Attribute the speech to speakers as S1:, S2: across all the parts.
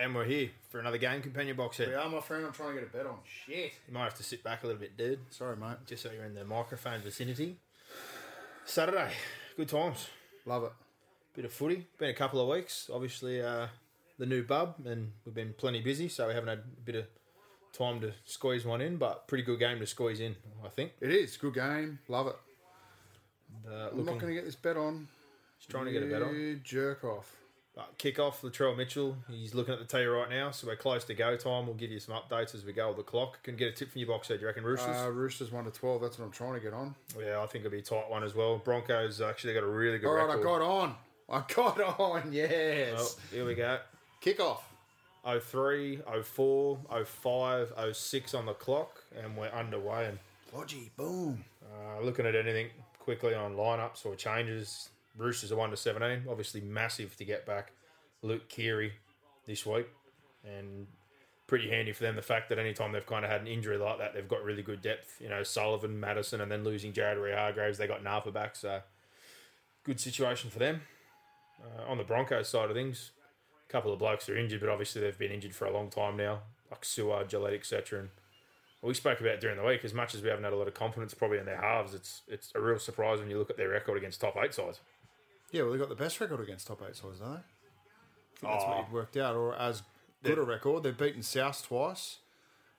S1: And we're here for another game companion box set.
S2: We are, my friend. I'm trying to get a bet on. Shit.
S1: You might have to sit back a little bit, dude,
S2: Sorry, mate.
S1: just so you're in the microphone vicinity. Saturday, good times.
S2: Love it.
S1: Bit of footy. Been a couple of weeks. Obviously, uh, the new bub, and we've been plenty busy, so we haven't had a bit of time to squeeze one in, but pretty good game to squeeze in, I think.
S2: It is. Good game. Love it.
S1: Uh,
S2: I'm not
S1: looking,
S2: going to get this bet on.
S1: just trying to get a bet on.
S2: You jerk off.
S1: But kick off, Latrell Mitchell. He's looking at the tee right now, so we're close to go time. We'll give you some updates as we go with the clock. Can get a tip from your box set, do you reckon, Roosters?
S2: Uh, Roosters 1 to 12. That's what I'm trying to get on.
S1: Yeah, I think it'll be a tight one as well. Broncos actually got a really good
S2: All right,
S1: record.
S2: I got on. I got on.
S1: Oh,
S2: Yes.
S1: here we go.
S2: Kick off.
S1: 03, 04, 05, 06 on the clock, and we're underway. And
S2: Lodgy. Boom.
S1: uh, looking at anything quickly on lineups or changes, Roosters are 1 to 17. Obviously, massive to get back Luke Keary this week. And pretty handy for them the fact that anytime they've kind of had an injury like that, they've got really good depth. You know, Sullivan, Madison, and then losing Jared Ray Hargraves, they got Napa back. So good situation for them. Uh, on the Broncos side of things, a couple of blokes are injured, but obviously they've been injured for a long time now, like Seward, Gillette, etc. And we spoke about it during the week. As much as we haven't had a lot of confidence probably in their halves, it's it's a real surprise when you look at their record against top eight sides.
S2: Yeah, well, they got the best record against top eight sides, don't they? I think that's
S1: Oh.
S2: what it worked out, or as good a record. They've beaten South twice.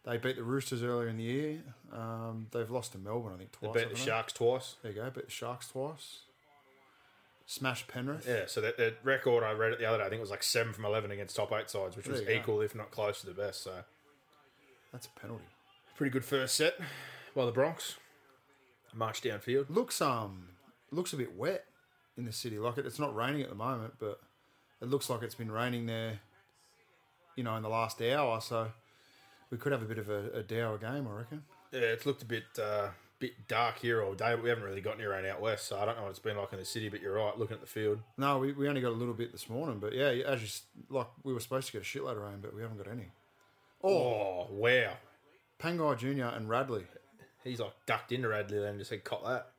S2: They beat the Roosters earlier in the year. Um, they've lost to Melbourne, I think,
S1: They
S2: twice.
S1: beat the
S2: haven't they?
S1: Sharks twice.
S2: There you go. Beat the Sharks twice. Smash Penrith.
S1: Yeah, so that, that record I read it the other day, I think it was like seven from eleven against top eight sides, which was
S2: There you go.
S1: equal if not close to the best. So
S2: That's a penalty.
S1: pretty good first set. Well, the Bronx march downfield.
S2: Looks um looks a bit wet in the city. Like it, it's not raining at the moment, but it looks like it's been raining there. You know, in the last hour, so we could have a bit of a, a dour game, I reckon.
S1: Yeah, it's looked a bit uh, bit dark here all day, but we haven't really gotten here around out west, so I don't know what it's been like in the city. But you're right, looking at the field,
S2: No, we, we only got a little bit this morning, but yeah, as you s- like, we were supposed to get a shitload of rain, but we haven't got any.
S1: oh wow,
S2: Pangai Junior and Radley,
S1: he's like ducked into Radley then and just said, "Caught that."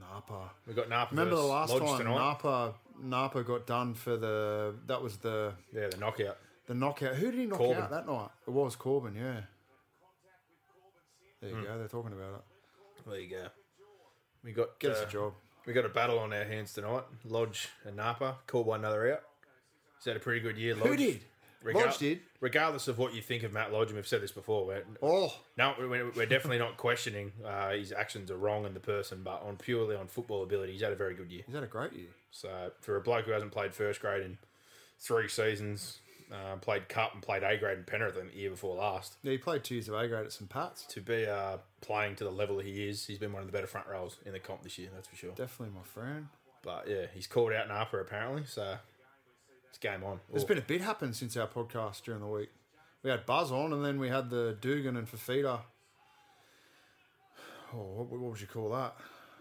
S2: Napa.
S1: We got Napa.
S2: Remember the
S1: versus
S2: last
S1: Lodge
S2: time
S1: tonight.
S2: Napa Napa got done for the that was the
S1: Yeah, the knockout.
S2: The knockout. Who did he knock
S1: Corbin.
S2: out that night? It was Corbin, yeah. There you go. They're talking about it.
S1: There you go. We got
S2: Get us
S1: uh,
S2: a job.
S1: We got a battle on our hands tonight. Lodge and Napa called one another out. He's had a pretty good year. Lodge.
S2: did?
S1: Regar-
S2: Lodge did?
S1: Regardless of what you think of Matt Lodge, and we've said this before, we're,
S2: Oh,
S1: No, we're, we're definitely not questioning uh, his actions are wrong in the person, but on purely on football ability, he's had a very good year.
S2: he's had a great year.
S1: So for a bloke who hasn't played first grade in three seasons, uh, played cup and played A grade in Penrith the year before last,
S2: Yeah, he played two years of A grade at St. Pat's.
S1: to be uh, playing to the level he is, he's been one of the better front rows in the comp this year. That's for sure.
S2: Definitely my friend.
S1: But yeah, he's called out Napa apparently, so it's game on.
S2: There's been a bit happened since our podcast during the week. We had Buzz on, and then we had the Dugan and Fafita. Oh, what, what would you call that?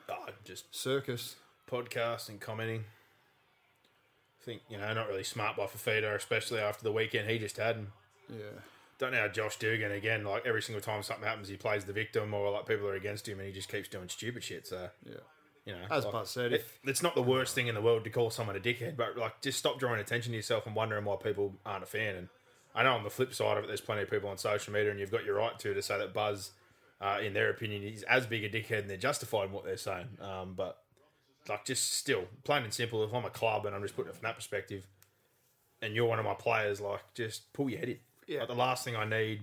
S1: oh, just
S2: Circus.
S1: podcast and commenting. I think you know, not really smart by Fafita, especially after the weekend he just had. And
S2: Yeah.
S1: don't know how Josh Dugan again, like every single time something happens, he plays the victim or like people are against him and he just keeps doing stupid shit. So,
S2: Yeah.
S1: you know,
S2: As
S1: like,
S2: Buzz said,
S1: it-
S2: if-
S1: it's not the worst thing in the world to call someone a dickhead, but like just stop drawing attention to yourself and wondering why people aren't a fan. And I know on the flip side of it, there's plenty of people on social media and you've got your right to to say that Buzz, uh, in their opinion, is as big a dickhead and they're justified in what they're saying. Um, but like just still plain and simple, if I'm a club and I'm just putting it from that perspective, and you're one of my players, like just pull your head in.
S2: Yeah.
S1: Like, the last thing I need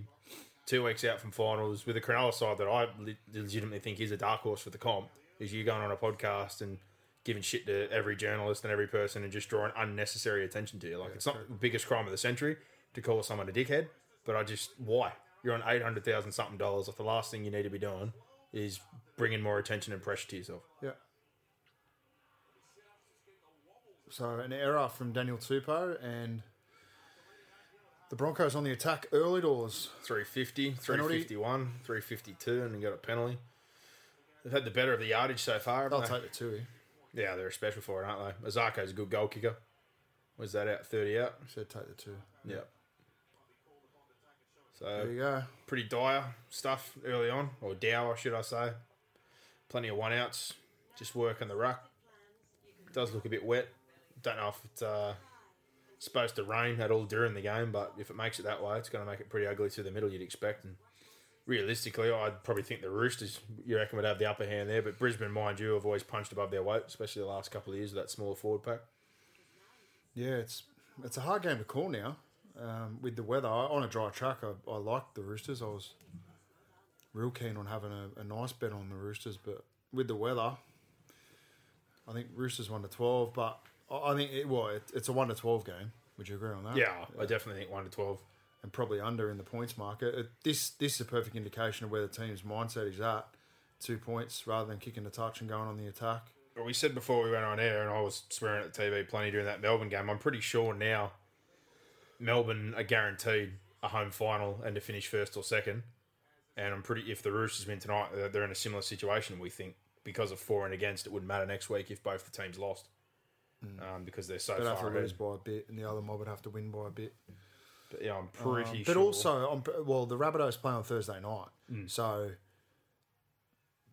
S1: two weeks out from finals with a Cronulla side that I le- legitimately think is a dark horse for the comp is you going on a podcast and giving shit to every journalist and every person and just drawing unnecessary attention to you. Like it's not the biggest crime of the century to call someone a dickhead, but I just why you're on eight hundred thousand something dollars. Like the last thing you need to be doing is bringing more attention and pressure to yourself.
S2: Yeah. So an error from Daniel Tupou and the Broncos on the attack early doors.
S1: 350, 351, 352, and then got a penalty. They've had the better of the yardage so far.
S2: They'll
S1: haven't they?
S2: take the two here.
S1: Yeah, they're special for it, aren't they? Azako's a good goal kicker. Was that out? 30 out?
S2: Said take the two.
S1: Yep.
S2: There
S1: So,
S2: you go.
S1: pretty dire stuff early on, or dour, should I say. Plenty of one outs, just working the ruck. Does look a bit wet. Don't know if it's uh, supposed to rain at all during the game, but if it makes it that way, it's going to make it pretty ugly through the middle, you'd expect. And realistically, I'd probably think the Roosters, you reckon, would have the upper hand there. But Brisbane, mind you, have always punched above their weight, especially the last couple of years of that smaller forward pack.
S2: Yeah, it's it's a hard game to call now um, with the weather. I, on a dry track, I, I liked the Roosters. I was real keen on having a, a nice bet on the Roosters, but with the weather, I think Roosters one to twelve. But I, I think it, well, it, it's a one to twelve game. Would you agree on that?
S1: Yeah, I definitely think 1 to 12.
S2: and probably under in the points market. It, this this is a perfect indication of where the team's mindset is at. Two points rather than kicking the touch and going on the attack.
S1: Well, we said before we went on air, and I was swearing at the TV plenty during that Melbourne game. I'm pretty sure now Melbourne are guaranteed a home final and to finish first or second. And I'm pretty if the Roosters win tonight, they're- they're in a similar situation. We think because of for and against, it wouldn't matter next week if both the teams lost,
S2: Mm.
S1: um, because they're so
S2: They'd have to
S1: far
S2: lose
S1: ahead.
S2: by a bit, and the other mob would have to win by a bit.
S1: But, yeah, I'm pretty.
S2: Um,
S1: sure.
S2: But also, on, well, the Rabbitohs play on Thursday night, so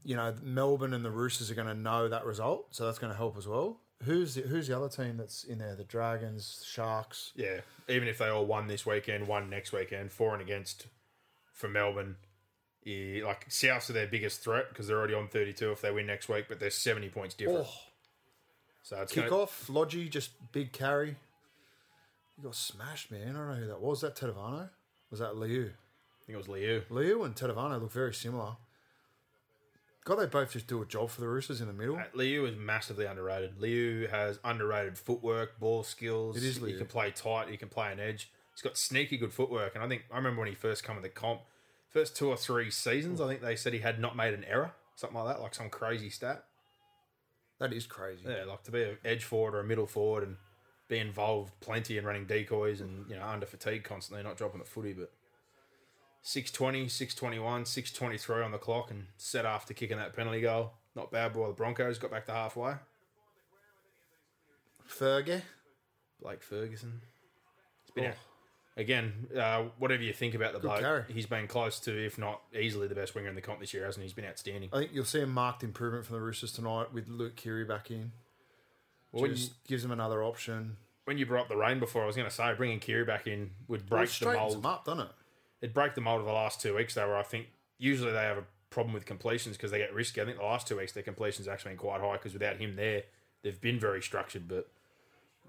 S2: you know Melbourne and the Roosters are going to know that result, so that's going to help as well. Who's the, who's the other team that's in there? The Dragons, Sharks.
S1: Yeah, even if they all won this weekend, won next weekend, for and against for Melbourne, eh, like Souths are their biggest threat because they're already on 32 if they win next week, but they're 70 points different.
S2: Oh,
S1: so it's
S2: kick
S1: gonna,
S2: off, Lodgy, just big carry. You got smashed, man. I don't know who that was. Was that Tedovano? Was that Liu?
S1: I think it was Liu.
S2: Liu and Tedovano look very similar. God, they both just do a job for the Roosters in the middle.
S1: Uh, Liu is massively underrated. Liu has underrated footwork, ball skills.
S2: It is
S1: He
S2: Liu.
S1: can play tight. He can play an edge. He's got sneaky good footwork, and I think I remember when he first come in the comp, first two or three seasons, I think they said he had not made an error, something like that, like some crazy stat.
S2: That is crazy.
S1: Yeah, like to be an edge forward or a middle forward and be involved plenty in running decoys and you know under fatigue constantly, not dropping the footy. But 620, 621, 623 on the clock and set after kicking that penalty goal. Not bad by the Broncos. Got back to halfway.
S2: Fergie.
S1: Blake Ferguson. It's been
S2: Oh.
S1: out. again. Uh, whatever you think about the bloke,
S2: carry.
S1: he's been close to, if not easily, the best winger in the comp this year, hasn't he? He's been outstanding.
S2: I think you'll see a marked improvement from the Roosters tonight with Luke Keary back in.
S1: Well, when, you,
S2: Just gives them another option.
S1: when you brought up the rain before, I was going to say bringing Kiri back in would break
S2: it
S1: the mold.
S2: straightens them up, doesn't it?
S1: it broke the mold of the last two weeks though, where I think usually they have a problem with completions because they get risky. I think the last two weeks their completions actually been quite high because without him there, they've been very structured. But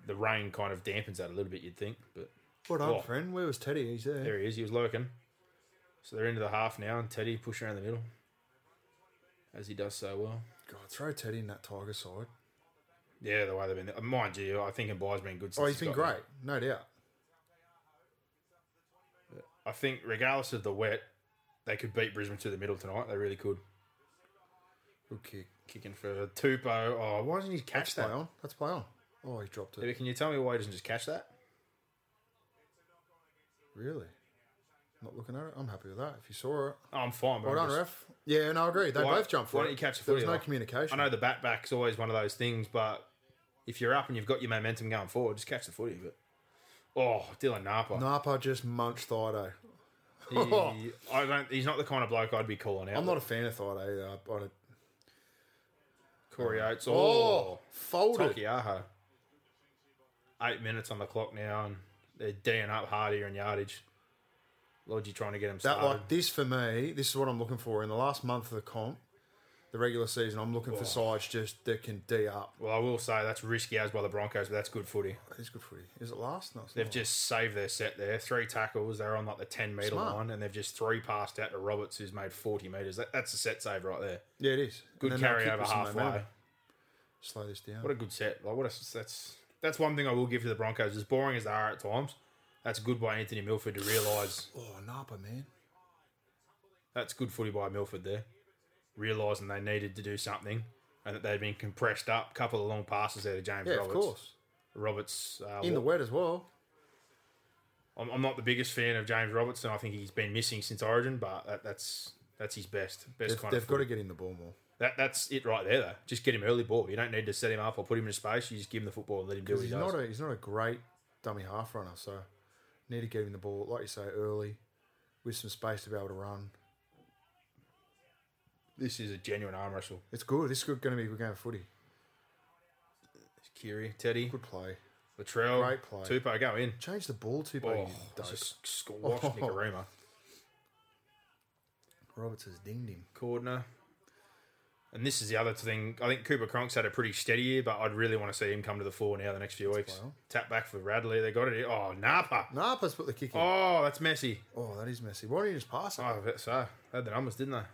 S1: the rain kind of dampens that a little bit, you'd think. But
S2: What up,
S1: Oh.
S2: friend? Where was Teddy? He's there.
S1: there he is. He was lurking. So they're into the half now, and Teddy push around the middle as he does so well.
S2: God, throw Teddy in that Tiger side.
S1: Yeah, the way they've been. Mind you, I think Mbai's been good. Since
S2: Oh, he's been
S1: got there.
S2: great, no doubt.
S1: I think regardless of the wet, they could beat Brisbane to the middle tonight. They really could.
S2: Good kick.
S1: Kicking for Tupo. Oh, why doesn't he catch
S2: That's play
S1: that?
S2: on. That's play on. Oh, he dropped
S1: Maybe
S2: it.
S1: can you tell me why he doesn't just catch that?
S2: Really? Not looking at it. I'm happy with that. If you saw it,
S1: Oh, I'm fine. But
S2: well
S1: I'm
S2: done,
S1: just-
S2: ref. Yeah, no, I agree. They
S1: Why-
S2: both jumped for
S1: why
S2: it.
S1: don't you catch the
S2: There was
S1: footy,
S2: no
S1: like? I
S2: communication.
S1: know the bat back's always one of those things, but if you're up and you've got your momentum going forward, just catch the footy. But oh, Dylan Napa,
S2: Napa just munched Thido.
S1: He- I don't. He's not the kind of bloke I'd be calling out.
S2: I'm not a fan of Thido either. I, I,
S1: Corey Oates.
S2: oh,
S1: Oh,
S2: folded.
S1: Takiaho. Eight minutes on the clock now, and they're D'ing up Hardier and yardage. Lodgy trying to get him
S2: That
S1: started.
S2: like this for me, this is what I'm looking for in the last month of the comp, the regular season. I'm
S1: Oh.
S2: looking for sides just that can D up.
S1: well, I will say that's risky as by the Broncos, but that's good footy.
S2: It's good footy. Is it last? No, it's
S1: They've
S2: not.
S1: just saved their set there. Three tackles. They're on like the 10 metre
S2: Smart.
S1: line and they've just three passed out to Roberts, who's made 40 metres. That, that's a set save right there.
S2: yeah, it is.
S1: Good
S2: And then they'll
S1: carry
S2: keep
S1: over
S2: us in
S1: halfway.
S2: momentum. Slow this down.
S1: What a good set. Like, what a, that's, that's one thing I will give to the Broncos. As boring as they are at times, that's good by Anthony Milford to realise
S2: oh, Napa man.
S1: that's good footy by Milford there. Realising they needed to do something and that they'd been compressed up. couple of long passes there to James
S2: Yeah,
S1: Roberts.
S2: of course.
S1: Roberts. Uh,
S2: in the wet as well.
S1: I'm, I'm not the biggest fan of James Robertson. I think he's been missing since Origin, but that, that's that's his best best
S2: They've,
S1: kind
S2: they've
S1: of.
S2: got to
S1: footy.
S2: get in the ball more.
S1: That that's it right there though. Just get him early ball. You don't need to set him up or put him in space. You just give him the football and let him do what he
S2: He's
S1: does.
S2: not a he's not a great dummy half runner, so need to get him the ball like you say early, with some space to be able to run.
S1: this is a genuine arm wrestle.
S2: It's good. This is going to be a good game of footy.
S1: Kiri, Teddy,
S2: Good play.
S1: Latrell,
S2: Great play.
S1: Tupou, go in.
S2: Change the ball too,
S1: Oh,
S2: oh,
S1: just squashed
S2: Oh.
S1: Nicarima.
S2: Roberts has dinged him.
S1: Cordner. And this is the other thing. I think Cooper Cronk's had a pretty steady year, but I'd really want to see him come to the fore now the next few weeks.
S2: well.
S1: Tap back for Radley. They got it. here. Oh, Napa.
S2: Napa's put the kick in. Oh,
S1: Oh, that's messy.
S2: that is messy. Why don't you just pass it?
S1: Oh, that's- so they had the numbers, didn't they?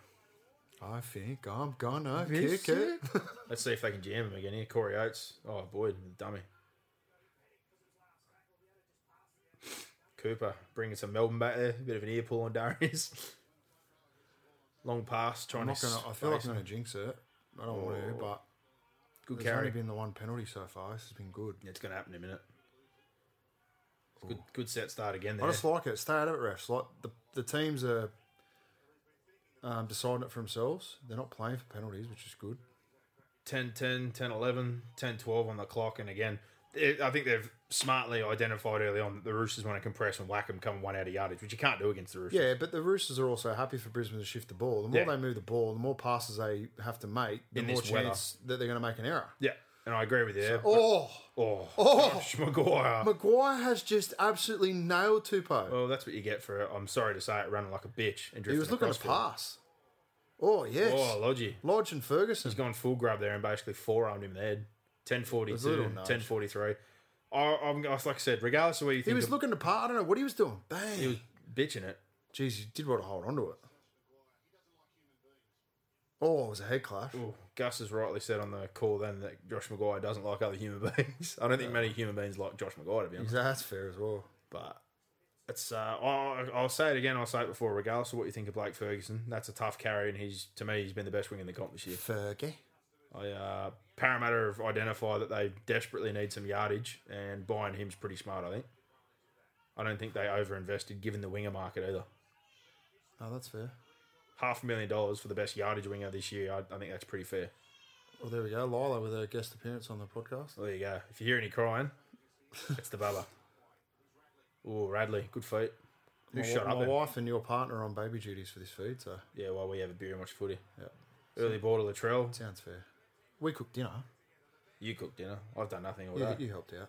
S2: I think I'm gonna
S1: Yes,
S2: kick it.
S1: Let's see if they can jam him again here. Corey Oates. Oh, Boyd, dummy. Cooper bringing some Melbourne back there. A bit of an ear pull on Darius. Long pass, trying
S2: I'm not
S1: to.
S2: gonna. I feel like
S1: space
S2: I'm
S1: him.
S2: gonna jinx it. I don't want to,
S1: Oh,
S2: but
S1: good
S2: there's
S1: carry.
S2: only been the one penalty so far. This has been good.
S1: Yeah, it's going to happen in a minute. It's Good, good set start again there.
S2: I just like it. Stay out of it, refs. Like the the teams are um, deciding it for themselves. They're not playing for penalties, which is good.
S1: 10 10, 10 11, 10 12 on the clock. And again, it, I think they've smartly identified early on that the Roosters want to compress and whack them coming one out of yardage, which you can't do against the Roosters.
S2: Yeah, but the Roosters are also happy for Brisbane to shift the ball. The more
S1: Yeah.
S2: they move the ball, the more passes they have to make, the
S1: In
S2: more
S1: this weather.
S2: chance that they're going to make an error.
S1: Yeah, And I agree with you. there.
S2: Oh,
S1: oh,
S2: Oh!
S1: gosh, Maguire.
S2: Maguire has just absolutely nailed Tupou.
S1: well, that's what you get for, I'm sorry to say it, running like a bitch and drifting
S2: he was looking
S1: across
S2: to
S1: field.
S2: pass. Oh yes,
S1: Oh, Lodgy.
S2: Lodge and Ferguson.
S1: He's gone full grab there and basically forearmed him there. 10.42,
S2: There's a little nudge.
S1: 10.43. I, I'm, like I said, regardless of what you think
S2: He was
S1: of-
S2: looking to pass. I don't know what he was doing. Bang.
S1: he was bitching it.
S2: Jeez, he did well to hold on to it. Oh, it was a head clash.
S1: Ooh, Gus has rightly said on the call then that Josh Maguire doesn't like other human beings. I don't think many human beings like Josh Maguire to be honest.
S2: That's fair as well.
S1: But it's uh, I'll, I'll say it again. I'll say it before, regardless of what you think of Blake Ferguson. That's a tough carry, and he's to me he's been the best wing in the comp this year.
S2: Fergie.
S1: I uh, Parramatta have identified that they desperately need some yardage, and buying him's pretty smart. I think. I don't think they overinvested given the winger market either.
S2: Oh, that's fair.
S1: Half a million dollars for the best yardage winger this year. I, I think that's pretty fair.
S2: Well, there we go. Lila with her guest appearance on the podcast.
S1: Well, there you go. If you hear any crying, it's the baba. Ooh, Radley, good feet. Who
S2: My,
S1: shut
S2: my
S1: up? then?
S2: wife and your partner are on baby duties for this feed, so
S1: Yeah, while we have a beer and watch footy.
S2: yeah,
S1: Early ball to Latrell.
S2: sounds fair. We cooked dinner.
S1: You cooked dinner. I've done nothing all
S2: You,
S1: day.
S2: you helped out.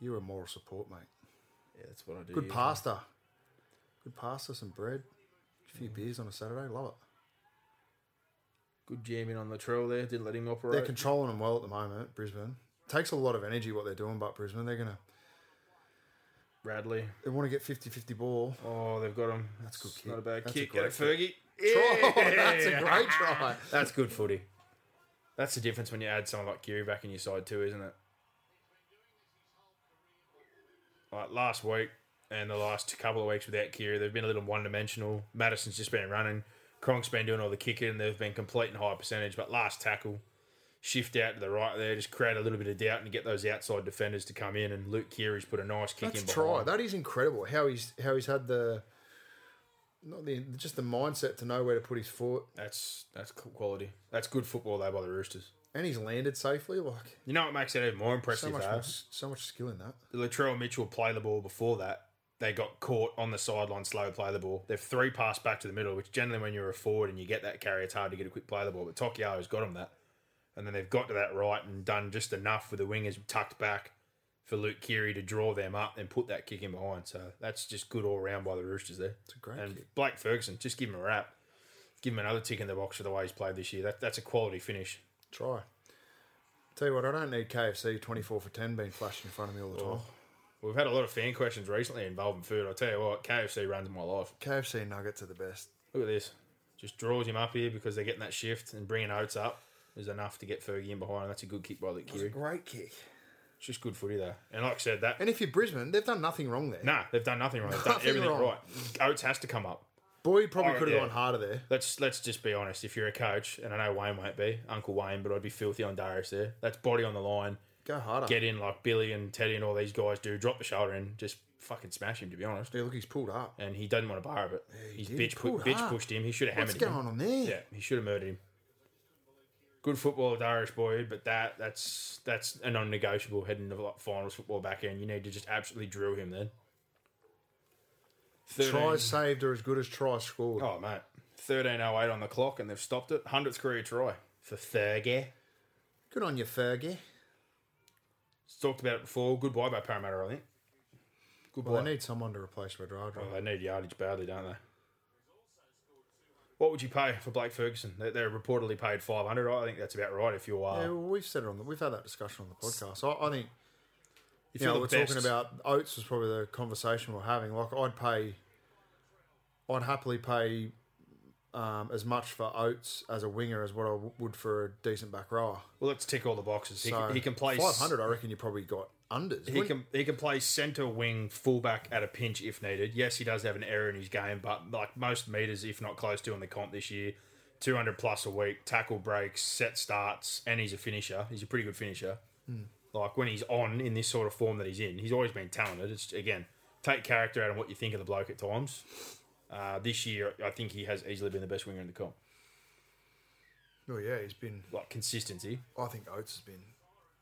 S2: You were moral support, mate.
S1: Yeah, that's what I do.
S2: Good
S1: usually.
S2: pasta. Good pasta, some bread, a few beers on a Saturday. Love it.
S1: Good jamming on Latrell there. Didn't let him
S2: They're
S1: operate.
S2: controlling them well at the moment, Brisbane. Takes a lot of energy what they're doing, but Brisbane, they're going to
S1: Radley.
S2: they want to get 50-50 ball.
S1: Oh, they've got him. That's
S2: good
S1: Not
S2: kick.
S1: a bad
S2: That's a
S1: kick. Get it,
S2: great
S1: Fergie.
S2: Oh,
S1: Yeah.
S2: that's a great try.
S1: That's good footy. That's the difference when you add someone like Geary back in your side too, isn't it? Like last week and the last couple of weeks without Geary, they've been a little one-dimensional. Madison's just been running. Cronk's been doing all the kicking. and They've been completing high percentage, but last tackle, shift out to the right there, just create a little bit of doubt and get those outside defenders to come in. And Luke Geary's put a nice kick
S2: That's
S1: in
S2: a try.
S1: behind.
S2: That is incredible. How he's how he's had the not the just the mindset to know where to put his foot,
S1: That's that's quality. That's good football though by the Roosters.
S2: and he's landed safely. Like
S1: You know what makes that even more
S2: so
S1: impressive?
S2: much,
S1: though?
S2: more, so much skill in that.
S1: Latrell Mitchell play the ball before that. They got caught on the sideline, slow play the ball. They've three pass back to the middle, which generally when you're a forward and you get that carry, it's hard to get a quick play of the ball. But Tokyo's got him that. And then they've got to that right and done just enough with the wingers tucked back for Luke Keary to draw them up and put that kick in behind. So that's just good all round by the Roosters there.
S2: It's a great
S1: and
S2: kick.
S1: Blake Ferguson, just give him a wrap. Give him another tick in the box for the way he's played this year. That, that's a quality finish.
S2: Try. Tell you what, I don't need KFC twenty four for ten being flashed in front of me all the time.
S1: Oh. We've had a lot of fan questions recently involving food. I tell you what, KFC runs my life.
S2: KFC nuggets are the best.
S1: Look at this. Just draws him up here because they're getting that shift and bringing Oates up is enough to get Fergie in behind. That's a good kick by Luke Keary.
S2: Great kick.
S1: It's just good footy there. And like I said, that
S2: And if you're Brisbane, they've done nothing wrong there.
S1: nah, they've done nothing wrong. They've done
S2: Nothing
S1: everything
S2: wrong.
S1: right. Oates has to come up.
S2: Boyd probably
S1: Oh,
S2: could have
S1: yeah.
S2: gone harder there.
S1: Let's let's just be honest. If you're a coach, and I know Wayne won't be Uncle Wayne, but I'd be filthy on Darius there. That's body on the line.
S2: Go harder.
S1: get in like Billy and Teddy and all these guys do. Drop the shoulder and just fucking smash him. To be honest,
S2: yeah, look, he's pulled up.
S1: and he doesn't want to bar of it.
S2: he
S1: He's
S2: did.
S1: bitch
S2: He
S1: pu-
S2: pulled
S1: bitch
S2: hard.
S1: pushed him. He should have hammered
S2: What's
S1: him.
S2: going on there?
S1: Yeah, he should have murdered him. Good football, Darius Boyd, but that that's that's a non-negotiable heading to like finals football back end. You need to just absolutely drill him then. 13
S2: Tries saved are as good as tries scored.
S1: Oh mate, thirteen oh eight on the clock, and they've stopped it. Hundredth career try for Thurger.
S2: Good on you, Fergie.
S1: Talked about it before. Goodbye by Parramatta, I think. Goodbye.
S2: Well, they need someone to replace Redrado.
S1: Well, they need yardage badly, don't they? What would you pay for Blake Ferguson? They- They're reportedly paid five hundred. I think that's about right. If uh, you are,
S2: yeah, well, we've said it on the, we've had that discussion on the podcast. I, I think
S1: if
S2: you
S1: you're
S2: know,
S1: the
S2: we're
S1: best-
S2: talking about Oates was probably the conversation we're having. Like I'd pay, I'd happily pay um, as much for Oates as a winger as what I w- would for a decent back rower.
S1: Well, let's tick all the boxes. He,
S2: So
S1: can, he can play s-
S2: five hundred. I reckon you probably got unders.
S1: He
S2: wouldn't
S1: can he can play centre wing fullback at a pinch if needed. Yes, he does have an error in his game, but like most meters, if not close to in the comp this year, two hundred plus a week, tackle breaks, set starts, and he's a finisher. He's a pretty good finisher.
S2: Hmm.
S1: Like when he's on in this sort of form that he's in, he's always been talented. It's again take character out of what you think of the bloke at times. Uh, this year, I think he has easily been the best winger in the comp.
S2: Oh yeah, he's been.
S1: Like consistency.
S2: I think Oates has been.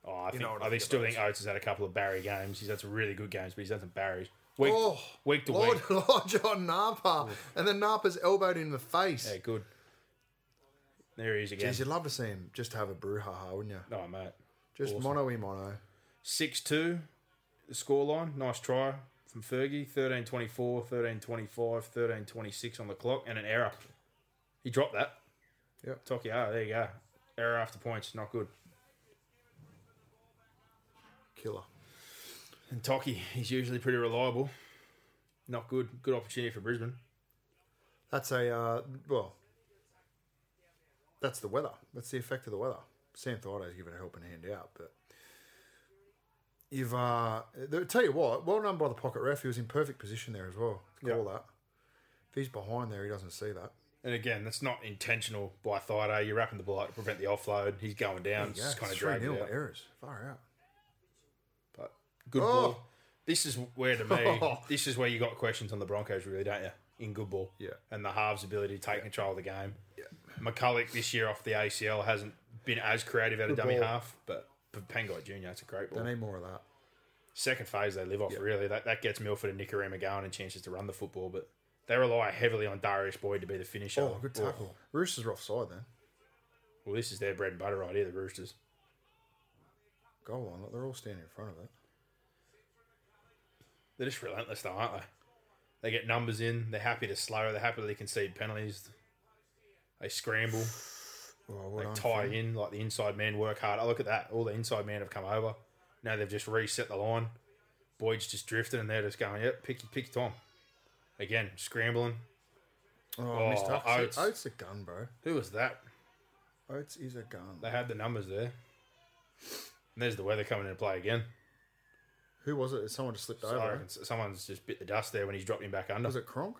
S1: Oh, I think
S2: know what I
S1: I, think
S2: think
S1: still
S2: about
S1: think Oates has had a couple of Barry games. He's had some really good games, but he's had some Barrys. Week,
S2: Oh,
S1: week to
S2: Lord,
S1: week.
S2: Lord John Napa, and then Napa's elbowed him in the face.
S1: Yeah, good. There he is again.
S2: Jeez, you'd love to see him just have a brouhaha, wouldn't you?
S1: Oh, mate.
S2: Just mono e mono.
S1: 6 2, the scoreline. Nice try from Fergie. 13 24, 13 25, 13 26 on the clock, and an error. He dropped that.
S2: Yep.
S1: Tokyo, there you go. Error after points, not good.
S2: Killer.
S1: And Toki, he's usually pretty reliable. Not good. Good opportunity for Brisbane.
S2: That's a uh, well. That's the weather. That's the effect of the weather. Sam Thideau's given a helping hand out, but you've uh, th- tell you what, well done by the pocket ref. He was in perfect position there as well. to Call that. If he's behind there, he doesn't see that.
S1: And again, that's not intentional by Thido. You're wrapping the ball up to prevent the offload. He's going down.
S2: Yeah,
S1: It's kind of
S2: three
S1: dragged
S2: nil
S1: out.
S2: errors. Far out.
S1: But good
S2: Oh.
S1: ball. This is where to me. this is where you got questions on the Broncos, really, don't you? In good ball,
S2: Yeah.
S1: and the halves' ability to take control of the game. Yeah. McCulloch this year off the ACL hasn't been as creative out of dummy
S2: ball.
S1: half, but for Pengai Junior, it's a great
S2: They
S1: ball.
S2: need more of that.
S1: Second phase they live off really. That that gets Milford and Nicarima going and chances to run the football, but they rely heavily on Darius Boyd to be the finisher.
S2: Oh, good
S1: Well,
S2: tackle. Roosters are offside then.
S1: Well, this is their bread and butter right here, the Roosters.
S2: Goal line. Look, they're all standing in front of it.
S1: They're just relentless, though, aren't they? They get numbers in. They're happy to slow. They're happy to concede penalties. They scramble.
S2: Oh, well
S1: They
S2: done,
S1: tie
S2: Finn.
S1: in. Like the inside man work hard. I look at that. All the inside men have come over. Now they've just reset the line. Boyd's just drifting, and they're just going, "Yep, pick your pick, Tom." Again, scrambling.
S2: Oh, I missed
S1: Oh,
S2: that. See,
S1: Oates.
S2: Oates. a gun, bro.
S1: Who was that?
S2: Oates is a gun.
S1: They had the numbers there. And there's the weather coming into play again.
S2: Who was it? Someone just slipped
S1: So I
S2: over.
S1: reckon s- someone's just bit the dust there when he's dropped him back under.
S2: Was it Kronk?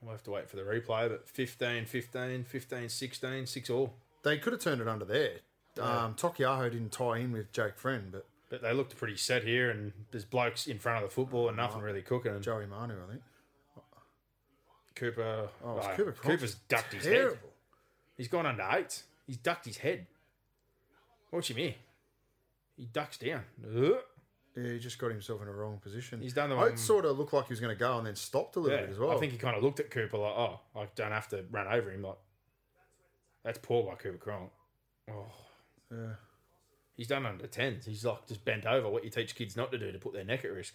S1: We'll have to wait for the replay, but 15, 15, 15, 16, 6 all.
S2: They could have turned it under there. Um, Tokiaho didn't tie in with Jake Friend, but
S1: But they looked pretty set here, and there's blokes in front of the football
S2: Oh,
S1: and nothing really cooking. And
S2: Joey Manu, I think.
S1: Cooper,
S2: Oh, it's
S1: oh,
S2: Cooper Cronk.
S1: Cooper's ducked his head.
S2: Terrible.
S1: He's gone under eight. He's ducked his head. Watch him here. He ducks down. Ugh.
S2: Yeah, he just got himself in a wrong position.
S1: He's done the one-
S2: Oates sort of looked like he was going to go and then stopped a little
S1: Yeah,
S2: bit as well.
S1: I think he kind of looked at Cooper like, oh, I don't have to run over him. Like, that's poor by Cooper Cronk. Oh,
S2: Yeah.
S1: He's done under tens. He's like just bent over. What you teach kids not to do to put their neck at risk.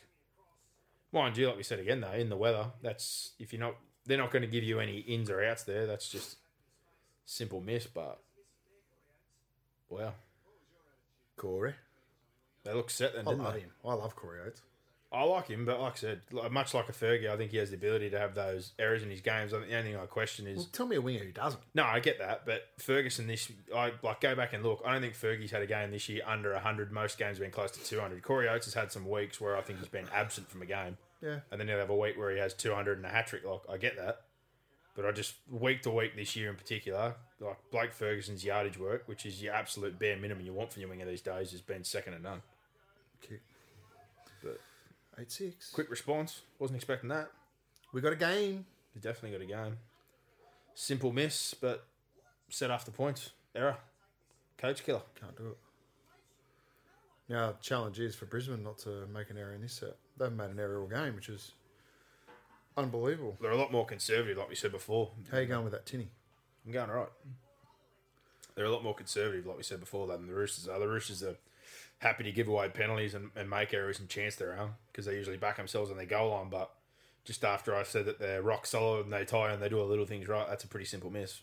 S1: Mind you, like we said again though, in the weather, that's if you're not, they're not going to give you any ins or outs there. That's just simple miss. But wow,
S2: Corey.
S1: they look set then,
S2: I
S1: didn't
S2: love
S1: they?
S2: him. I love Corey Oates.
S1: I like him, but like I said, like- much like a Fergie, I think he has the ability to have those errors in his games. I think the only thing I question is
S2: Well, tell me a winger who doesn't.
S1: No, I get that, but Ferguson this I like go back and look. I don't think Fergie's had a game this year under 100. Most games have been close to 200. Corey Oates has had some weeks where I think he's been absent from a game,
S2: Yeah.
S1: and then he'll have a week where he has 200 and a hat trick. Like I get that, But I just week to week this year in particular, like Blake Ferguson's yardage work, which is your absolute bare minimum you want from your winger these days, has been second to none.
S2: Kick.
S1: But-
S2: eight six.
S1: Quick response, wasn't expecting that.
S2: We got a game.
S1: They definitely got a game. Simple miss, but set off the points. Error. Coach killer.
S2: Can't do it. Now the challenge is for Brisbane not to make an error in this set. They've made an error all game, which is unbelievable.
S1: They're a lot more conservative, like we said before.
S2: How you going with that tinny?
S1: I'm going all right. They're a lot more conservative, like we said before, than the Roosters are. The Roosters are happy to give away penalties and, and make errors and chance their own because they usually back themselves on their goal line. But just after I said that they're rock solid and they tie and they do a little things right, that's a pretty simple miss.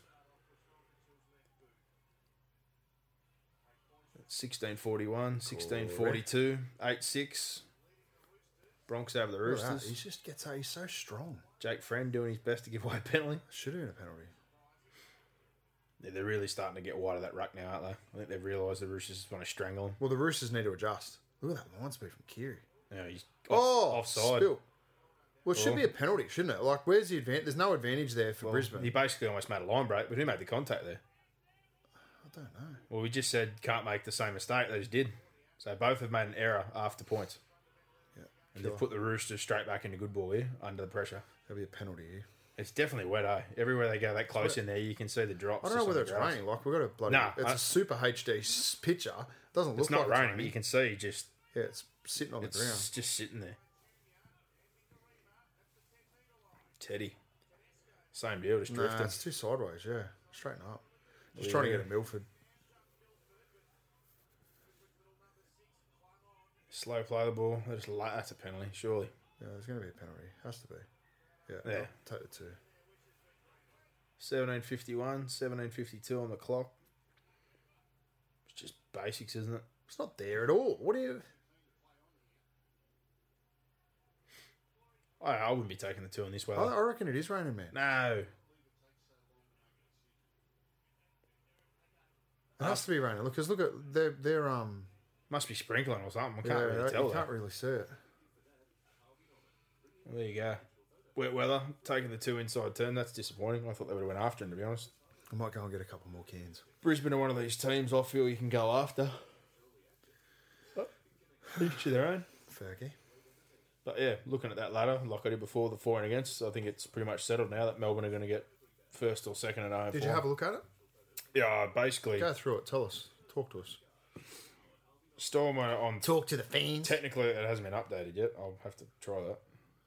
S1: Sixteen forty one, sixteen forty two, eight six. Bronx over the
S2: Look at that.
S1: Roosters.
S2: He just gets out. He's so strong.
S1: Jake Friend doing his best to give away a penalty.
S2: Should have been a penalty.
S1: Yeah, they're really starting to get wide of that ruck now, aren't they? I think they've realised the Roosters just want to strangle him.
S2: Well, the Roosters need to adjust. Look at that line speed from Kiri.
S1: You know, he's off,
S2: Oh,
S1: offside.
S2: spill. Well, it should
S1: Oh.
S2: be a penalty, shouldn't it? Like, where's the advantage? There's no advantage there for
S1: Well,
S2: Brisbane.
S1: He basically almost made a line break, but who made the contact there?
S2: I don't know.
S1: Well, we just said can't make the same mistake. They just did. So both have made an error after points.
S2: Yeah,
S1: And
S2: sure.
S1: they've put the Roosters straight back into good ball here under the pressure.
S2: There'll be a penalty here.
S1: It's definitely wet, eh? Everywhere they go that close in there, you can see the drops.
S2: I don't know
S1: just
S2: whether
S1: on
S2: it's
S1: the grass.
S2: raining. Like, we've got a bloody.
S1: Nah,
S2: it's
S1: I-
S2: a super HD s- picture. It doesn't look
S1: It's not
S2: like
S1: raining, but you can see just
S2: Yeah, it's sitting on the
S1: It's
S2: ground.
S1: just sitting there. Teddy. Same deal, just
S2: Nah,
S1: drifting.
S2: it's too sideways, yeah. Straighten up. Just trying to
S1: Yeah.
S2: get a Milford.
S1: Slow play the ball. They just like that's a penalty, surely.
S2: Yeah, there's going to be a penalty. Has to be. Yeah,
S1: Yeah.
S2: I'll take the two.
S1: 1751, 1752 on the clock. It's just basics, isn't it?
S2: It's not there at all. What do you.
S1: I, I wouldn't be taking the two in this way.
S2: I,
S1: though.
S2: I reckon it is raining, man.
S1: No.
S2: It has to be raining. Look, because look at their their um.
S1: Must be sprinkling or something. I
S2: yeah,
S1: can't really
S2: that-
S1: tell.
S2: you
S1: though.
S2: can't really see it.
S1: There you go. Wet weather, taking the two inside turn. That's disappointing. I thought they would have went after him, to be honest.
S2: I might go and get a couple more cans.
S1: Brisbane are one of these teams I feel you can go after. Each to their own.
S2: Fergie.
S1: But yeah, looking at that ladder, like I did before, the for and against, I think it's pretty much settled now that Melbourne are going to get first or second and home.
S2: Did you have a look at it?
S1: Yeah, basically,
S2: Go through it. Tell us. Talk to us.
S1: Storm are on.
S2: Talk to the fans.
S1: Technically, it hasn't been updated yet. I'll have to try that.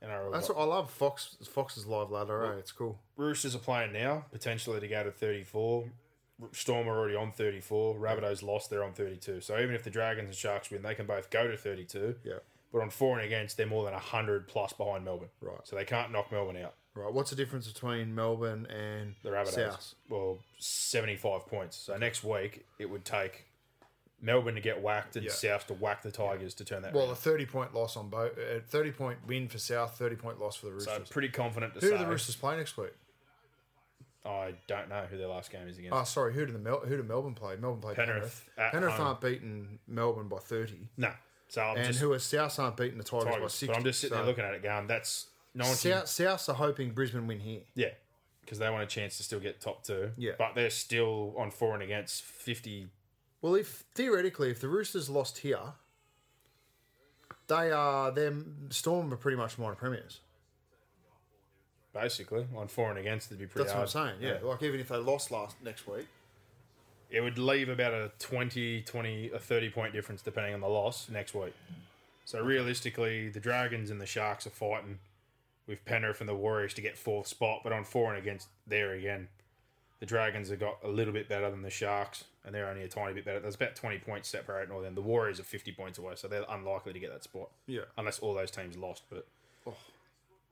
S1: And our
S2: That's what I love. Fox Fox's live ladder. eh? It's cool.
S1: Roosters are playing now, potentially to go to 34. Storm are already on 34. Rabbitohs lost, they're on 32. So even if the Dragons and Sharks win, they can both go to 32.
S2: Yeah.
S1: But on four and against, they're more than 100 plus behind Melbourne.
S2: Right.
S1: So they can't knock Melbourne out.
S2: Right. What's the difference between Melbourne and
S1: The Rabbitohs.
S2: South?
S1: Well, 75 points. So next week, it would take Melbourne to get whacked and
S2: Yeah.
S1: South to whack the Tigers to turn that
S2: Well, a
S1: round.
S2: thirty point loss on both. A thirty point win for South. Thirty point loss for the
S1: So
S2: Roosters.
S1: pretty confident to
S2: who do
S1: say.
S2: the Roosters play next week?
S1: I don't know who their last game is against.
S2: Ah, sorry. Who do the Mel- who do Melbourne play? Melbourne play Penrith.
S1: Penrith
S2: Penrith,
S1: at home.
S2: aren't beating Melbourne by thirty,
S1: no. So I'm
S2: and
S1: just
S2: who are South aren't beating the Tigers, by
S1: Tigers.
S2: sixty.
S1: But I'm just sitting
S2: so
S1: there looking at it going, that's 90.
S2: South, Souths are hoping Brisbane win here.
S1: Yeah, because they want a chance to still get top two.
S2: Yeah.
S1: but they're still on four and against fifty.
S2: Well, if theoretically, if the Roosters lost here, they are them Storm are pretty much minor premiers.
S1: Basically, on four and against, it'd be pretty.
S2: That's
S1: hard.
S2: what I'm saying. Yeah. like even if they lost last next week,
S1: it would leave about a 20, 20, a thirty point difference depending on the loss next week. So realistically, the Dragons and the Sharks are fighting with Penrith and the Warriors to get fourth spot, but on four and against, there again, the Dragons have got a little bit better than the Sharks, and they're only a tiny bit better. There's about twenty points separating all them. The Warriors are fifty points away, so they're unlikely to get that spot.
S2: yeah,
S1: unless all those teams lost. But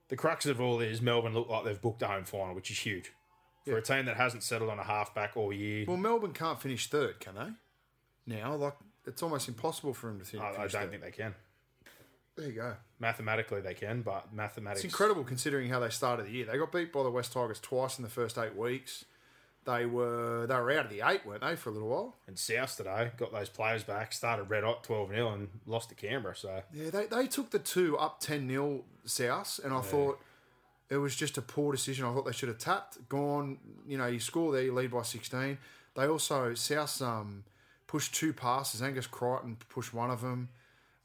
S1: the crux of all is Melbourne look like they've booked a home final, which is huge for a team that hasn't settled on a halfback all year.
S2: Well, Melbourne can't finish third, can they? Now, like it's almost impossible for them to fin-
S1: I,
S2: finish.
S1: I don't
S2: third.
S1: think they can.
S2: There you go.
S1: Mathematically, they can, but mathematics
S2: It's incredible considering how they started the year. They got beat by the West Tigers twice in the first eight weeks. They were they were out of the eight, weren't they, for a little while?
S1: And South today got those players back, started red hot twelve 0 and lost to Canberra. So
S2: Yeah, they, they took the two up ten 0 South, and I thought It was just a poor decision. I thought they should have tapped, gone. You know, you score there, you lead by 16. They also, South um, pushed two passes. Angus Crichton pushed one of them.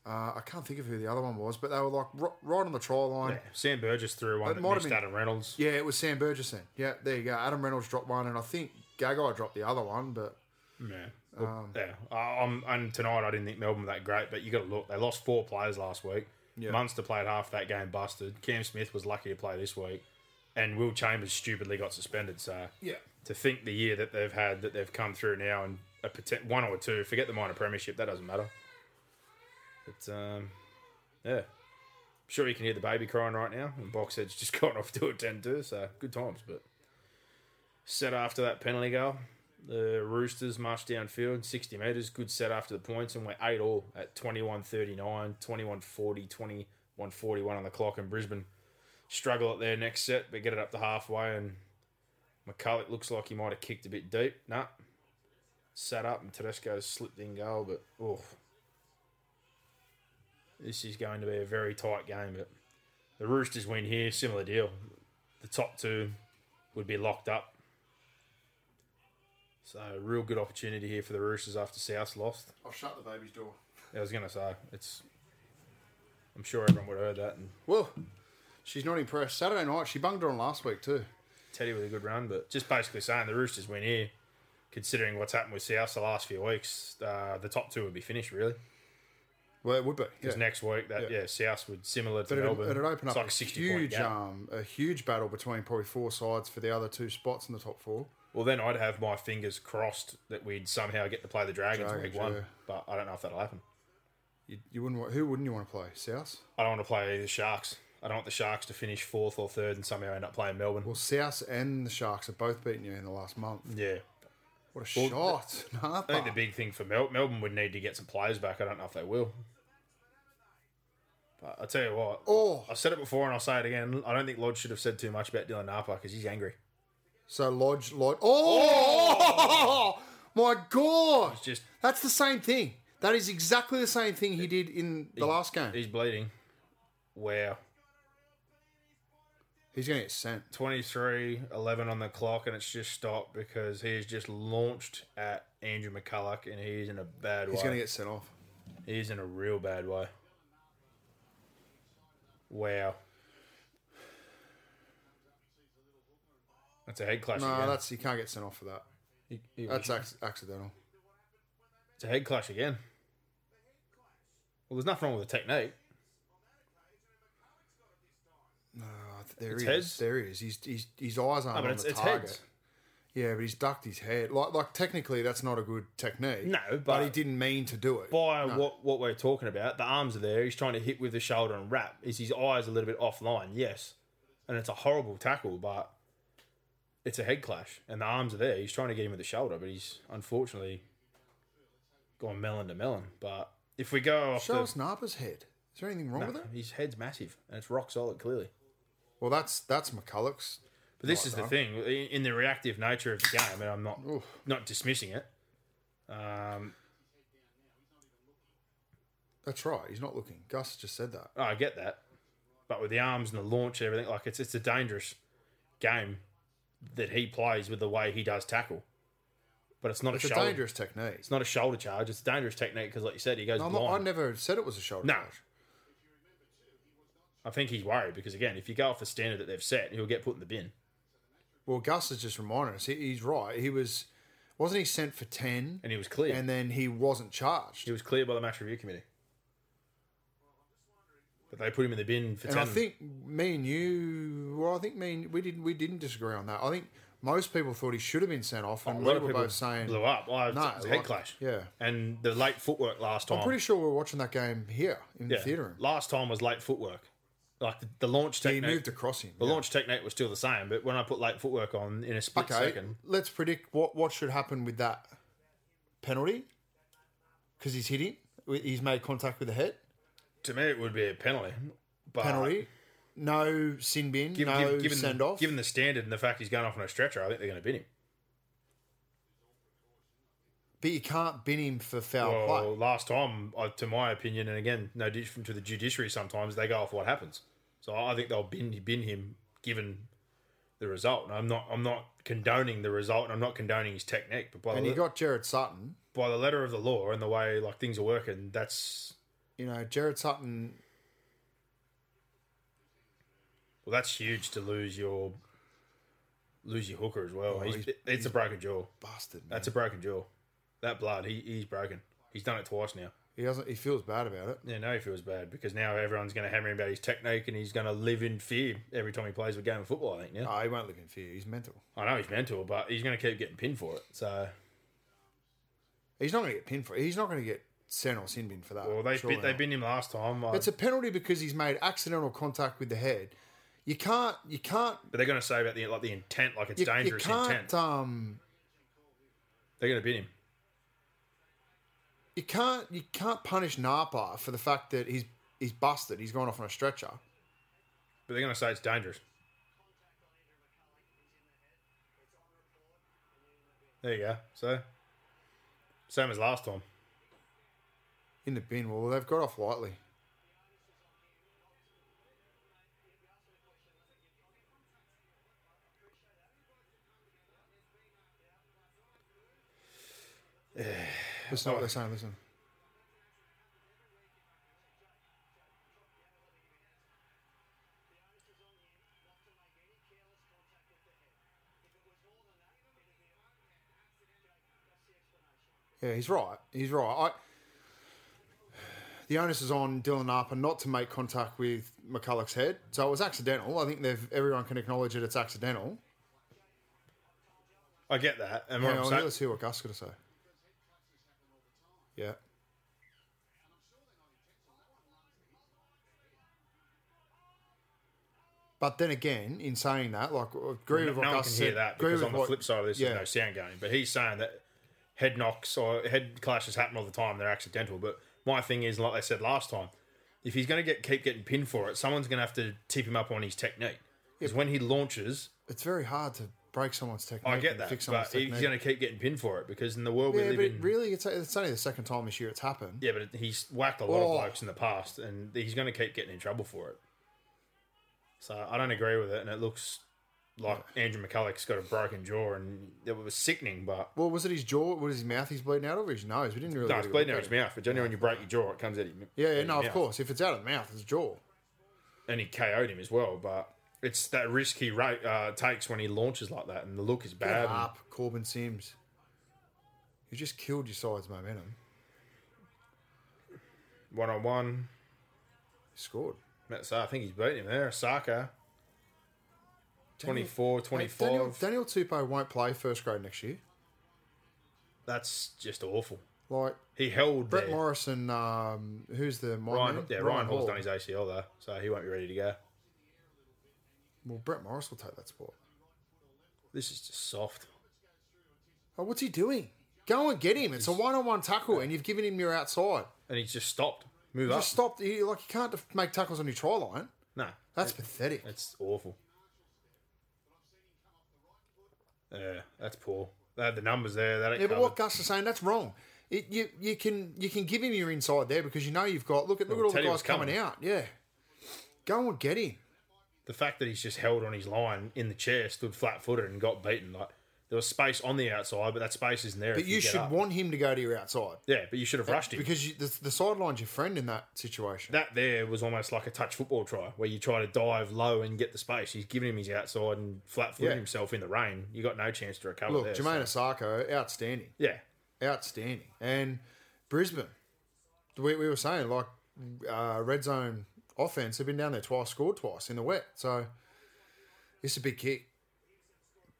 S2: Uh, I can't think of who the other one was, but they were like ri- right on the try line.
S1: Yeah. Sam Burgess threw one
S2: It
S1: that
S2: might have
S1: missed
S2: been-
S1: Adam Reynolds.
S2: Yeah, it was Sam Burgess then. Yeah, there you go. Adam Reynolds dropped one, and I think Gagai dropped the other one. But
S1: Yeah. Look,
S2: Um,
S1: yeah. I- I'm, and tonight I didn't think Melbourne were that great, but you got to look. They lost four players last week.
S2: Yeah.
S1: Munster played half that game busted. Cam Smith was lucky to play this week. And Will Chambers stupidly got suspended. So
S2: yeah,
S1: to think the year that they've had, that they've come through now and a potent, one or two, forget the minor premiership, that doesn't matter. But, um, yeah. Sure, you can hear the baby crying right now. And Boxhead's just gone off to a 10 2, so good times. But set after that penalty goal, the Roosters marched downfield 60 metres. Good set after the points, and we're 8 all at 21 39, 21 40, 21 41 on the clock. And Brisbane struggle at their next set, but get it up to halfway. And McCulloch looks like he might have kicked a bit deep. Nah. Sat up and Tedesco slipped in goal, but oh, this is going to be a very tight game. But the Roosters win here, similar deal. The top two would be locked up. So, real good opportunity here for the Roosters after South lost.
S2: I'll Oh, shut the baby's door.
S1: I was going to say, it's. I'm sure everyone would have heard that. And
S2: Well, she's not impressed. Saturday night, she bunged her on last week too.
S1: Teddy with a good run, but just basically saying the Roosters win here, considering what's happened with South the last few weeks, uh, the top two would be finished really.
S2: Well, it would be. Yeah.
S1: Because next week, that yeah. South would similar to
S2: But it'd,
S1: Melbourne.
S2: it'd open
S1: it's
S2: up
S1: like a
S2: a
S1: 60 point
S2: huge,
S1: gap.
S2: um, a huge battle between probably four sides for the other two spots in the top four.
S1: Well, then I'd have my fingers crossed that we'd somehow get to play the Dragons,
S2: Dragons,
S1: week one,
S2: yeah.
S1: but I don't know if that'll happen.
S2: You, you wouldn't. Want, who wouldn't you want to play? South.
S1: I don't want to play the Sharks. I don't want the Sharks to finish fourth or third and somehow end up playing Melbourne.
S2: Well, South and the Sharks have both beaten you in the last month.
S1: yeah.
S2: What a
S1: Well,
S2: shot!
S1: I
S2: Martha.
S1: think the big thing for Mel- Melbourne would need to get some players back. I don't know if they will. But I tell you what,
S2: Oh.
S1: I've said it before and I'll say it again. I don't think Lodge should have said too much about Dylan Napa because he's angry.
S2: So Lodge, Lodge. Oh, my God!
S1: It's just
S2: That's the same thing. That is exactly the same thing he did in the last game.
S1: he's bleeding. Wow.
S2: He's going to get sent.
S1: 23 11 on the clock and it's just stopped because he has just launched at Andrew McCulloch and he's in a bad
S2: He's
S1: way.
S2: going to get sent off.
S1: He's in a real bad way. Wow. That's a head clash
S2: No,
S1: again.
S2: that's you can't get sent off for that.
S1: He- he was-
S2: That's ac- accidental.
S1: it's a head clash again. Well, there's nothing wrong with the technique.
S2: No, Uh, there
S1: It's
S2: he
S1: heads?
S2: is. There he is. He's, he's, his eyes aren't
S1: No, but
S2: on
S1: it's,
S2: the
S1: it's
S2: target.
S1: heads.
S2: Yeah, but he's ducked his head. Like, like technically, that's not a good technique.
S1: No, but-
S2: but he didn't mean to do it.
S1: By what, what we're talking about, the arms are there. He's trying to hit with the shoulder and wrap. Is his eyes a little bit offline? Yes. And it's a horrible tackle, but it's a head clash. And the arms are there. He's trying to get him with the shoulder, but he's unfortunately gone melon to melon. But if we go off
S2: Show
S1: the,
S2: us Napa's head. Is there anything wrong with it?
S1: His head's massive and it's rock solid, clearly.
S2: Well, that's that's McCulloch's.
S1: But this
S2: Right,
S1: is the
S2: though.
S1: thing in in the reactive nature of the game, and I'm not
S2: Oof.
S1: not dismissing it. Um,
S2: That's right. He's not looking. Gus just said that.
S1: oh, I get that, but with the arms and the launch and everything, like it's it's a dangerous game that he plays with the way he does tackle. But it's not
S2: It's
S1: a
S2: a
S1: shoulder.
S2: dangerous technique.
S1: It's not a shoulder charge. It's a dangerous technique because, like you said, he goes
S2: No, I'm not- I
S1: blind.
S2: never said it was a shoulder.
S1: No.
S2: charge.
S1: I think he's worried because again, if you go off the standard that they've set, he'll get put in the bin.
S2: Well, Gus has just reminded us. He, he's right. He was, wasn't he sent for ten,
S1: And he was clear.
S2: and then he wasn't charged.
S1: he was cleared by the match review committee. But they put him in the bin for
S2: And I
S1: ten.
S2: think me and you, well, I think me and we didn't we didn't disagree on that. I think most people thought he should have been sent off, and
S1: a
S2: we
S1: lot of
S2: were
S1: people
S2: both saying
S1: blew up. Oh, it
S2: No,
S1: was a head
S2: like-
S1: clash.
S2: yeah.
S1: and the late footwork last time.
S2: I'm pretty sure we were watching that game here in
S1: yeah,
S2: the theater room.
S1: Last time was late footwork. Like the, the launch
S2: Yeah, he
S1: technique.
S2: moved across him.
S1: the
S2: yeah.
S1: launch technique was still the same, but when I put late footwork on in a split
S2: Okay,
S1: second,
S2: let's predict what what should happen with that penalty because he's hit him. He's made contact with the head.
S1: to me it would be a penalty. But
S2: penalty. no sin bin.
S1: Given,
S2: no
S1: given, given-
S2: send off.
S1: given the standard and the fact he's going off on a stretcher, I think they're going to bin him.
S2: but you can't bin him for
S1: Well,
S2: foul play.
S1: last time, I- to my opinion, and again, no different to the judiciary. Sometimes they go off what happens. So I think they'll bin bin him given the result. And I'm not I'm not condoning the result and I'm not condoning his technique, but by
S2: And
S1: the
S2: you got Jared Sutton.
S1: by the letter of the law and the way like things are working, that's
S2: You know, Jared Sutton.
S1: well, that's huge to lose your lose your hooker as well.
S2: Oh,
S1: he's,
S2: he's-
S1: it's a broken jaw.
S2: Bastard. Man.
S1: That's a broken jaw. That blood, he, he's broken. He's done it twice now.
S2: He doesn't. He feels bad about it.
S1: Yeah, no, he feels bad because now everyone's going to hammer him about his technique and he's going to live in fear every time he plays a game of football. I think. Yeah,
S2: Oh, he won't live in fear. He's mental.
S1: I know he's mental, but he's going to keep getting pinned for it. So,
S2: He's not going to get pinned for. He's not going to get sent or sin bin for that.
S1: well, they
S2: Uh, surely
S1: bit, they
S2: not.
S1: binned him last time, I-
S2: It's a penalty because he's made accidental contact with the head. You can't. You can't.
S1: but they're going to say about the like the intent, like it's
S2: You, you
S1: dangerous
S2: can't.
S1: intent.
S2: Um.
S1: they're going to bin him.
S2: You can't. You can't punish Napa for the fact that he's he's busted. He's gone off on a stretcher.
S1: But they're going to say it's dangerous. There you go. So, same as last time.
S2: in the bin. Well, they've got off lightly. listen to what they're saying. Listen. Yeah, he's right. He's right. I, the onus is on Dylan Arpa not to make contact with McCulloch's head. So it was accidental. I think they've everyone can acknowledge that it's accidental.
S1: I get that. And what
S2: Hang
S1: I'm
S2: on,
S1: saying-
S2: let's hear what Gus got to say. Yeah. But then again, in saying that, like I agree
S1: no
S2: with what
S1: no one
S2: Gus
S1: can
S2: said.
S1: hear that
S2: agree
S1: because
S2: with
S1: on the
S2: what-
S1: flip side of this,
S2: yeah.
S1: there's no sound going. But he's saying that head knocks or head clashes happen all the time; they're accidental. But my thing is, like I said last time, if he's going to get keep getting pinned for it, someone's going to have to tip him up on his technique. Because when he launches,
S2: It's very hard to break someone's technique.
S1: I get
S2: and
S1: that,
S2: fix someone's
S1: but he's
S2: technique.
S1: going to keep getting pinned for it because in the world we
S2: yeah,
S1: live
S2: but
S1: in,
S2: really, it's, it's only the second time this year it's happened.
S1: yeah, but it- he's whacked a lot
S2: Oh.
S1: of blokes in the past, and he's going to keep getting in trouble for it. So I don't agree with it, and it looks like Andrew McCulloch's got a broken jaw, and it was sickening, but.
S2: Well, was it his jaw? Was his mouth he's bleeding out of? Or his nose? We didn't really.
S1: No,
S2: get
S1: it's
S2: a
S1: bleeding out
S2: look
S1: his
S2: at it.
S1: mouth. But generally, when you break your jaw, it comes out of your m-
S2: Yeah, yeah,
S1: your
S2: no, of
S1: mouth.
S2: course. If it's out of the mouth, it's jaw.
S1: And he KO'd him as well. But it's that risk he ra- uh, takes when he launches like that, and the look is
S2: Get
S1: bad. and-
S2: up, Corbin Sims. You just killed your side's momentum.
S1: One on one.
S2: You scored.
S1: That's I think he's beating him there. Saka. 24,
S2: Hey,
S1: 25.
S2: Daniel, Daniel Tupou won't play first grade next year.
S1: That's just awful.
S2: Like
S1: He held
S2: Brett
S1: there.
S2: Morrison, um, who's the my
S1: Ryan,
S2: man?
S1: yeah, Ryan, Hall's done his ACL there, so he won't be ready to go.
S2: Well, Brett Morris will take that spot.
S1: This is just soft.
S2: Oh, what's he doing? Go and get him. It's a one-on-one tackle, and you've given him your outside.
S1: And he's just stopped. Move
S2: You
S1: up.
S2: just stopped. You, like you can't def- make tackles on your try line.
S1: No.
S2: That's pathetic.
S1: It's awful. Yeah, that's poor. They had the numbers there. That
S2: Yeah, but what Gus is saying, that's wrong. It, you you can you can give him your inside there because you know you've got look at look at all the
S1: Teddy
S2: guys
S1: was
S2: coming.
S1: coming.
S2: out. Yeah, go and get him.
S1: the fact that he's just held on his line in the chair, stood flat footed, and got beaten. Like there was space on the outside, but that space isn't there.
S2: But
S1: if
S2: you
S1: get
S2: should
S1: up.
S2: want him to go to your outside
S1: Yeah, but you should have rushed him.
S2: because you, the, the sideline's your friend in that situation.
S1: that there was almost like a touch football try where you try to dive low and get the space. He's giving him his outside and flat footed
S2: Yeah.
S1: himself in the rain. You got no chance to recover
S2: look,
S1: there. so-
S2: Jermaine Asako, outstanding,
S1: Yeah,
S2: outstanding, and Brisbane. We, we were saying like uh, red zone offense. They've been down there twice, scored twice in the wet. So it's a big kick.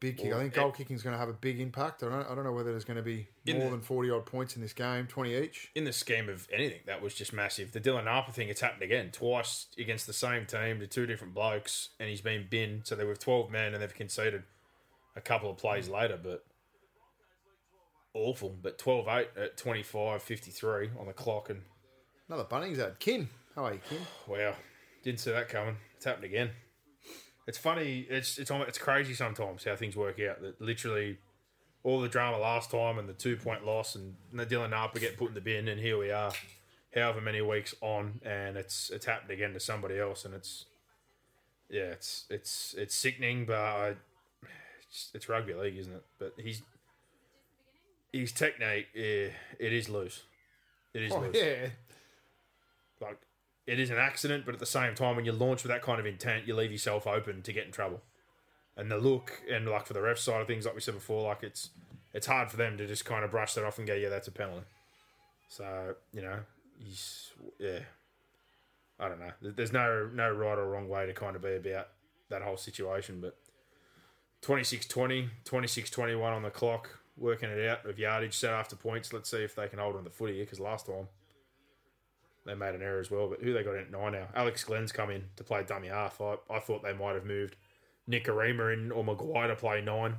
S2: Big kick. I think goal kicking is going to have a big impact. I don't, I don't know whether there's going to be
S1: In
S2: more
S1: the-
S2: than 40 odd points in this game, 20 each.
S1: in the scheme of anything, that was just massive. The Dylan Harper thing, it's happened again twice against the same team to two different blokes, and he's been binned. So they were 12 men, and they've conceded a couple of plays later, but awful. But 12 8 at 25 53 on the clock, and
S2: Another Bunnings ad. Kim. How are you, Kim?
S1: wow, didn't see that coming. It's happened again. It's funny, it's, it's, almo- it's crazy sometimes how things work out. That literally all the drama last time and the two point loss and the Dylan Harper get put in the bin and here we are, however many weeks on, and it's it's happened again to somebody else and it's yeah, it's it's it's sickening, but I, it's, it's rugby league, isn't it? But he's his technique, yeah, it is loose. It is
S2: Oh,
S1: loose.
S2: yeah.
S1: Like it is an accident, but at the same time, when you launch with that kind of intent, you leave yourself open to get in trouble. And the look, and like for the ref side of things, like we said before, like it's it's hard for them to just kind of brush that off and go, yeah, that's a penalty. So you know, he's yeah. I don't know. There- There's no no right or wrong way to kind of be about that whole situation, but 26-20, 26-21 on the clock, working it out of yardage set after points. Let's see if they can hold on to the footy here, because last time they made an error as well. But who they got in at nine now? Alex Glenn's come in to play dummy half. I, I thought they might have moved Nick Arima in or Maguire to play nine.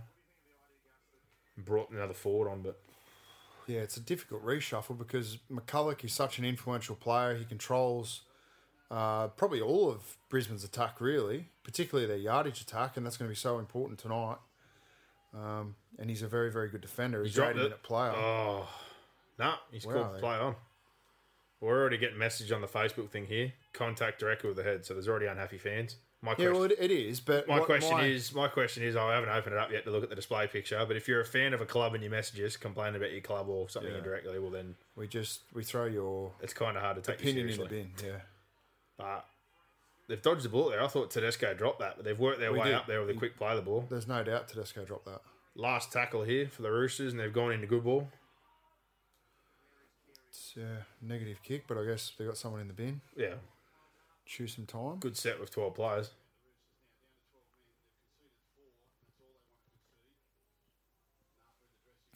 S1: Brought another forward on, but
S2: Yeah, it's a difficult reshuffle because McCulloch is such an influential player. He controls uh, probably all of Brisbane's attack, really, particularly their yardage attack, and that's going to be so important tonight. Um, and he's a very, very good defender. He's a
S1: dropped
S2: great minute
S1: it.
S2: player.
S1: Oh, nah, he's
S2: Where
S1: called
S2: are they?
S1: play on. We're already getting message on the Facebook thing here. Contact directly with the head, so there's already unhappy fans. My
S2: yeah,
S1: question,
S2: well, it, it is. But
S1: my
S2: what
S1: question is, my question is, I haven't opened it up yet to look at the display picture. But if you're a fan of a club and you message us complaining about your club or something
S2: Yeah.
S1: indirectly, well then
S2: we just we throw your
S1: it's kind of hard to take
S2: opinion
S1: you
S2: in the
S1: seriously.
S2: bin. Yeah,
S1: But they've dodged the bullet there. I thought Tedesco dropped that, but they've worked their
S2: We
S1: way
S2: did.
S1: up there with a quick play of the ball.
S2: there's no doubt Tedesco dropped that.
S1: Last tackle here for the Roosters, and they've gone into good ball.
S2: It's yeah, negative kick, but I guess they got someone in the bin.
S1: Yeah,
S2: Chew some time.
S1: good set with 12 players.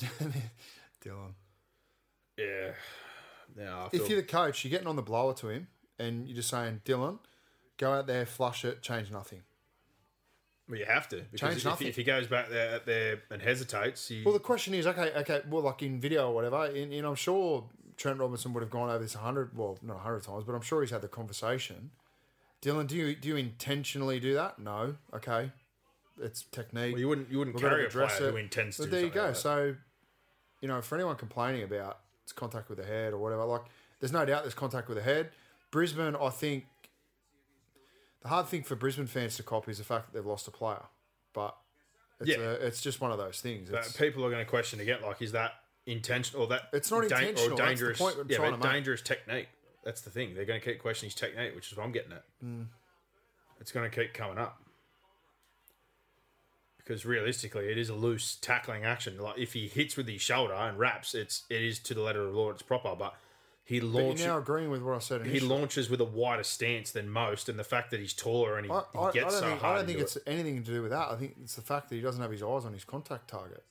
S2: Dylan.
S1: Yeah. Now I feel
S2: If you're the coach, you're getting on the blower to him and you're just saying, Dylan, go out there, flush it, change nothing.
S1: Well, you have to because
S2: Change
S1: if,
S2: nothing.
S1: if he goes back there, out there and hesitates, he,
S2: Well, the question is, okay, okay, well, like in video or whatever, and, and I'm sure Trent Robinson would have gone over this 100, well, not 100 times, but I'm sure he's had the conversation. Dylan, do you do you intentionally do that? No. Okay. It's technique.
S1: well, you wouldn't you wouldn't
S2: We've got to
S1: carry a player
S2: address
S1: who
S2: it.
S1: intends to.
S2: But
S1: do
S2: there you
S1: something
S2: go.
S1: like that.
S2: so, you know, for anyone complaining about it's contact with the head or whatever, like there's no doubt there's contact with the head. Brisbane, I think the hard thing for Brisbane fans to cop is the fact that they've lost a player, but it's,
S1: Yeah.
S2: a, it's just one of those things.
S1: But
S2: It's,
S1: people are going to question again, like, is that intentional or that
S2: It's not
S1: dan-
S2: intentional,
S1: or
S2: that's the
S1: dangerous?
S2: point I'm
S1: yeah,
S2: trying
S1: but
S2: to make.
S1: dangerous technique. That's the thing. They're going to keep questioning his technique, which is what I'm getting at.
S2: Mm.
S1: It's going to keep coming up because realistically, it is a loose tackling action. Like if he hits with his shoulder and wraps, it's it is to the letter of the law. It's proper, but he
S2: but you're
S1: launches.
S2: now agreeing with what I said.
S1: he
S2: Initially.
S1: launches with a wider stance than most, and the fact that he's taller and he,
S2: I,
S1: he
S2: I, I don't
S1: gets so
S2: think, I
S1: hard.
S2: don't think
S1: into
S2: it's
S1: it.
S2: anything to do with that. I think it's the fact that he doesn't have his eyes on his contact target.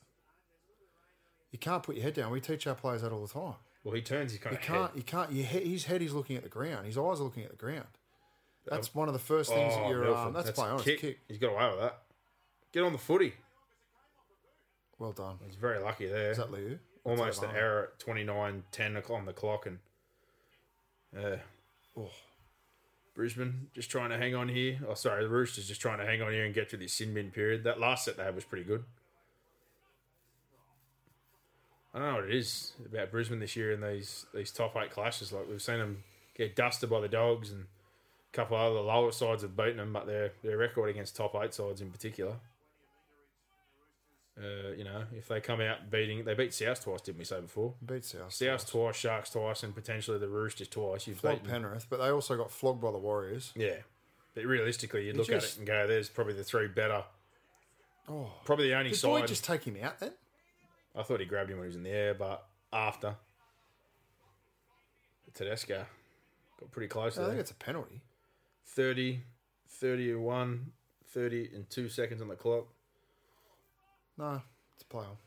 S2: You can't put your head down. We teach our players that all the time.
S1: well, he turns his kind
S2: You
S1: of head.
S2: can't. You can't. Your he, his head is looking at the ground. His eyes are looking at the ground. That's one of the first things that you're.
S1: Oh. Milford,
S2: Um, that's,
S1: that's
S2: play on. It's a
S1: kick.
S2: kick.
S1: He's got away with that. Get on the footy.
S2: Well done.
S1: He's very lucky there.
S2: Is that Liu? That's
S1: Almost an
S2: Obama.
S1: error at 29, 10 o'clock on the clock. And uh,
S2: Oh,
S1: Brisbane just trying to hang on here. Oh, sorry, the Roosters just trying to hang on here and get through this sin bin period. That last set they had was pretty good. I don't know what it is about Brisbane this year in these these top eight clashes. Like we've seen them get dusted by the Dogs and a couple of other lower sides have beaten them, but their their record against top eight sides in particular. Uh, you know, if they come out beating, they beat South twice, didn't we say before?
S2: beat South.
S1: South twice, Sharks twice, and potentially the Roosters twice. You've
S2: Flogged
S1: beaten
S2: Penrith, but they also got flogged by the Warriors.
S1: yeah. But realistically, you look at it
S2: just-
S1: and go, there's probably the three better.
S2: Oh,
S1: Probably the only
S2: did Boyd
S1: side.
S2: just take him out then?
S1: I thought he grabbed him when he was in the air, but after. Tedesco got pretty close
S2: I
S1: there.
S2: think it's a penalty.
S1: 30, 31, 30, and two seconds on the clock.
S2: No, it's a play on.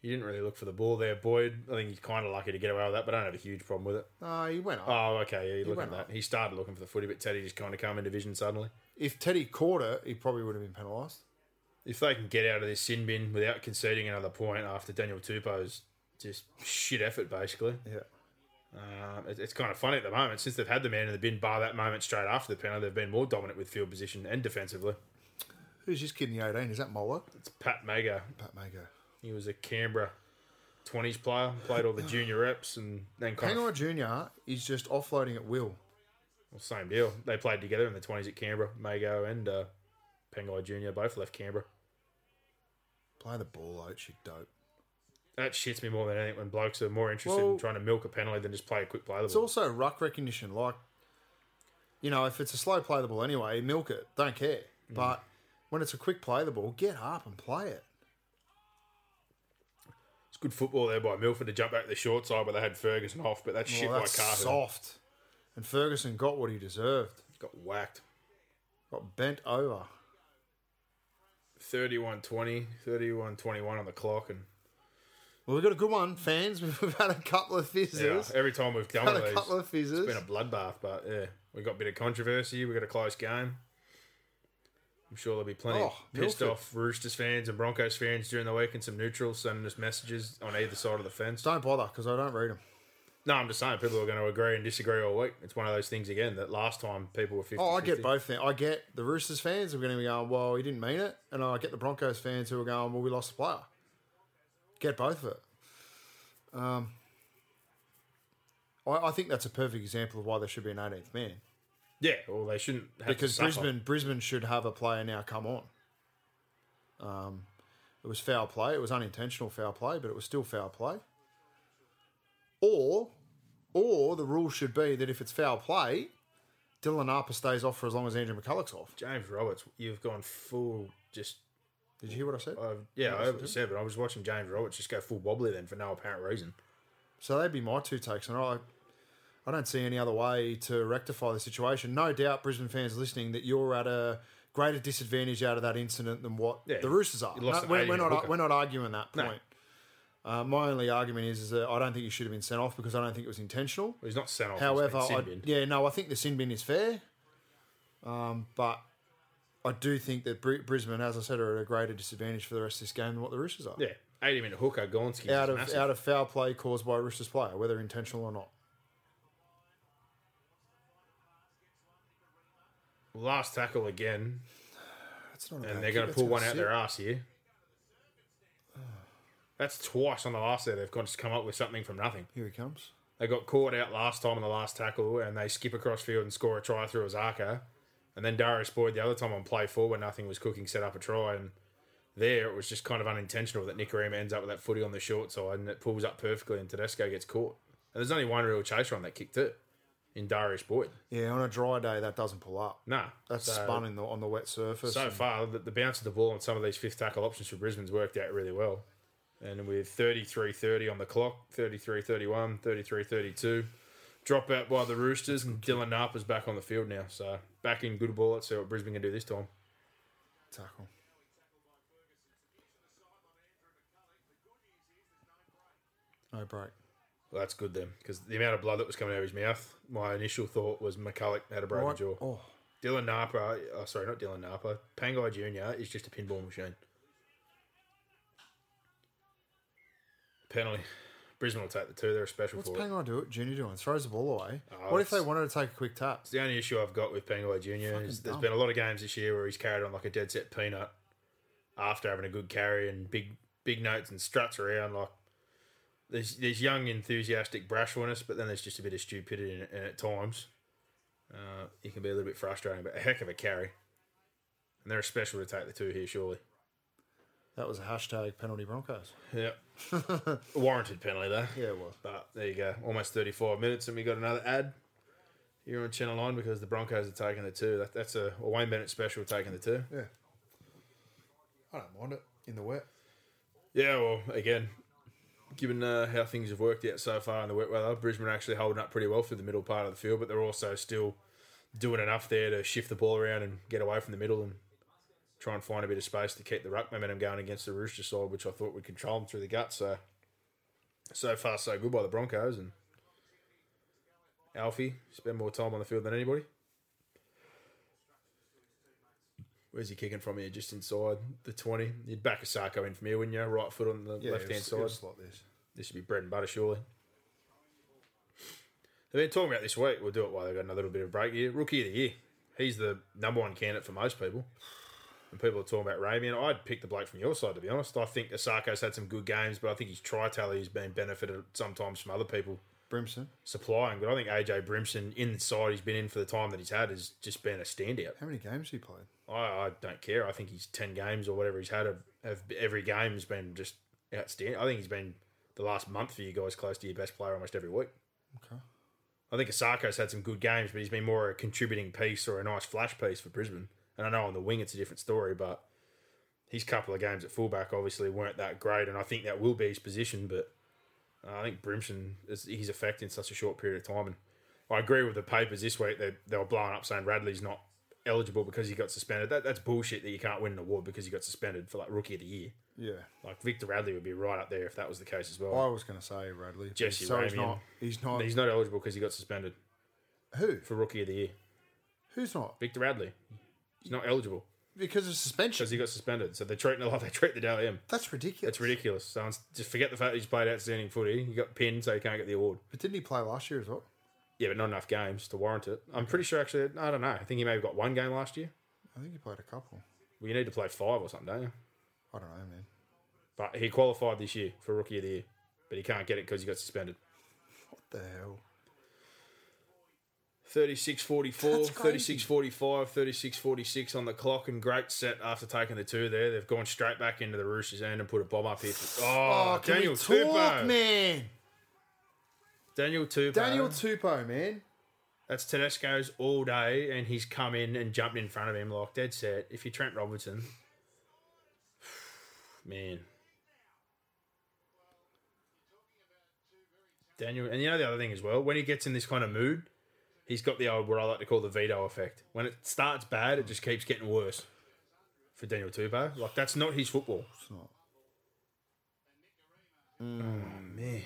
S1: He didn't really look for the ball there, Boyd. I think he's kind of lucky to get away with that, but I don't have a huge problem with it.
S2: No, he went up.
S1: Oh, okay. Yeah, you look at
S2: went
S1: that.
S2: up.
S1: He started looking for the footy, but Teddy just kind of come into vision suddenly.
S2: If Teddy caught it, he probably would have been penalised.
S1: if they can get out of this sin bin without conceding another point after Daniel Tupou's just shit effort, basically,
S2: Yeah.
S1: um, it, it's kind of funny at the moment. Since they've had the man in the bin bar that moment straight after the penalty, they've been more dominant with field position and defensively.
S2: Who's this kid in the 18? Is that Moller?
S1: It's Pat Mago.
S2: Pat Mago.
S1: He was a Canberra 20s player, played all the junior reps, and then kind
S2: Pangai
S1: of.
S2: Junior is just offloading at will.
S1: Well, same deal. They played together in the 20s at Canberra. Mago and uh, Pengai Jr. both left Canberra.
S2: Play the ball out, you dope.
S1: That shits me more than anything when blokes are more interested
S2: Well-
S1: in trying to milk a penalty than just play a quick play the
S2: It's
S1: ball.
S2: also ruck recognition. Like, you know, if it's a slow play the ball anyway, milk it. Don't care.
S1: Mm.
S2: But when it's a quick play the ball, get up and play it.
S1: It's good football there by Milford to jump back to the short side where they had Ferguson off, but that shit
S2: Well,
S1: by
S2: that's
S1: Carter
S2: soft. And Ferguson got what he deserved.
S1: got whacked.
S2: Got bent over.
S1: 31-20, 31-21 on the clock, and
S2: Well, we got a good one, fans. We've had a couple of
S1: yeah,
S2: fizzes.
S1: every time we've done
S2: had
S1: one
S2: a
S1: of
S2: couple
S1: these,
S2: of fizzes.
S1: it's been a bloodbath. But yeah, we got a bit of controversy. We got a close game. I'm sure there'll be plenty of
S2: Oh,
S1: pissed
S2: Milford.
S1: off Roosters fans and Broncos fans during the week, and some neutrals sending us messages on either side of the fence.
S2: Don't bother because I don't read them.
S1: No, I'm just saying people are going to agree and disagree all week. It's one of those things again that last time people were 50
S2: Oh, I get both. Things. I get the Roosters fans who are going to be going, well, he didn't mean it. And I get the Broncos fans who are going, well, we lost the player. Get both of it. Um, I, I think that's a perfect example of why there should be an 18th man.
S1: Yeah, well, they shouldn't have to
S2: Because
S1: suffer.
S2: Brisbane Brisbane should have a player now come on. Um, it was foul play. It was unintentional foul play, but it was still foul play. Or, or the rule should be that if it's foul play, Dylan Harper stays off for as long as Andrew McCulloch's off.
S1: James Roberts, you've gone full just.
S2: Did you hear what I said?
S1: Uh, yeah, I oversaid, but I was watching James Roberts just go full wobbly then for no apparent reason.
S2: So that'd be my two takes, and I, I don't see any other way to rectify the situation. No doubt, Brisbane fans listening, that you're at a greater disadvantage out of that incident than what
S1: Yeah,
S2: the Roosters are.
S1: you lost
S2: No,
S1: an
S2: we're,
S1: 80
S2: we're
S1: to
S2: not.
S1: Hooker.
S2: We're not arguing that
S1: No.
S2: point. Uh, my only argument is, is that I don't think you should have been sent off because I don't think it was intentional.
S1: Well, he's not sent off.
S2: However,
S1: he's been
S2: I,
S1: sin binned.
S2: yeah, no, I think the sin bin is fair, um, but I do think that Br- Brisbane, as I said, are at a greater disadvantage for the rest of this game than what the Roosters are.
S1: yeah, eighty minute hooker Gonski
S2: out of
S1: massive.
S2: out of foul play caused by a Roosters player, whether intentional or not.
S1: last tackle again,
S2: That's not. A
S1: and
S2: bad
S1: they're
S2: kick.
S1: going to
S2: That's
S1: pull
S2: gonna
S1: one out
S2: sit.
S1: their ass here. That's twice on the last there. They've got to come up with something from nothing.
S2: Here he comes.
S1: They got caught out last time on the last tackle, and they skip across field and score a try through Azarka. And then Darius Boyd the other time on play four when nothing was cooking set up a try, and there it was just kind of unintentional that Nicarima ends up with that footy on the short side and it pulls up perfectly, and Tedesco gets caught. And there's only one real chaser on that kick too, in Darius Boyd.
S2: Yeah, on a dry day that doesn't pull up.
S1: Nah,
S2: That's
S1: so-
S2: spun in the on the wet surface.
S1: So far, the, the bounce of the ball and some of these fifth tackle options for Brisbane's worked out really well. And with 33 30 on the clock, 33 31, 33 32. Drop out by the Roosters, and Dylan Napa's back on the field now. So back in good ball. Let's see what Brisbane can do this time.
S2: tackle. No break.
S1: Well, that's good then, because the amount of blood that was coming out of his mouth, my initial thought was McCulloch had a broken
S2: Right.
S1: jaw.
S2: Oh,
S1: Dylan Napa, oh, sorry, not Dylan Napa, Pangai Jr. is just a pinball machine. Penalty. Brisbane will take the two. They're a special
S2: what's
S1: for it.
S2: Pangai do it? Junior doing throws the ball away.
S1: Oh,
S2: what if they
S1: it's-
S2: wanted to take a quick tap?
S1: It's the only issue I've got with Pengai Junior is there's
S2: dumb.
S1: been a lot of games this year where he's carried on like a dead set peanut after having a good carry and big big notes and struts around like there's there's young enthusiastic brashfulness, but then there's just a bit of stupidity in it, and at times uh, it can be a little bit frustrating. But a heck of a carry, and they're a special to take the two here surely.
S2: That was a hashtag penalty Broncos.
S1: Yeah, warranted penalty though.
S2: Yeah, it was.
S1: But there you go, almost 35 minutes, and we got another ad here on Channel 9 because the Broncos are taking the two. That, that's a, a Wayne Bennett special taking the two.
S2: Yeah. I don't mind it in the wet.
S1: Yeah, well, again, given uh, how things have worked out so far in the wet weather, Brisbane are actually holding up pretty well through the middle part of the field, but they're also still doing enough there to shift the ball around and get away from the middle and try and find a bit of space to keep the ruck momentum going against the Rooster side, which I thought would control them through the gut. So, so far, so good by the Broncos. And Alfie spend more time on the field than anybody. Where's he kicking from here? Just inside the 20. You'd back a Sarko in from here, wouldn't you? Right foot on the
S2: Yeah,
S1: left hand side.
S2: like this.
S1: This should be bread and butter, surely. They've been talking about this week. We'll do it while they've got another little bit of break here. Rookie of the year. He's the number one candidate for most people. And people are talking about Ramian. I'd pick the bloke from your side, to be honest. I think Asako's had some good games, but I think his try tally has been benefited sometimes from other people
S2: Brimson.
S1: supplying. But I think AJ Brimson, inside he's been in for the time that he's had, has just been a standout.
S2: How many games he played?
S1: I, I don't care. I think he's ten games or whatever he's had. Have, have every game has been just outstanding. I think he's been the last month for you guys close to your best player almost every week.
S2: Okay.
S1: I think Asako's had some good games, but he's been more a contributing piece or a nice flash piece for Brisbane. And I know on the wing it's a different story, but his couple of games at fullback obviously weren't that great, and I think that will be his position. But I think Brimson is he's effect in such a short period of time. And I agree with the papers this week; they they were blowing up saying Radley's not eligible because he got suspended. That that's bullshit that you can't win an award because you got suspended for like rookie of the year.
S2: Yeah.
S1: Like Victor Radley would be right up there if that was the case as
S2: I
S1: well.
S2: was going to say Radley. but
S1: Jesse
S2: so he's
S1: Ramian.
S2: not. He's not.
S1: He's not eligible because he got suspended
S2: who?
S1: for rookie of the year.
S2: Who's not?
S1: Victor Radley. He's not eligible
S2: Because of suspension.
S1: because he got suspended. So they're treating it like they treat the Daly M.
S2: That's ridiculous.
S1: It's ridiculous. So it's- just forget the fact that he's played outstanding footy. He got pinned, so he can't get the award.
S2: But didn't he play last year as well?
S1: Yeah, but not enough games to warrant it. I'm pretty sure, actually, I don't know. I think he may have got one game last year.
S2: I think he played a couple.
S1: Well, you need to play five or something, don't you?
S2: I don't know, man.
S1: But he qualified this year for Rookie of the Year, but he can't get it because he got suspended.
S2: What the hell?
S1: 36 44,
S2: That's crazy.
S1: 36 45, 36 46 on the clock, and great set after taking the two there. They've gone straight back into the Roosters' end and put a bomb up here. For, oh,
S2: can
S1: Daniel
S2: we talk,
S1: Tupou.
S2: man?
S1: Daniel Tupou.
S2: Daniel Tupou, man.
S1: That's Tedesco's all day, and he's come in and jumped in front of him like dead set. If you're Trent Robertson, man. Daniel, and you know the other thing as well, when he gets in this kind of mood, he's got the old, what I like to call the veto effect. When it starts bad, it just keeps getting worse for Daniel Tupou. Like, that's not his football.
S2: It's not.
S1: man.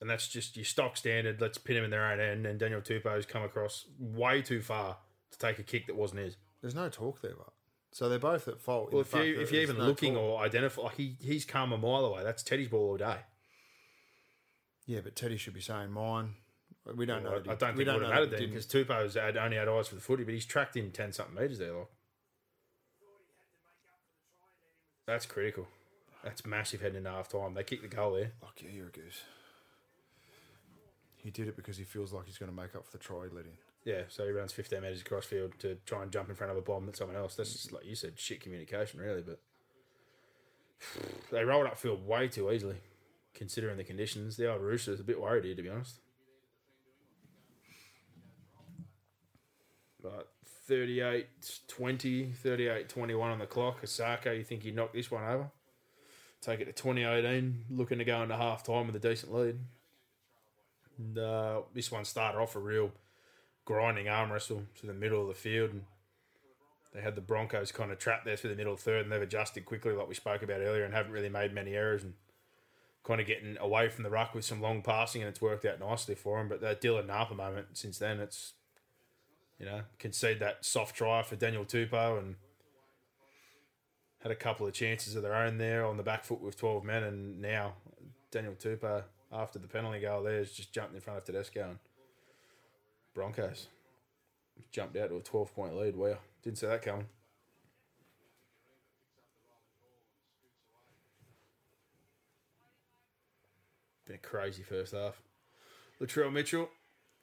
S1: And that's just your stock standard. Let's pin him in their own end. And Daniel Tupou's come across way too far to take a kick that wasn't his.
S2: There's no talk there, but. So they're both at fault. in
S1: Well,
S2: the
S1: if
S2: fact
S1: you
S2: that
S1: if you're
S2: there's
S1: even
S2: no
S1: looking
S2: talk.
S1: or identify, like he he's come a mile away. That's Teddy's ball all day.
S2: Yeah, but Teddy should be saying mine. We don't know.
S1: Well,
S2: that
S1: I, I
S2: he-
S1: don't
S2: we
S1: think it would have
S2: know that
S1: mattered
S2: he
S1: then
S2: didn't.
S1: because Tupou's had, only had eyes for the footy, but he's tracked in ten something meters there. Like that's critical. That's massive heading into half time. They kick the goal there.
S2: Fuck yeah, you're a goose. He did it because he feels like he's going to make up for the try he let in.
S1: Yeah, so he runs 15 metres across field to try and jump in front of a bomb at someone else. That's just, like you said, shit communication, really. But they rolled up field way too easily, considering the conditions. The old Roosters a bit worried here, to be honest. But 38 20, 38 21 on the clock. Osaka, you think he knocked this one over? Take it to 2018, looking to go into half time with a decent lead. And, uh, this one started off a real grinding arm wrestle to the middle of the field. And they had the Broncos kind of trapped there through the middle third, and they've adjusted quickly, like we spoke about earlier, and haven't really made many errors. And kind of getting away from the ruck with some long passing, and it's worked out nicely for them. But that Dylan Napa moment since then, it's you know concede that soft try for Daniel Tupou and. Had a couple of chances of their own there on the back foot with 12 men, and now Daniel Tupou, after the penalty goal there, has just jumped in front of Tedesco and Broncos jumped out to a 12 point lead. Wow. Didn't see that coming. Been a crazy first half. Latrell Mitchell,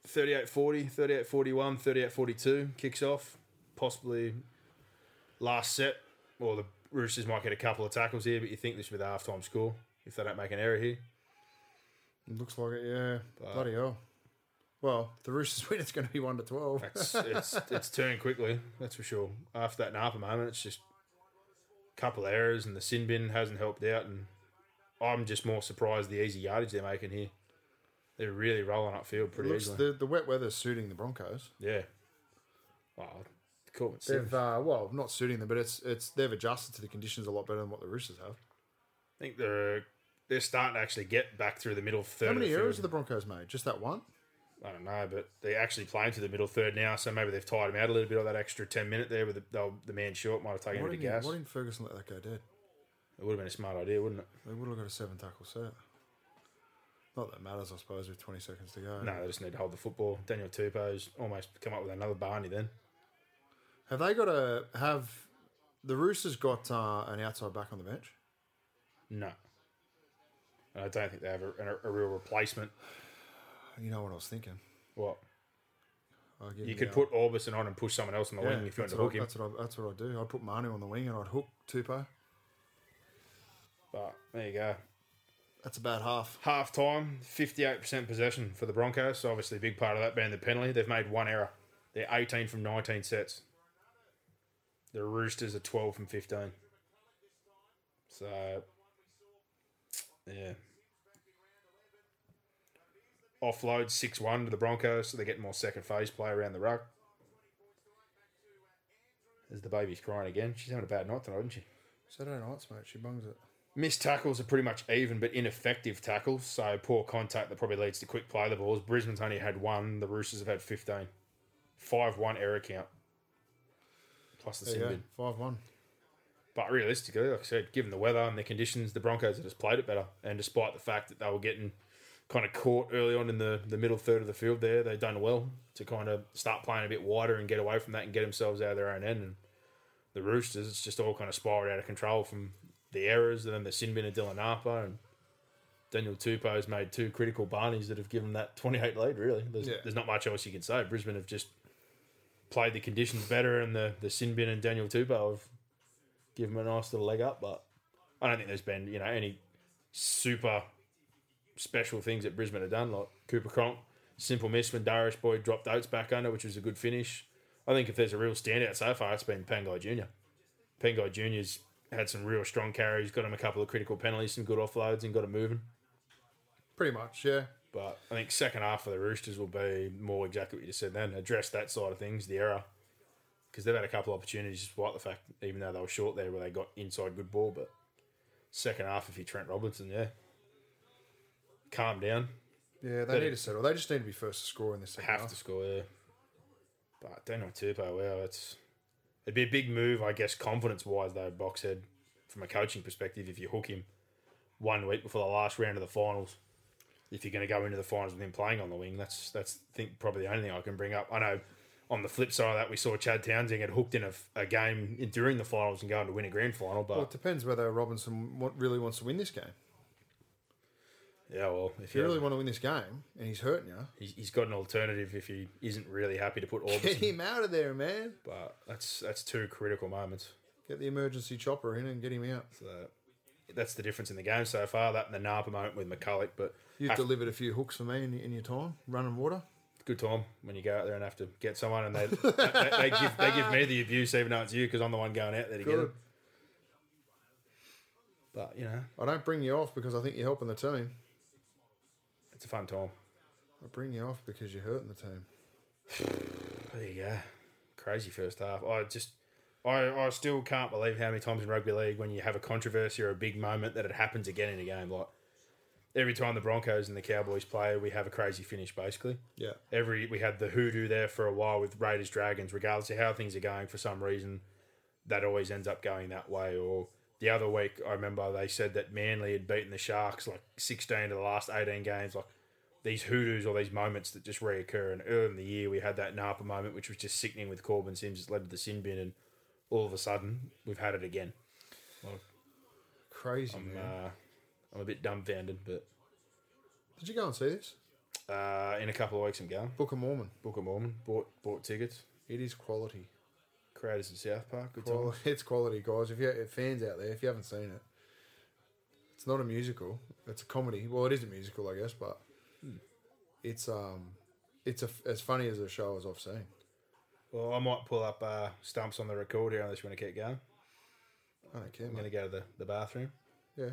S1: 38 40, 38 41, 38 42, kicks off. Possibly last set. Well, the Roosters might get a couple of tackles here, but you think this will be the halftime score if they don't make an error here.
S2: It looks like it, yeah.
S1: But-
S2: Bloody hell. Well, the Roosters win. It's going to be one to twelve.
S1: It's it's it's turned quickly, that's for sure. After that Napa moment, it's just a couple of errors and the sin bin hasn't helped out and I'm just more surprised the easy yardage they're making here. They're really rolling upfield
S2: It
S1: pretty
S2: looks
S1: easily.
S2: the, the wet weather's suiting the Broncos.
S1: yeah. Wow. Cool. It's
S2: They've uh, well, not suiting them, but it's it's they've adjusted to the conditions a lot better than what the Roosters have.
S1: I think they're they're starting to actually get back through the middle third.
S2: How many
S1: of the
S2: errors have
S1: field.
S2: the Broncos made? Just that one.
S1: I don't know, but they're actually playing to the middle third now, so maybe they've tired him out a little bit on that extra ten minute there with the, they'll- the man short might have taken a
S2: Why
S1: bit of
S2: didn't,
S1: gas.
S2: why didn't Ferguson let that go dead?
S1: It would have been a smart idea, wouldn't it?
S2: They would have got a seven tackle set. Not that it matters, I suppose, with twenty seconds to go.
S1: No, they just need to hold the football. Daniel Tupou's almost come up with another Barney then.
S2: Have they got a have the Roosters got uh, an outside back on the bench?
S1: No. And I don't think they have a, a, a real replacement.
S2: You know what I was thinking?
S1: What?
S2: I'll give
S1: You
S2: the,
S1: could
S2: uh,
S1: put Orbison on and push someone else on the
S2: yeah,
S1: wing if you want
S2: that's
S1: to
S2: what
S1: hook
S2: I-
S1: him.
S2: That's what, I, that's what I'd do. I'd put Manu on the wing and I'd hook Tupo.
S1: But there you go.
S2: That's about half.
S1: Half time, 58% possession for the Broncos. So obviously, a big part of that being the penalty. They've made one error. They're 18 from 19 sets. The Roosters are 12 from 15. So, yeah. Offload 6 1 to the Broncos, so they get more second phase play around the ruck. There's the baby's crying again. She's having a bad night tonight, isn't she?
S2: Saturday nights, mate. She bungs it.
S1: Missed tackles are pretty much even, but ineffective tackles. So poor contact that probably leads to quick play of the balls. Brisbane's only had one. The Roosters have had 15. 5 1 error count. Plus the
S2: There you
S1: sin
S2: go.
S1: bin.
S2: Five one.
S1: But realistically, like I said, given the weather and the conditions, the Broncos have just played it better. And despite the fact that they were getting kind of caught early on in the, the middle third of the field there, they've done well to kind of start playing a bit wider and get away from that and get themselves out of their own end. And the Roosters, it's just all kind of spiraled out of control from the errors and then the sin bin of Dylan Napa and Daniel Tupou's made two critical Barneys that have given that 28 lead, really. There's,
S2: Yeah.
S1: there's not much else you can say. Brisbane have just played the conditions better and the, the sin bin and Daniel Tupou have give him a nice little leg up. But I don't think there's been you know any super special things that Brisbane have done. Like Cooper Cronk, simple miss when Darius Boyd dropped Oates back under, which was a good finish. I think if there's a real standout so far, it's been Pangai Junior. Pangai Junior's had some real strong carries, got him a couple of critical penalties, some good offloads, and got him moving.
S2: Pretty much, yeah.
S1: But I think second half for the Roosters will be more exactly what you just said. Then address that side of things, the error, because they've had a couple of opportunities despite the fact, even though they were short there, where they got inside good ball. But second half, if you Trent Robinson, yeah, calm down,
S2: Yeah, they
S1: Better.
S2: need to settle. They just need to be first to score in this second
S1: have
S2: half.
S1: to score. Yeah. But Daniel Tupou, wow, it's it'd be a big move, I guess, confidence wise though. Box said, from a coaching perspective, if you hook him one week before the last round of the finals, if you're going to go into the finals with him playing on the wing, that's that's I think probably the only thing I can bring up. I know on the flip side of that, we saw Chad Townsend get hooked in a, a game in- during the finals and going to win a grand final, but
S2: Well, it depends whether Robinson wa- really wants to win this game.
S1: yeah, well, if
S2: If you
S1: you
S2: really want to win this game, and he's hurting you,
S1: he's he's got an alternative if he isn't really happy to put
S2: get
S1: Orbison,
S2: him out of there, man.
S1: but that's that's two critical moments.
S2: Get the emergency chopper in and get him out.
S1: So that's the difference in the game so far. That and the Napa moment with McCulloch, but
S2: You've
S1: have-
S2: delivered a few hooks for me in, in your time, running water.
S1: good time when you go out there and have to get someone, and they they, they, give, they give me the abuse even though it's you because I'm the one going out there to get
S2: Good.
S1: them. But you know,
S2: I don't bring you off because I think you're helping the team.
S1: it's a fun time.
S2: I bring you off because you're hurting the team.
S1: There you go. Crazy first half. I just, I, I still can't believe how many times in rugby league when you have a controversy or a big moment that it happens again in a game. Like every time the Broncos and the Cowboys play, we have a crazy finish basically.
S2: Yeah.
S1: every we had the hoodoo there for a while with Raiders Dragons, regardless of how things are going for some reason, that always ends up going that way. Or the other week I remember they said that Manly had beaten the Sharks like sixteen of the last eighteen games, like these hoodoos or these moments that just reoccur and early in the year we had that Napa moment which was just sickening with Corbin Sims that led to the sin bin and all of a sudden we've had it again.
S2: Crazy,
S1: I'm,
S2: man.
S1: uh, I'm a bit dumbfounded, but
S2: Did you go and see this?
S1: uh, in a couple of weeks I'm going.
S2: Book of Mormon.
S1: Book of Mormon, bought bought tickets.
S2: It is quality.
S1: Creators in South Park, good time.
S2: Quali- it's quality, guys. If you if fans out there, if you haven't seen it, it's not a musical. It's a comedy. Well, it is a musical, I guess, but Hmm. it's um, it's a, as funny as a show as I've seen.
S1: Well, I might pull up uh, stumps on the record here unless you want to keep going.
S2: I don't care,
S1: I'm going
S2: mate.
S1: to go to the, the bathroom.
S2: Yeah,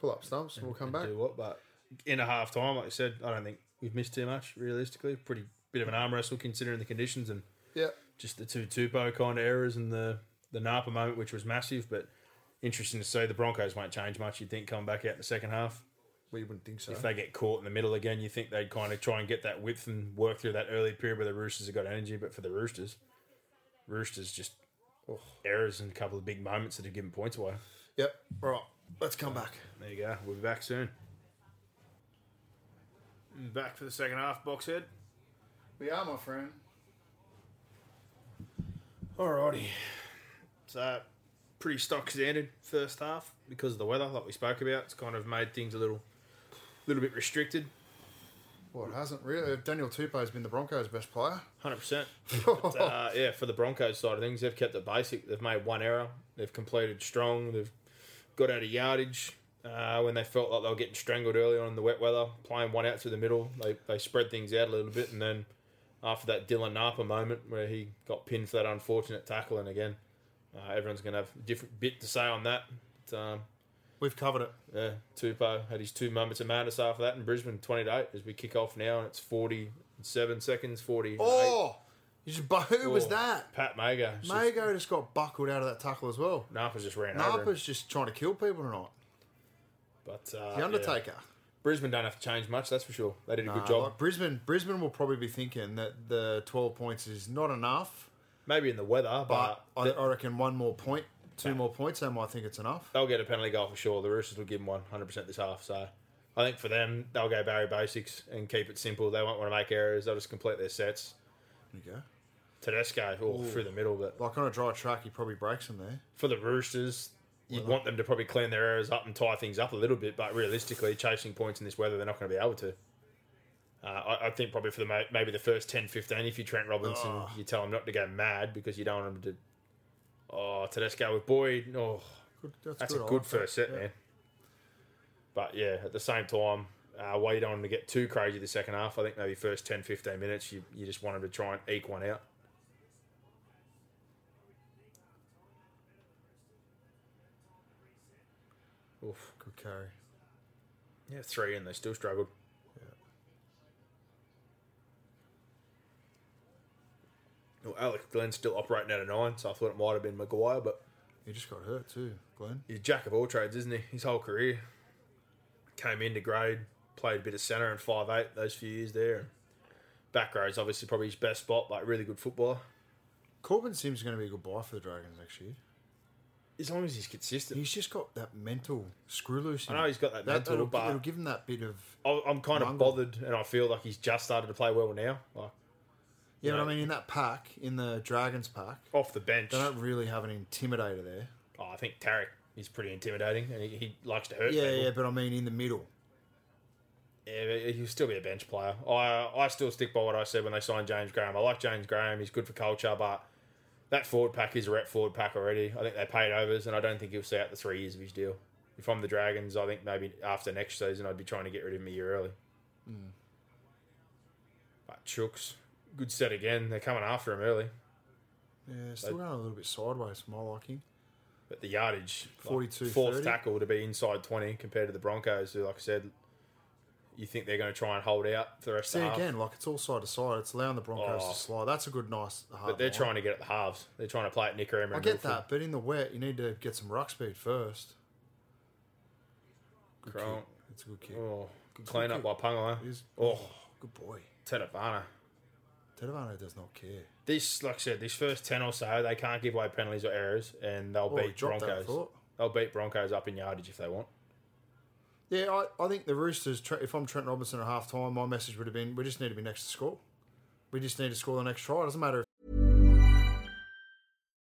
S2: pull up stumps and we'll come
S1: and
S2: back.
S1: Do what? But in a half time, like I said, I don't think we've missed too much. Realistically, pretty bit of an arm wrestle considering the conditions and
S2: Yeah,
S1: just the two Tupo kind of errors and the the Napa moment, which was massive. But interesting to see the Broncos won't change much. You'd think coming back out in the second half,
S2: we wouldn't think so.
S1: if they get caught in the middle again, you think they'd kind of try and get that width and work through that early period where the Roosters have got energy. But for the Roosters, Roosters just oh, errors and a couple of big moments that have given points away.
S2: Yep. All right, let's come back.
S1: There you go. We'll be back soon. Back for the second half, Boxhead.
S2: We are, my friend.
S1: Alrighty. So, pretty stock standard first half because of the weather, like we spoke about. It's kind of made things a little little bit restricted.
S2: Well, it hasn't really. Daniel Tupou's been the Broncos' best player.
S1: Hundred percent. Uh, yeah, for the Broncos side of things, they've kept it basic. They've made one error. They've completed strong. They've got out of yardage uh, when they felt like they were getting strangled early on in the wet weather, playing one out through the middle. They, they spread things out a little bit. And then after that Dylan Napa moment where he got pinned for that unfortunate tackle, and again, uh, everyone's going to have a different bit to say on that. But, um,
S2: We've covered it.
S1: yeah, Tupou had his two moments of madness after that in Brisbane, 28, as we kick off now, and it's 47 seconds, 40.
S2: Oh, you just, bu- who was that?
S1: Pat Mago. It's just-
S2: Mago Oh. just got buckled out of that tackle as well.
S1: Napa's just ran over. Him.
S2: Napa's just trying to kill people tonight.
S1: But, uh,
S2: The
S1: yeah.
S2: Undertaker.
S1: Brisbane don't have to change much, that's for sure. They did a good
S2: Uh,
S1: job.
S2: like Brisbane, Brisbane will probably be thinking that the 12 points is not enough,
S1: Maybe in Uh, the weather,
S2: but
S1: but,
S2: I, I reckon one more point, two more points, they might think it's enough.
S1: they'll get a penalty goal for sure. The Roosters will give them one, 100% this half. So I think for them, they'll go Barry Basics and keep it simple. They won't want to make errors. They'll just complete their sets.
S2: There you go.
S1: Tedesco all through the middle, but
S2: Like on a dry track, he probably breaks them there.
S1: for the Roosters, you want them to probably clean their errors up and tie things up a little bit, but realistically, chasing points in this weather, they're not going to be able to. Uh, I, I think probably for the ma- maybe the first 10, 15, if you Trent Robinson, you tell him not to go mad because you don't want him to. Oh, Tedesco with Boyd. Oh,
S2: Good,
S1: that's a
S2: I
S1: good
S2: like that.
S1: first set, man. But yeah, at the same time, uh, while you don't want to get too crazy the second half, I think maybe first 10, 15 minutes, you, you just want them to try and eke one out. Oof.
S2: Good carry.
S1: Yeah, three and they still struggled. Well, Alex Glenn's still operating out of nine, so I thought it might have been Maguire, but
S2: He just got hurt too, Glenn.
S1: he's a jack of all trades, isn't he? His whole career came into grade, played a bit of centre and five eight those few years there. Back row is obviously probably his best spot, but really good footballer
S2: Corbin Sims is going to be a good buy for the Dragons next year.
S1: as long as he's consistent.
S2: He's just got that mental screw loose. in
S1: I know
S2: him.
S1: he's got that mental,
S2: it'll,
S1: but-
S2: it'll give him that bit of.
S1: I- I'm kind of
S2: Mungo.
S1: bothered, and I feel like he's just started to play well now, like
S2: Yeah,
S1: know-
S2: but I mean, in that pack, in the Dragons pack,
S1: off the bench.
S2: they don't really have an intimidator there.
S1: Oh, I think Tarek is pretty intimidating, and he, he likes to hurt
S2: Yeah,
S1: people.
S2: yeah, but I mean, in the middle.
S1: Yeah, but he'll still be a bench player. I I still stick by what I said when they signed James Graham. I like James Graham. He's good for culture, but that forward pack is a rep forward pack already. I think they paid overs, and I don't think he'll see out the three years of his deal. If I'm the Dragons, I think maybe after next season I'd be trying to get rid of him a year early.
S2: Hmm.
S1: But Chooks, good set again. They're coming after him early,
S2: Yeah, still going a little bit sideways for my liking.
S1: but the yardage, like,
S2: 42,
S1: fourth
S2: 30.
S1: tackle to be inside twenty compared to the Broncos, who, like I said, you think they're going to try and hold out for the rest
S2: See,
S1: of the half.
S2: again, like it's all side to side. It's allowing the Broncos
S1: Oh.
S2: to slide. That's a good, nice. Hard
S1: But they're
S2: line.
S1: trying to get at the halves. They're trying to play at Nick Emery.
S2: Oh, I get that, but in the wet, you need to get some ruck speed first. Good
S1: Cron-
S2: kick. It's a good kick.
S1: Oh, good clean up by Punga.
S2: It is-
S1: Oh,
S2: Good boy.
S1: Tedabana.
S2: Tedavano does not care.
S1: This, like I said, this first 10 or so, they can't give away penalties or errors, and they'll
S2: Oh, he
S1: beat
S2: dropped that, I
S1: Broncos.
S2: thought.
S1: They'll beat Broncos up in yardage if they want.
S2: Yeah, I, I think the Roosters, Tre- if I'm Trent Robinson at half time, my message would have been we just need to be next to score. We just need to score the next try. It doesn't matter if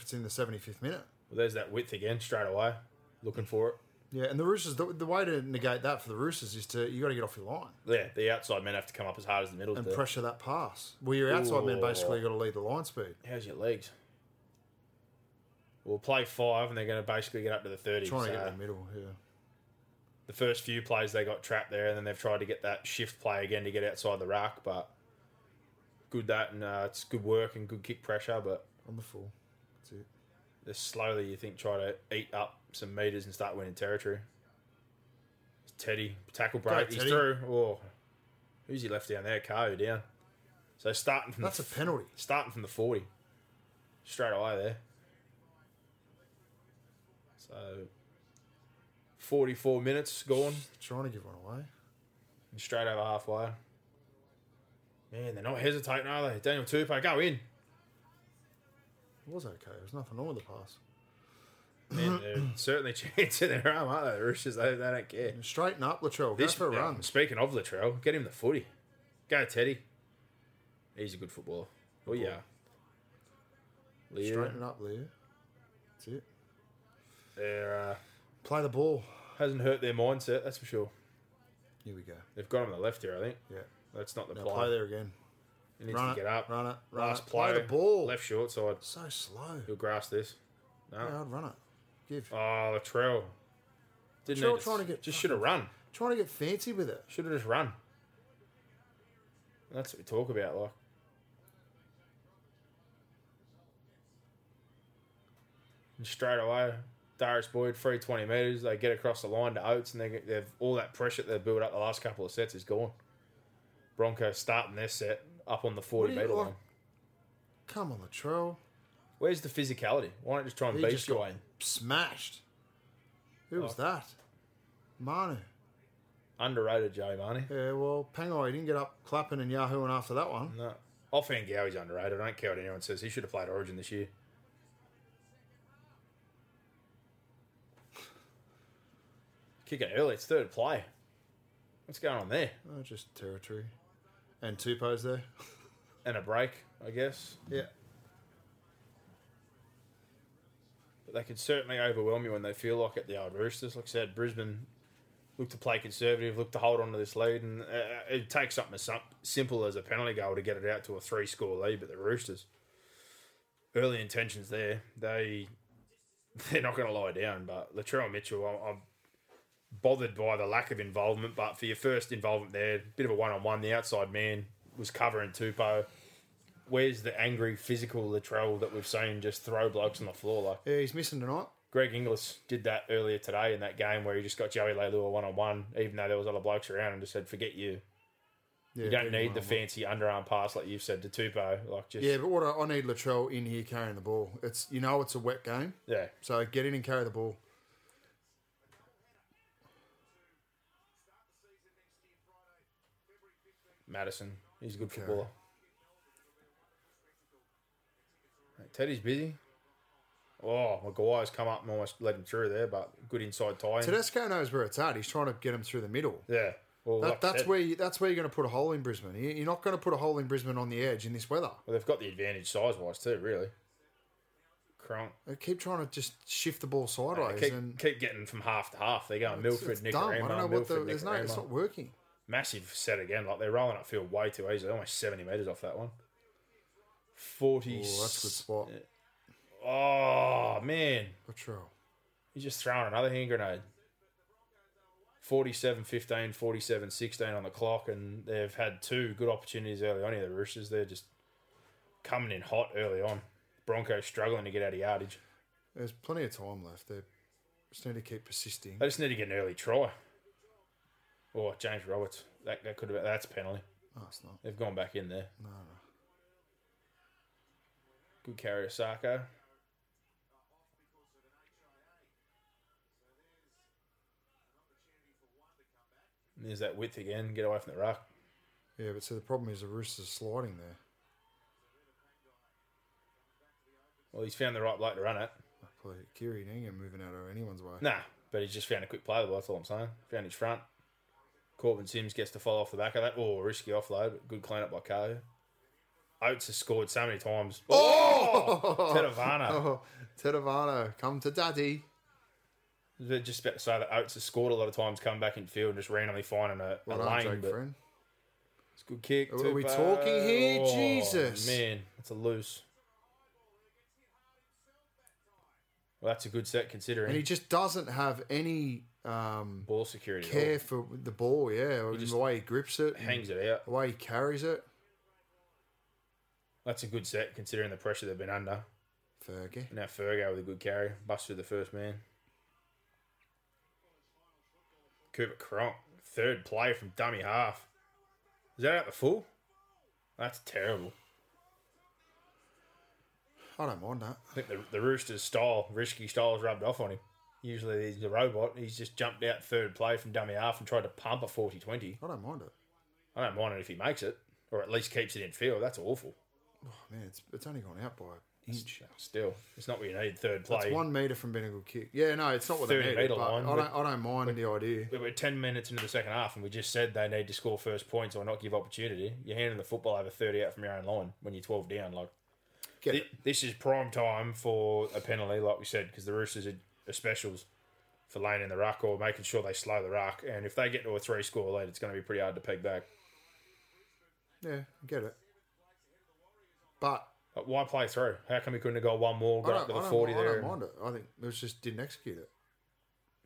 S2: it's in the 75th minute.
S1: Well, there's that width again, straight away, looking for it.
S2: Yeah, and the Roosters, the, the way to negate that for the Roosters is to you got to get off your line
S1: Yeah, the outside men have to come up as hard as the middle
S2: and
S1: do.
S2: pressure that pass. Well, your outside men
S1: Ooh.
S2: basically got to lead the line speed.
S1: How's your legs? We'll play five, and they're going to basically get up to the 30.
S2: Trying to
S1: so-
S2: get in the middle. Yeah,
S1: the first few plays they got trapped there, and then they've tried to get that shift play again to get outside the rack. But good that, and uh, it's good work and good kick pressure. But
S2: on the full. That's it.
S1: just slowly, you think try to eat up some meters and start winning territory. Teddy tackle break, he's
S2: Teddy.
S1: through. Oh, who's he left down there? Ko down. So starting from
S2: That's
S1: the,
S2: a penalty.
S1: starting from the forty, straight away there. So 44 minutes gone.
S2: Trying to give one away.
S1: and straight over halfway. Man, they're not hesitating, are they? Daniel Tupou, go in.
S2: It was okay. There was nothing wrong with the pass.
S1: Man,
S2: Mm-hmm.
S1: they're certainly chancing their arm, aren't they? The Roosters, they, they don't care.
S2: And straighten up, Latrell. Go
S1: This
S2: for a
S1: now,
S2: run.
S1: Speaking of Latrell, get him the footy. Go Teddy. He's a good footballer. Oh yeah. Leo
S2: Straighten up, Leo. That's it.
S1: they're, uh,
S2: Play the ball.
S1: hasn't hurt their mindset, that's for sure.
S2: Here we go.
S1: They've got him on the left here, I think.
S2: Yeah.
S1: That's not the
S2: Now
S1: play.
S2: play there again.
S1: He needs
S2: Run
S1: to
S2: it,
S1: get up.
S2: run it, run
S1: Last
S2: it.
S1: play.
S2: Play the ball.
S1: Left short side.
S2: So slow.
S1: He'll grasp this.
S2: Yeah, I'd run it. Give.
S1: Oh, Latrell. Didn't
S2: Latrell
S1: need to,
S2: trying to get
S1: just should have run.
S2: Trying to get fancy with it.
S1: Should have just run. That's what we talk about, like. And straight away, Darius Boyd, free 20 metres. They get across the line to Oates, and they get, they've all that pressure that they've built up the last couple of sets is gone. Broncos starting their set up on the 40
S2: What do you-
S1: metre
S2: like-
S1: line.
S2: Come on, Latrell.
S1: Where's the physicality? Why don't you just try and
S2: He
S1: beat
S2: just
S1: your
S2: got
S1: way?
S2: smashed. Who was
S1: Oh.
S2: that? Manu.
S1: Underrated, Joe Marnie.
S2: Yeah, well, Pangai didn't get up clapping and yahooing after that one.
S1: No. Offhand Gowie's underrated. I don't care what anyone says. He should have played Origin this year. Kicking early. It's third play. What's going on there?
S2: Oh, just territory. And Tupou's there.
S1: And a break, I guess.
S2: Yeah.
S1: But they can certainly overwhelm you when they feel like it. The old Roosters, like I said, Brisbane look to play conservative, look to hold on to this lead, and uh, it takes something as sim- simple as a penalty goal to get it out to a three-score lead. But the Roosters, early intentions there, they they're not going to lie down. But Latrell Mitchell, I'm, I'm bothered by the lack of involvement. But for your first involvement there, bit of a one-on-one. The outside man was covering Tupou. Where's the angry physical Latrell that we've seen just throw blokes on the floor like?
S2: Yeah, he's missing tonight.
S1: Greg Inglis did that earlier today in that game where he just got Joey Leilua one on one, even though there was other blokes around, and just said, "Forget you.
S2: Yeah,
S1: You don't
S2: big
S1: need the
S2: one.
S1: fancy underarm pass like you've said to Tupou. Like just
S2: Yeah,
S1: yeah,
S2: but what I, I need Latrell in here carrying the ball. It's you know it's a wet game, so get in and carry the ball.
S1: Madison. He's a good
S2: Okay.
S1: footballer. Mate, Teddy's busy. Oh, Maguire's come up and almost led him through there, but good inside tie. in.
S2: Tedesco knows where it's at. He's trying to get him through the middle.
S1: Yeah, well,
S2: That,
S1: like I
S2: that's
S1: said,
S2: where you, that's where you're going to put a hole in Brisbane. You- You're not going to put a hole in Brisbane on the edge in this weather.
S1: well, they've got the advantage size wise too. Really, Cronk.
S2: They keep trying to just shift the ball sideways
S1: Keep,
S2: and
S1: keep getting from half to half. They're going
S2: it's-
S1: Milford,
S2: it's
S1: Nick
S2: dumb. I
S1: Ramo,
S2: don't know what
S1: Milford,
S2: the there's no, it's
S1: Nicaragua.
S2: not working.
S1: massive set again. Like they're rolling upfield way too easily, almost seventy meters off that one. Forty.
S2: Oh, that's a good spot.
S1: Oh man,
S2: Latrell.
S1: he's just throwing another hand grenade. 47 15, 47 16 on the clock, and they've had two good opportunities early on here. The Roosters, they're just coming in hot early on. Broncos struggling to get out of yardage.
S2: There's plenty of time left. They just need to keep persisting.
S1: They just need to get an early try. Oh, James Roberts, that, that could have that's penalty.
S2: No, it's not.
S1: They've gone back in there.
S2: No, no.
S1: Good carry of Sako. And There's that width again. Get away from the ruck.
S2: Yeah, but see, the problem is the Roosters sliding there.
S1: Well, he's found the right bloke to run it.
S2: Play Kiri and Ingham moving out of anyone's way.
S1: Nah, but he's just found a quick play. That's all I'm saying. Found his front. Corbin Sims gets to fall off the back of that. Oh, risky offload, but good clean up by Ko. Oates has scored so many times. Oh, Tedavana.
S2: Oh, Tedavano, come to daddy.
S1: They're just about to say that Oates has scored a lot of times, come back in field and just randomly finding a, a
S2: Well done,
S1: lane.
S2: Jake
S1: But
S2: friend.
S1: It's a good kick.
S2: Are we
S1: Tupou.
S2: talking here? Jesus.
S1: Man, that's a loose. Well, that's a good set considering
S2: And he just doesn't have any um,
S1: ball security. at all.
S2: care for the ball, yeah. and
S1: just
S2: the way he grips it, and
S1: Hangs it out.
S2: the way he carries it.
S1: That's a good set considering the pressure they've been under.
S2: Fergie.
S1: And now Fergo with a good carry. Bust through the first man. Cooper Cronk. Third play from dummy half. Is that out the full? That's terrible.
S2: I don't mind that.
S1: I think the, the Roosters' style, risky style's rubbed off on him. Usually he's a robot. He's just jumped out third play from dummy half and tried to pump a 40-20.
S2: I don't mind it.
S1: I don't mind it if he makes it, or at least keeps it in field. That's awful.
S2: Oh, man, it's it's only gone out by an inch.
S1: Still, it's not what you need third
S2: That's
S1: play.
S2: one meter from being a good kick. Yeah, no, it's not what they
S1: 30
S2: needed.
S1: metre
S2: But
S1: line,
S2: I
S1: we-
S2: don't I don't mind the idea.
S1: We were 10 minutes into the second half and we just said they need to score first points or not give opportunity. You're handing the football over 30 out from your own line when you're 12 down. Like,
S2: Get
S1: Thi-
S2: it.
S1: This is prime time for a penalty, like we said, because the Roosters are, are specials for laying in the ruck or making sure they slow the ruck. And if they get to a three score lead, it's going to be pretty hard to peg back.
S2: Yeah, I get it. But
S1: But why play through? How come we couldn't have got one more,
S2: I
S1: got up
S2: don't,
S1: to
S2: I
S1: the
S2: don't,
S1: 40
S2: mi- I
S1: there?
S2: don't mind it. I think it was just didn't execute it.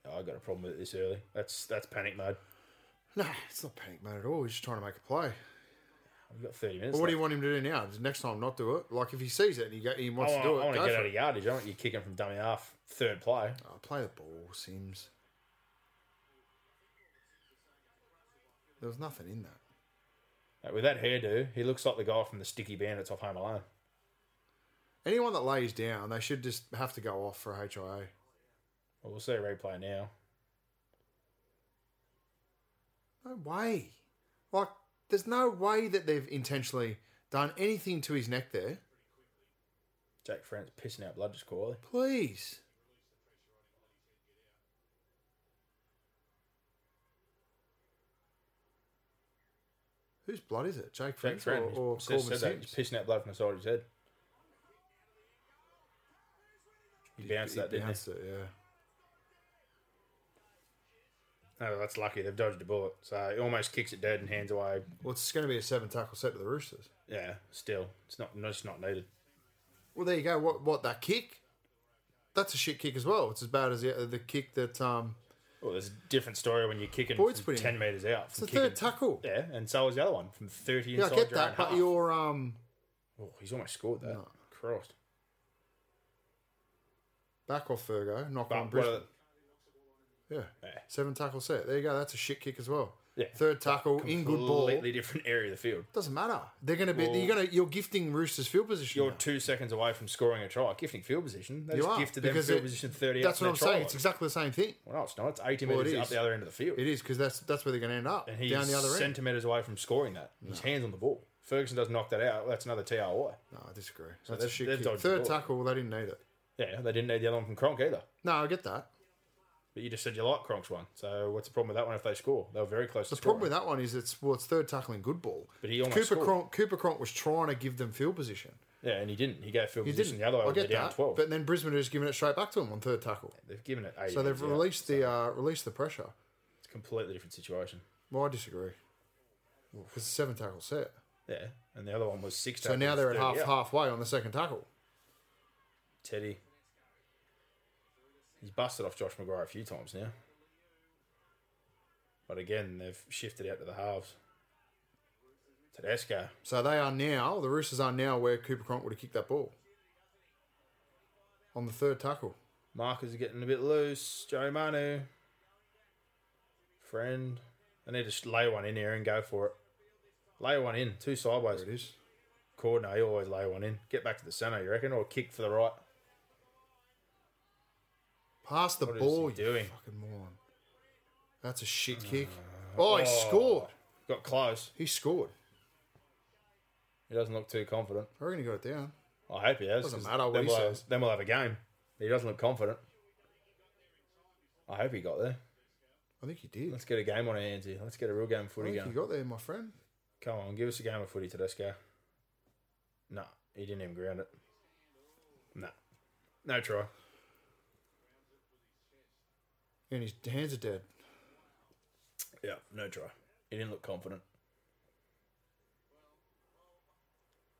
S1: No, I got a problem with it this early. That's that's panic mode.
S2: No, it's not panic mode at all. He's just trying to make a play.
S1: We've got 30 minutes.
S2: Well, what do you
S1: left.
S2: want him to do now? Just next time, not do it. Like if he sees it and he, go, he wants
S1: I
S2: to do
S1: want,
S2: it,
S1: I want to
S2: go
S1: get
S2: for
S1: out of
S2: it.
S1: yardage. I want you kicking from dummy half, third play.
S2: Oh, play the ball, Sims. There was nothing in that.
S1: Like, with that hairdo, he looks like the guy from the Sticky Bandits off Home Alone.
S2: Anyone that lays down, they should just have to go off for a HIA.
S1: Well, we'll see a replay now.
S2: No way. Like, there's no way that they've intentionally done anything to his neck there.
S1: Jack Frantz pissing out blood just quietly.
S2: Please. Whose blood is it? Jake
S1: Jack
S2: Franks or,
S1: Frantz
S2: or
S1: said
S2: Corbin
S1: that. He's
S2: Sims?
S1: pissing out blood from the side of his head. He bounced that, didn't
S2: bounced it, yeah.
S1: he? No, Oh, that's lucky. They've dodged a bullet. So he almost kicks it dead and hands away.
S2: Well, it's going to be a seven tackle set to the Roosters.
S1: Yeah, still. It's not no, it's not needed.
S2: Well, there you go. What? What? That kick? That's a shit kick as well. It's as bad as the, the kick that. Um,
S1: Well, there's a different story when you're kicking
S2: Boyd's
S1: from
S2: put in.
S1: 10 metres out.
S2: it's
S1: From
S2: the third
S1: kicking-
S2: tackle. Yeah,
S1: Yeah, and so was the other one from 30
S2: I
S1: inside
S2: get
S1: your own
S2: that, but
S1: half.
S2: you're um
S1: Oh, he's almost scored that.
S2: No.
S1: Crossed.
S2: back off Fergo, knock on
S1: But what
S2: Brisbane.
S1: are the-
S2: Yeah.
S1: Yeah.
S2: Seven tackle set. There you go. That's a shit kick as well.
S1: Yeah.
S2: Third tackle in good ball.
S1: completely different area of the field.
S2: Doesn't matter. They're going to be.
S1: Well-
S2: you're going to. You're gifting Roosters field position.
S1: You're
S2: now.
S1: two seconds away from scoring a try. Gifting field position. They
S2: You
S1: just
S2: are,
S1: gifted them
S2: because
S1: field
S2: it-
S1: position 30
S2: That's
S1: out from
S2: what I'm
S1: their try
S2: saying. It's
S1: line.
S2: exactly the same thing.
S1: Well, no, it's not. It's 80
S2: Well, it
S1: metres
S2: is.
S1: up the other end of the field.
S2: It is because that's that's where they're going to end up.
S1: and he's
S2: down the other end.
S1: centimetres away from scoring that. His hands on the ball. Ferguson does knock that out. That's another TRY.
S2: No, I disagree. That's a
S1: they've-
S2: shit
S1: they've
S2: kick.
S1: dodged
S2: Third
S1: the ball.
S2: tackle. They didn't need it.
S1: Yeah, they didn't need the other one from Cronk either.
S2: No, I get that.
S1: But you just said you like Cronk's one. So what's the problem with that one if they score? They were very close
S2: The
S1: to scoring.
S2: problem with that one is it's well, it's third tackling good ball.
S1: But he almost
S2: Cooper
S1: scored.
S2: Cronk, Cooper Cronk was trying to give them field position.
S1: yeah, and he didn't. He gave field
S2: He
S1: position
S2: didn't.
S1: the other way
S2: I
S1: when
S2: get
S1: they're down
S2: that.
S1: 12.
S2: But then Brisbane has given it straight back to him on third tackle.
S1: they've given it 80.
S2: So they've
S1: metres out.
S2: released the uh, released the pressure.
S1: It's a completely different situation.
S2: Well, I disagree. It's a seven tackle set.
S1: Yeah, and the other one was six.
S2: So now they're at half
S1: half.
S2: halfway on the second tackle.
S1: Teddy. He's busted off Josh McGuire a few times now. But again, they've shifted out to the halves. Tedesco.
S2: So they are now the Roosters are now where Cooper Cronk would have kicked that ball on the third tackle.
S1: Markers are getting a bit loose. Joe Manu. Friend. I need to just lay one in here and go for it. Lay one in. Two sideways.
S2: There it is.
S1: Cordner, you always lay one in. Get back to the centre, you reckon? Or kick for the right.
S2: Pass the
S1: What is he
S2: ball. you
S1: doing? Uh,
S2: fucking moron. That's a shit kick. Oh, he scored.
S1: Got close.
S2: He scored.
S1: He doesn't look too confident.
S2: I reckon he got it down.
S1: I hope he has.
S2: Doesn't
S1: 'cause
S2: matter what
S1: then
S2: he
S1: we'll
S2: says.
S1: Have, then we'll have a game. He doesn't look confident. I hope he got there.
S2: I think he did.
S1: Let's get a game on our hands here. Let's get a real game of
S2: I
S1: footy
S2: think he
S1: going.
S2: got there, my friend.
S1: Come on, give us a game of footy, Tedesco. No, he didn't even ground it. No. No try.
S2: And his hands are dead.
S1: Yeah, no try. He didn't look confident.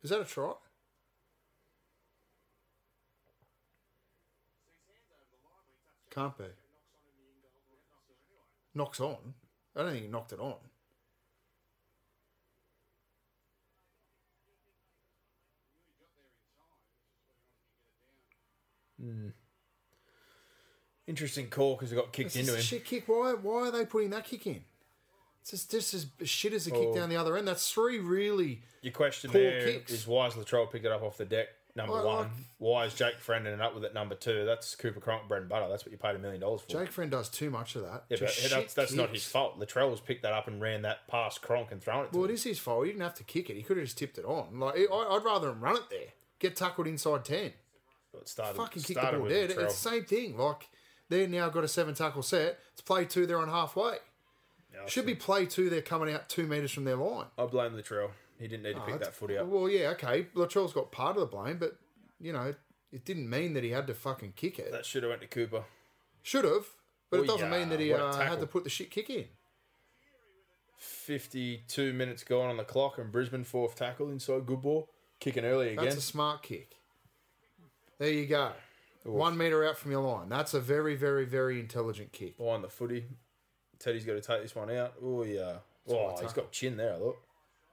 S2: Is that a try? Can't be. Knocks on. I don't think he knocked it on.
S1: Interesting call because it got kicked
S2: It's
S1: into
S2: just a
S1: him.
S2: shit kick. Why? Why are they putting that kick in? It's just, just as shit as a kick
S1: Oh.
S2: down the other end. That's three really.
S1: Your question
S2: Poor
S1: there is
S2: kicks.
S1: why has Latrell picked it up off the deck number
S2: I
S1: one.
S2: like-
S1: Why is Jake Friend ended up with it number two? That's Cooper Cronk, bread and butter. That's what you paid a million dollars for.
S2: Jake Friend does too much of that.
S1: yeah, but
S2: Just
S1: that's,
S2: shit
S1: that's not
S2: kicks.
S1: his fault. Latrell's picked that up and ran that past Cronk and thrown it to
S2: Well,
S1: him.
S2: it is his fault. He didn't have to kick it. He could have just tipped it on. Like I- I'd rather him run it there. Get tackled inside ten.
S1: It started,
S2: Fucking kick the
S1: started
S2: ball
S1: with
S2: dead. It's
S1: Latrell.
S2: the same thing. Like they're now got a seven tackle set. It's play two. They're on halfway.
S1: Yeah,
S2: Should be play two. They're coming out two meters from their line.
S1: I blame Latrell. He didn't need to pick that footy up.
S2: Well, yeah, okay. Latrell's got part of the blame, but you know it didn't mean that he had to fucking kick it.
S1: That should have went to Cooper.
S2: Should have, but it
S1: Well,
S2: doesn't
S1: yeah,
S2: mean that he
S1: what a
S2: uh, had
S1: tackle.
S2: to put the shit kick in.
S1: 52 minutes gone on the clock, and Brisbane fourth tackle inside good ball, kicking early
S2: That's
S1: again.
S2: a smart kick. There you go. One meter out from your line. That's a very, very, very intelligent kick.
S1: Behind the footy, Teddy's got to take this one out. Oh yeah, oh he's got chin there. Look,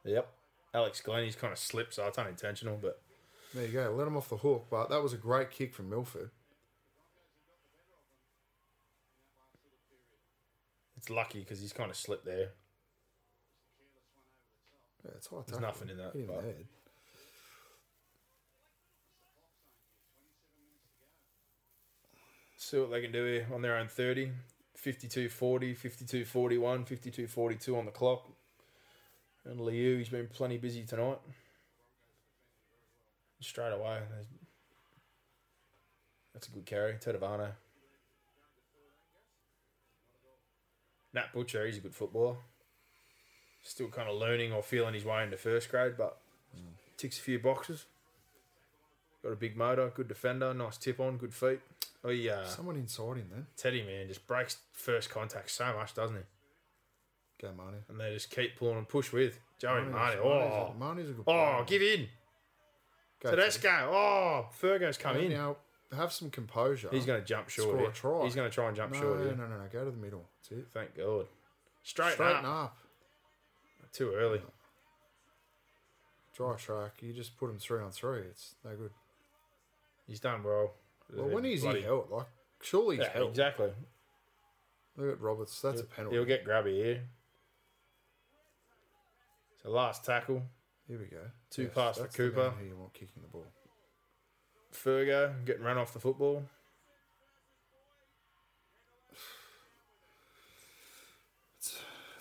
S1: yep. Alex Glennie's kind of slipped, so it's unintentional, but
S2: There you go. Let him off the hook, but that was a great kick from Milford.
S1: it's lucky because he's kind of slipped there.
S2: Yeah, it's high
S1: There's
S2: tackle.
S1: nothing in that.
S2: Hit him in
S1: but-
S2: the head.
S1: see what they can do here on their own 30. 52 40, 52 41, 52 42 on the clock. And Liu, he's been plenty busy tonight. Straight away. they- That's a good carry. Tedavano. Nat Butcher, he's a good footballer. Still kind of learning or feeling his way into first grade, but ticks a few boxes. Got a big motor, good defender, nice tip on, good feet. Oh, yeah.
S2: Someone inside him then.
S1: Teddy man just breaks first contact so much, doesn't he?
S2: Go Marnie.
S1: And they just keep pulling and push with Joey Marnie.
S2: Marnie's
S1: Oh,
S2: a- Marnie's a good
S1: oh,
S2: player.
S1: give in.
S2: Go
S1: Tedesco. Oh, Fergo's
S2: Teddy.
S1: come in.
S2: Now, have some composure.
S1: He's going to jump short.
S2: Score a
S1: here.
S2: try.
S1: He's going to try and jump
S2: no,
S1: short.
S2: No,
S1: Here.
S2: no, no, no. Go to the middle. That's it.
S1: Thank God. Straight,
S2: Straighten
S1: up.
S2: up.
S1: Too early.
S2: Dry track. You just put him three on three. It's no good.
S1: He's done well.
S2: Well, when is
S1: Bloody-
S2: he held? Like, surely he's
S1: Yeah,
S2: held.
S1: exactly.
S2: Look at Roberts. That's a penalty.
S1: He'll get grabby here. So last tackle.
S2: Here we go.
S1: Two pass for
S2: that's the man
S1: Cooper.
S2: Who you want kicking the ball?
S1: Fergo getting run off the football.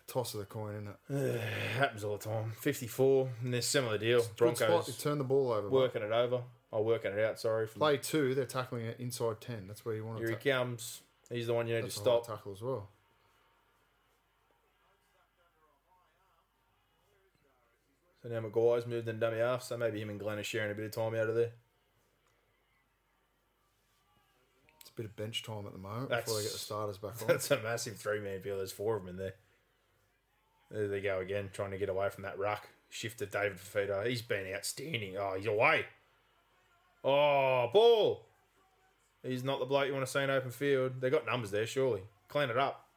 S2: Toss of the coin, isn't it?
S1: happens all the time. 54, and there's similar deal.
S2: Good spot. You
S1: Broncos
S2: turn the ball over. mate.
S1: working it over. Or working it out, sorry. From
S2: Play two. They're tackling it inside ten. That's where you want
S1: Here
S2: to
S1: he
S2: tackle.
S1: comes. He's the one you need
S2: That's
S1: to
S2: a high
S1: stop.
S2: tackle as well.
S1: So now McGuire's moved in dummy half, so maybe him and Glenn are sharing a bit of time out of there.
S2: It's a bit of bench time at the moment
S1: That's-
S2: before they get the starters back on.
S1: That's a massive three man field. There's four of them in there. There they go again, trying to get away from that ruck. Shift to David Fafita. He's been outstanding. Oh, he's away. Oh, ball. He's not the bloke you want to see in open field. They got numbers there, surely. Clean it up.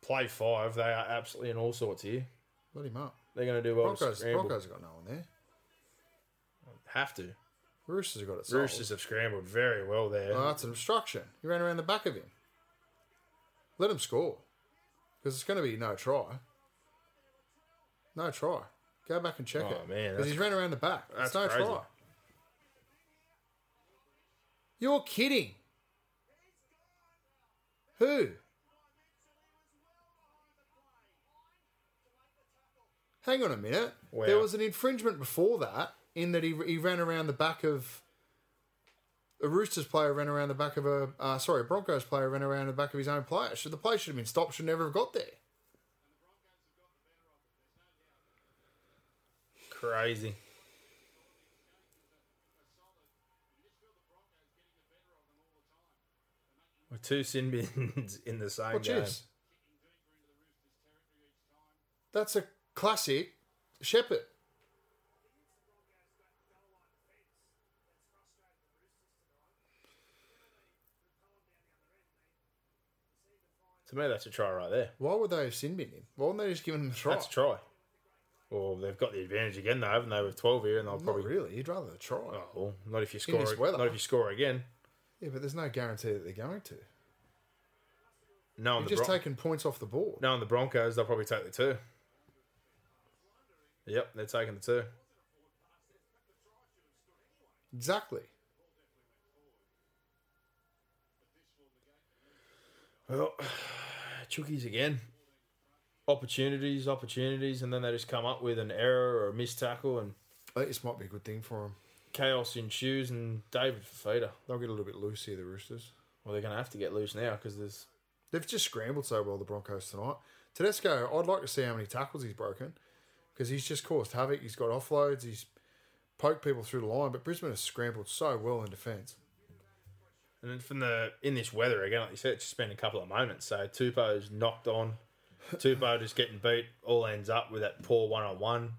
S1: Play five. They are absolutely in all sorts here.
S2: Let him up.
S1: They're going to do well. to
S2: Broncos.
S1: scramble.
S2: Broncos have got no one there.
S1: Have to.
S2: Roosters have got it. Sold.
S1: Roosters have scrambled very well there.
S2: Oh, that's an obstruction. You ran around the back of him. Let him score, because it's going to be no try. No try. Go back and check
S1: Oh, man,
S2: it. because
S1: that's-
S2: he's ran around the back.
S1: that's
S2: It's no
S1: crazy.
S2: try. You're kidding. Who? Hang on a minute.
S1: Wow.
S2: There was an infringement before that in that he, he ran around the back of a Roosters player ran around the back of a uh, sorry a Broncos player ran around the back of his own player. Should the play should have been stopped. Should never have got there.
S1: Crazy. With two sin bins in the same
S2: Watch
S1: game.
S2: this. That's a classic Shepherd.
S1: To me, that's a try right there.
S2: Why would they have sin binned him? Why wouldn't they just give him the try?
S1: That's a try. Well, they've got the advantage again, though, haven't they? With twelve here, and they'll
S2: Not
S1: probably
S2: really. You'd rather the try.
S1: oh, well, not if you score.
S2: this weather.
S1: Not if you score again.
S2: Yeah, but there's no guarantee that they're going to.
S1: Knowing
S2: You've
S1: the,
S2: just
S1: Bron-
S2: taken points off the board.
S1: knowing the Broncos, they'll probably take the two. Yep, they're taking the two.
S2: Exactly.
S1: Well, Chookies again. Opportunities, opportunities, and then they just come up with an error or a missed tackle, and
S2: I think Uh, this might be a good thing for them.
S1: chaos ensues. And David Fafita.
S2: They'll get a little bit loose here, the Roosters.
S1: Well, they're going to have to get loose now because there's
S2: They've just scrambled so well, the Broncos tonight. Tedesco, I'd like to see how many tackles he's broken because he's just caused havoc. He's got offloads. He's poked people through the line, but Brisbane has scrambled so well in defence.
S1: And then from the in this weather again, like you said, it's just been a couple of moments. So Tupo's knocked on, Tupo just getting beat. All ends up with that poor one on one.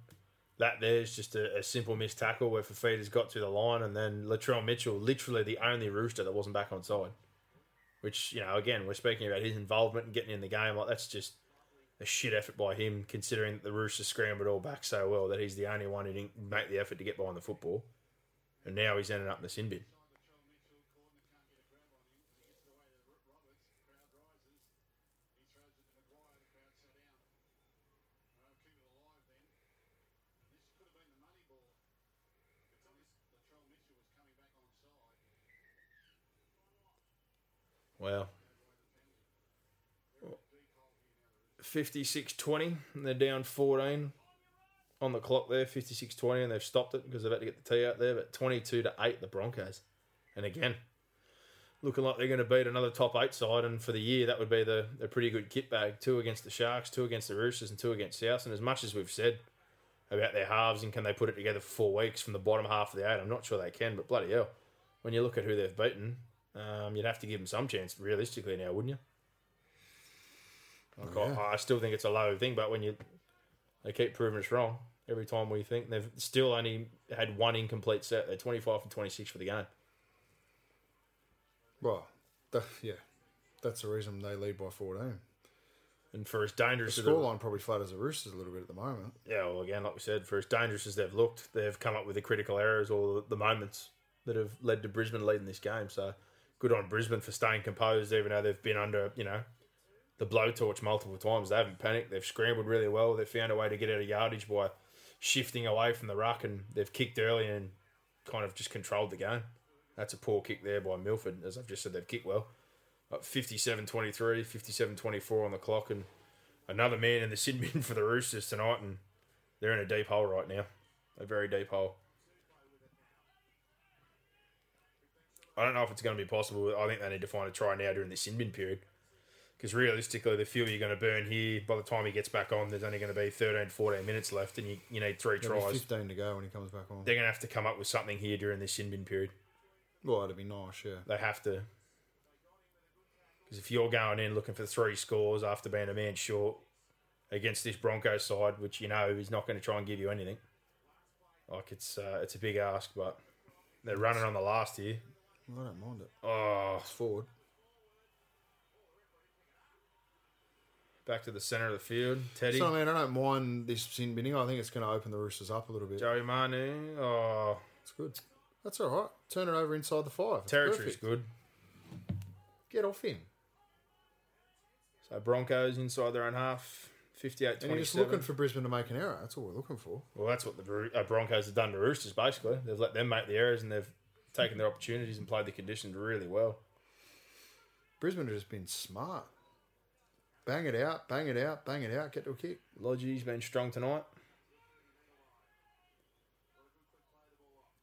S1: That there's just a, a simple missed tackle where Fafita's got to the line, and then Latrell Mitchell, literally the only rooster that wasn't back on side. Which you know, again, we're speaking about his involvement and getting in the game. Like that's just a shit effort by him, considering that the Roosters scrambled all back so well that he's the only one who didn't make the effort to get behind the football, and now he's ended up in the sin bin. Well, 56 20, and they're down 14 on the clock there, 56 20, and they've stopped it because they've had to get the tee out there. But 22 to 8, the Broncos. And again, looking like they're going to beat another top eight side. And for the year, that would be the, a pretty good kit bag. Two against the Sharks, two against the Roosters, and two against South. And as much as we've said about their halves and can they put it together for four weeks from the bottom half of the eight, I'm not sure they can, but bloody hell. When you look at who they've beaten, um, you'd have to give them some chance realistically now, wouldn't you? Like, I- I, still think it's a low thing, but when you they keep proving us wrong every time we think they've still only had one incomplete set. They're twenty five and twenty six for the game.
S2: Well, that, yeah, that's the reason they lead by 14.
S1: And for as
S2: The
S1: dangerous as
S2: scoreline probably flatters the Roosters a little bit at the moment.
S1: yeah, well, again, like we said, for as dangerous as they've looked, they've come up with the critical errors or the moments that have led to Brisbane leading this game. So good on Brisbane for staying composed, even though they've been under, you know, the blowtorch multiple times. They haven't panicked. They've scrambled really well. They've found a way to get out of yardage by shifting away from the ruck, and they've kicked early and kind of just controlled the game. That's a poor kick there by Milford. As I've just said, they've kicked well. Up 57 23, 57 24 on the clock, and another man in the sin bin for the Roosters tonight. And they're in a deep hole right now, a very deep hole. I don't know if it's going to be possible. I think they need to find a try now during the sin bin period. Because realistically, the fuel you're going to burn here, by the time he gets back on, there's only going to be 13, 14 minutes left, and you, you need three
S2: There'll be
S1: tries.
S2: 15 to go when he comes back on.
S1: They're going to have to come up with something here during this sin bin period.
S2: Well, that'd be nice, yeah.
S1: They have to. Because if you're going in looking for three scores after being a man short against this Broncos side, which you know is not going to try and give you anything, like it's uh, it's a big ask. But they're running on the last here.
S2: I don't mind it.
S1: Oh,
S2: It's forward.
S1: back to the centre of the field, Teddy,
S2: So, I mean, I don't mind this sin binning. I think it's going to open the Roosters up a little bit.
S1: Joey Manu. Oh,
S2: It's good. That's all right. Turn it over inside the five. It's
S1: territory's
S2: perfect.
S1: good.
S2: Get off him.
S1: So Broncos inside their own half, 58-27.
S2: And you're just looking for Brisbane to make an error. That's all we're looking for.
S1: Well, that's what the Bro- uh, Broncos have done to Roosters, basically. They've let them make the errors and they've taken their opportunities and played the conditions really well.
S2: Brisbane have just been smart. Bang it out, bang it out, bang it out, get to a kick.
S1: Lodgy's been strong tonight.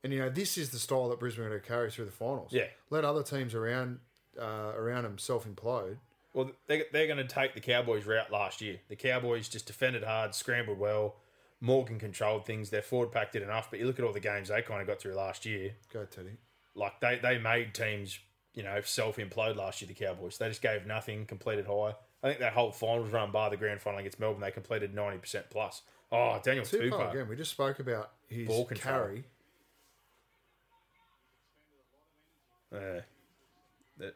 S2: And you know, this is the style that Brisbane are going to carry through the finals.
S1: Yeah.
S2: Let other teams around uh, around them self implode.
S1: Well, they, they're going to take the Cowboys' route last year. The Cowboys just defended hard, scrambled well. Morgan controlled things. Their forward pack did enough, but you look at all the games they kind of got through last year.
S2: Go Teddy.
S1: Like they, they made teams, you know, self implode last year. The Cowboys they just gave nothing, completed high. I think that whole finals run, bar the grand final against Melbourne, they completed ninety percent plus. Oh, Daniel
S2: Tupo,
S1: Tupou.
S2: again, we just spoke about his
S1: Ball control.
S2: carry.
S1: Yeah. That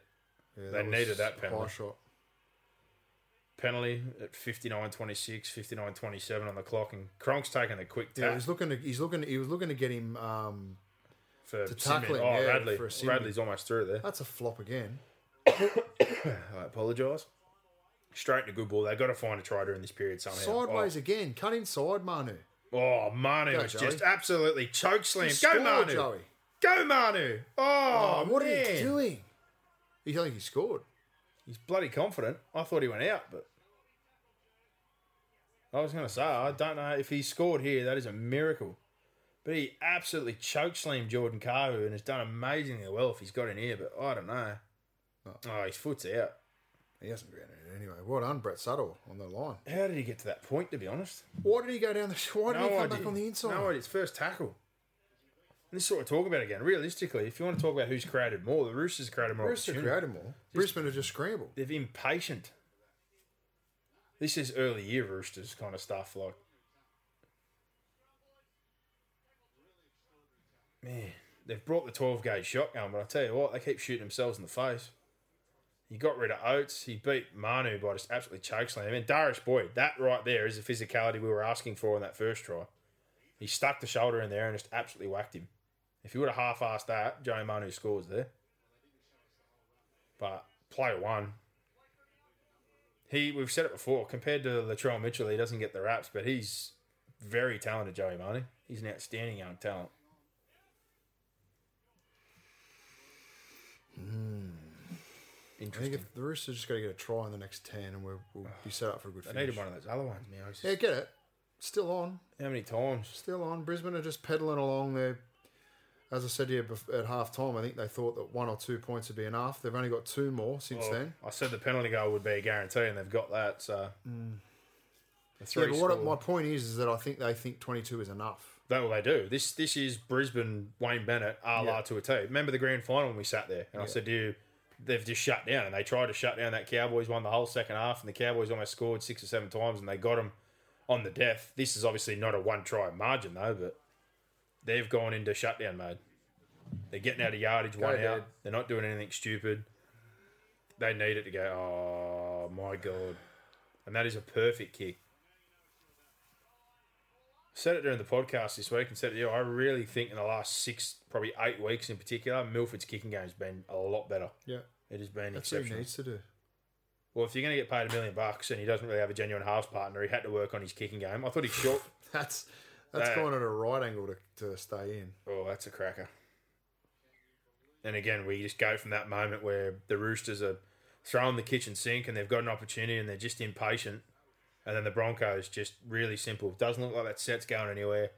S2: Yeah,
S1: They needed
S2: was
S1: that
S2: a High
S1: penalty.
S2: shot.
S1: penalty at 59 26, 59 27 on the clock, and Cronk's taking the quick
S2: Yeah,
S1: tap
S2: he's looking to he's looking he was looking to get him um,
S1: for
S2: to
S1: Sinbad.
S2: tackle him,
S1: Oh,
S2: yeah,
S1: Radley.
S2: for a Sinbad.
S1: Radley's almost through there.
S2: that's a flop again.
S1: I apologise. Straight into good ball. They've got to find a try during this period somehow.
S2: Sideways again. Cut inside, Manu.
S1: Oh, oh Manu
S2: Go,
S1: was
S2: Joey.
S1: just absolutely choke
S2: He
S1: slammed. Go,
S2: scored,
S1: Manu.
S2: Joey.
S1: Go, Manu! Oh,
S2: Oh, what
S1: man.
S2: are you doing? You think he scored?
S1: He's bloody confident. I thought he went out, but I was going to say I don't know if he scored here. That is a miracle. But he absolutely chokeslammed Jordan Kahu and has done amazingly well if he's got in here. But I don't know. Oh, his foot's out.
S2: He hasn't grounded it anyway. Well done, Brett Suttle on the line.
S1: How did he get to that point? To be honest,
S2: Why did he go down the? Why did
S1: No
S2: he come
S1: idea.
S2: back on the inside?
S1: No, it's first tackle. And this is what we're talking about again. Realistically, if you want to talk about who's created more, the Roosters created more.
S2: Brewster
S1: opportunity.
S2: created more. Brisbane have just scrambled.
S1: they've impatient. This is early year roosters kind of stuff, like man, they've brought the twelve gauge shotgun, but I tell you what, they keep shooting themselves in the face. He got rid of Oates. He beat Manu by just absolutely chokeslam. I mean, Darish Boyd, that right there is the physicality we were asking for in that first try. He stuck the shoulder in there and just absolutely whacked him. If he would have half-assed that, Joe Manu scores there. But player one, he we've said it before. Compared to Latrell Mitchell, he doesn't get the raps, but he's very talented. Joey Marnie, he's an outstanding young talent.
S2: Hmm. I think
S1: Interesting.
S2: if the Roosters just got to get a try in the next ten, and we'll, we'll be set up for a good
S1: They
S2: finish.
S1: needed one of those other ones, man. I was just-
S2: Yeah, get it. Still on.
S1: How many times?
S2: Still on. Brisbane are just peddling along there. As I said to you bef- at half time, I think they thought that one or two points would be enough. They've only got two more since
S1: Well,
S2: then.
S1: I said the penalty goal would be a guarantee, and they've got that. So the
S2: Yeah,
S1: three
S2: Mm. but what,
S1: scored.
S2: my point is, is that I think they think 22 is enough.
S1: That's what they do. This this is Brisbane Wayne Bennett a la
S2: Yeah.
S1: to a T. Remember the grand final when we sat there and I said to you, they've just shut down and they tried to shut down that Cowboys won the whole second half and the Cowboys almost scored six or seven times and they got them on the death. This is obviously not a one try margin though, but they've gone into shutdown mode. They're getting out of yardage, one
S2: Dad.
S1: out. They're not doing anything stupid. They need it to go. Oh my god! And that is a perfect kick said it during the podcast this week and said, yeah, I really think in the last six, probably eight weeks in particular, Milford's kicking game's been a lot better.
S2: Yeah,
S1: It has been
S2: that's what he
S1: exceptional.
S2: needs to do.
S1: Well, if you're going to get paid a million bucks and he doesn't really have a genuine halves partner, he had to work on his kicking game. I thought he short.
S2: That's that's
S1: Uh,
S2: going at a right angle to, to stay in.
S1: oh, that's a cracker. And again, we just go from that moment where the Roosters are throwing the kitchen sink and they've got an opportunity and they're just impatient. And then the Broncos, just really simple. Doesn't look like that set's going anywhere.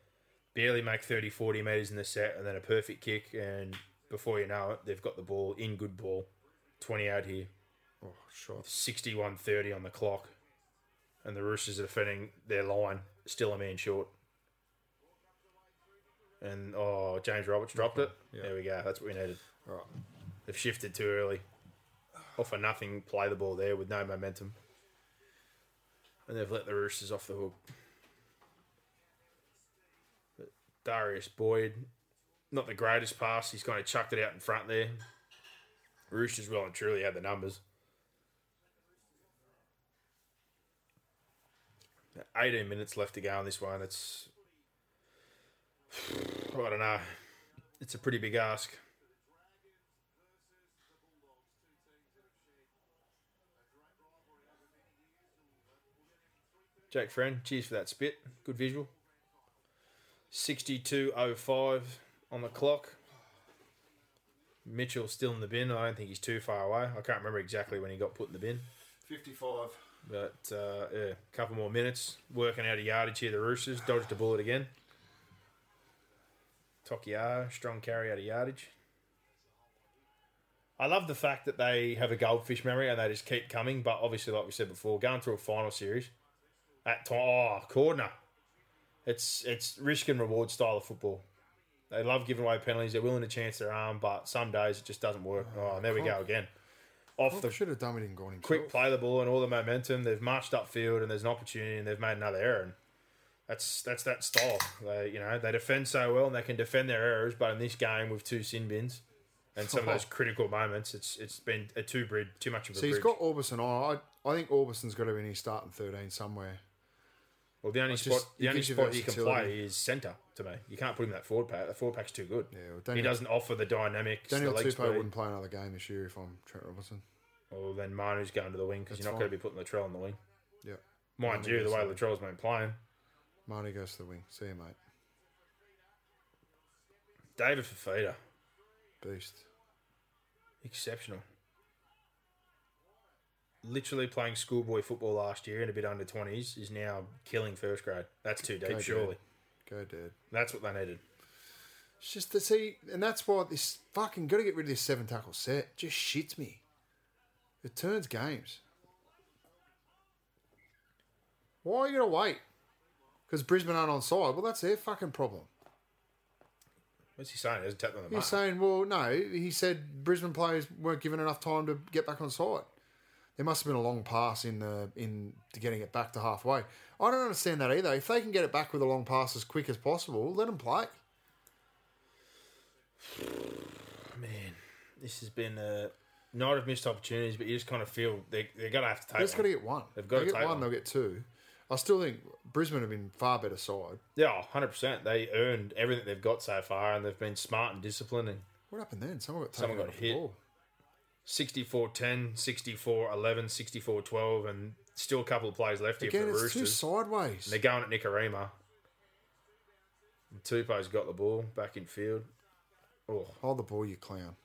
S1: Barely make 30, 40 metres in the set and then a perfect kick. And before you know it, they've got the ball in good ball. 20 out here,
S2: Oh, shot.
S1: 61 30 on the clock. And the Roosters are defending their line, still a man short. And oh, James Roberts dropped it.
S2: Yeah.
S1: There we go. That's what we needed.
S2: All right.
S1: They've shifted too early. Off a nothing, play the ball there with no momentum. And they've let the Roosters off the hook. But Darius Boyd, not the greatest pass. He's kind of chucked it out in front there. Roosters well and truly had the numbers. 18 minutes left to go on this one. It's. I don't know. It's a pretty big ask. Jake Friend, cheers for that spit. Good visual. 62.05 on the clock. Mitchell still in the bin. I don't think he's too far away. I can't remember exactly when he got put in the bin.
S2: 55.
S1: But uh, yeah, a couple more minutes. Working out a yardage here, the Roosters. Dodged a bullet again. Tokiara, strong carry out of yardage. I love the fact that they have a goldfish memory and they just keep coming. But obviously, like we said before, going through a final series, at time, oh, corner. It's it's risk and reward style of football. They love giving away penalties. They're willing to chance their arm, but some days it just doesn't work. Oh, and there we go again. Off the
S2: should have done it and gone himself.
S1: quick play the ball and all the momentum. They've marched upfield and there's an opportunity and they've made another error. And that's that's that style. They you know they defend so well and they can defend their errors, but in this game with two sin bins and some of those critical moments, it's it's been a two bridge too much of a
S2: So he's
S1: bridge.
S2: got Orbison on. I, I think Orbison's got to be in his starting 13 somewhere.
S1: well, the only
S2: just-
S1: spot the
S2: it
S1: only
S2: gives you
S1: spot he can
S2: versatility.
S1: play is centre to me. You can't put him in that forward pack. The forward pack's too good.
S2: Yeah, well,
S1: he
S2: Daniel-
S1: doesn't offer the dynamics.
S2: Daniel
S1: the leg
S2: Tupou
S1: speed.
S2: wouldn't play another game this year if I'm Trent Robinson.
S1: Well, then Manu's going to the wing because you're
S2: That's
S1: not going
S2: fine.
S1: to be putting Latrell on the wing.
S2: Yeah.
S1: Mind
S2: Manu
S1: you, the
S2: goes
S1: way
S2: to the
S1: Latrell's been playing,
S2: Marnie goes to the wing. See you, mate.
S1: David Fafita.
S2: Beast.
S1: Exceptional. Literally playing schoolboy football last year in a bit under 20s is now killing first grade. That's too deep,
S2: Go, Dad.
S1: surely.
S2: Go, Dad.
S1: That's what they needed.
S2: It's just that, see, and that's why this fucking got to get rid of this seven tackle set. Just shits me. It turns games. Why are you going to wait? Because Brisbane aren't on side. Well, that's their fucking problem.
S1: What's he saying? He hasn't tapped on the
S2: He's
S1: mark.
S2: saying, well, no, he said Brisbane players weren't given enough time to get back on side. There must have been a long pass in the in to getting it back to halfway. I don't understand that either. If they can get it back with a long pass as quick as possible, let them play.
S1: Man, this has been a night of missed opportunities, but you just kind of feel they, they're going to have to take
S2: They've just got to
S1: one.
S2: get one.
S1: They've gotta
S2: They get
S1: take
S2: one,
S1: one.
S2: They'll get two. I still think Brisbane have been far better side.
S1: Yeah, 100%. They earned everything they've got so far, and they've been smart and disciplined. And
S2: What happened then? Someone got taken
S1: Someone got
S2: off the
S1: hit.
S2: ball.
S1: 64 10, 64 11, 64 12, and still a couple of plays left here
S2: Again,
S1: for the
S2: it's too
S1: Roosters.
S2: sideways.
S1: And they're going at Nicarima. And Tupou's got the ball back in field. Oh,
S2: Hold the ball, you clown.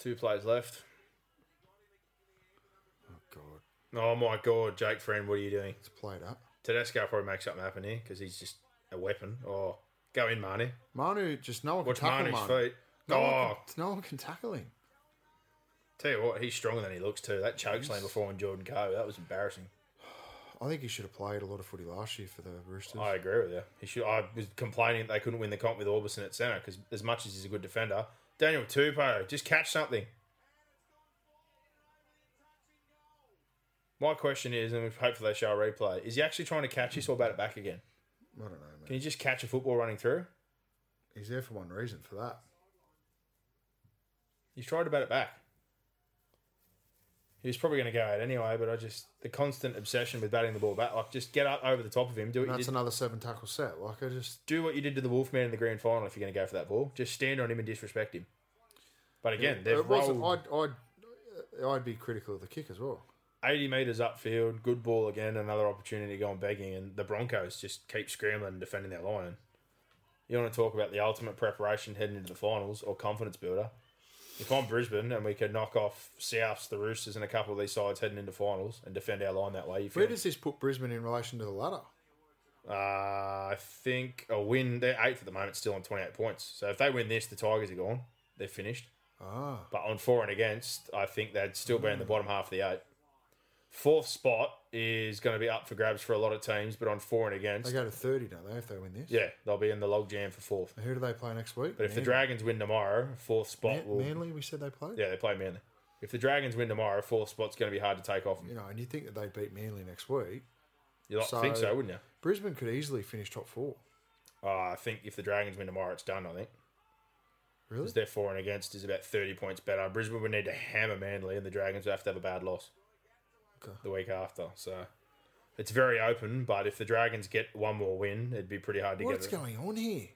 S1: two plays left.
S2: Oh God,
S1: Oh my God, Jake Friend, what are you doing?
S2: it's played up.
S1: Tedesco probably makes something happen here because he's just a weapon. Oh, go in, Marnie.
S2: Manu just no one
S1: Watch
S2: can tackle
S1: Marnie's
S2: Manu.
S1: feet.
S2: No, one
S1: oh,
S2: can, no one can tackle him.
S1: tell you what, he's stronger than he looks too. That choke slam before on Jordan Coe, that was embarrassing.
S2: I think he should have played a lot of footy last year for the Roosters.
S1: I agree with you. He should. I was complaining that they couldn't win the comp with Orbison at centre because as much as he's a good defender, Daniel Tupou just catch something. My question is, and hopefully they show a replay, is he actually trying to catch this or bat it back again?
S2: I don't know, man.
S1: Can you just catch a football running through?
S2: He's there for one reason, for that.
S1: He's tried to bat it back. He was probably going to go out anyway, but I just the constant obsession with batting the ball back, like just get up over the top of him, do
S2: And
S1: what you
S2: that's
S1: did,
S2: another seven tackle set. Like I just,
S1: do what you did to the Wolfman in the grand final if you're going to go for that ball. Just stand on him and disrespect him. But again,
S2: it
S1: they've
S2: wasn't.
S1: rolled
S2: I'd, I'd, I'd be critical of the kick as well.
S1: 80 metres upfield, good ball again, another opportunity going begging, and the Broncos just keep scrambling and defending their line. You want to talk about the ultimate preparation heading into the finals or confidence builder? If I'm Brisbane and we could knock off Souths, the Roosters, and a couple of these sides heading into finals and defend our line that way, you
S2: Where
S1: feel?
S2: does this put Brisbane in relation to the ladder?
S1: uh, I think a win. They're eighth at the moment, still on 28 points. So if they win this, the Tigers are gone. They're finished.
S2: Ah,
S1: But on for and against, I think they'd still be in the bottom half of the eight. Fourth spot is going to be up for grabs for a lot of teams, but on for and
S2: they
S1: against,
S2: go to thirty, don't they? If they win this,
S1: yeah, they'll be in the log jam for fourth.
S2: Who do they play next week?
S1: But if the
S2: Man-
S1: Dragons win tomorrow, fourth spot
S2: Man-
S1: will.
S2: Manly, we said they played.
S1: Yeah, they play Manly. If the Dragons win tomorrow, fourth spot's going to be hard to take off them.
S2: You know, and you think that they beat Manly next week.
S1: You'd like to think
S2: So-
S1: so, wouldn't you?
S2: Brisbane could easily finish top four.
S1: Uh, I think if the Dragons win tomorrow, it's done, I think.
S2: Really?
S1: Because their for and against is about 30 points better. Brisbane would need to hammer Manly, and the Dragons would have to have a bad loss.
S2: Okay.
S1: the week after. So it's very open, but if the Dragons get one more win, it'd be pretty hard to
S2: What's
S1: get it.
S2: going on here?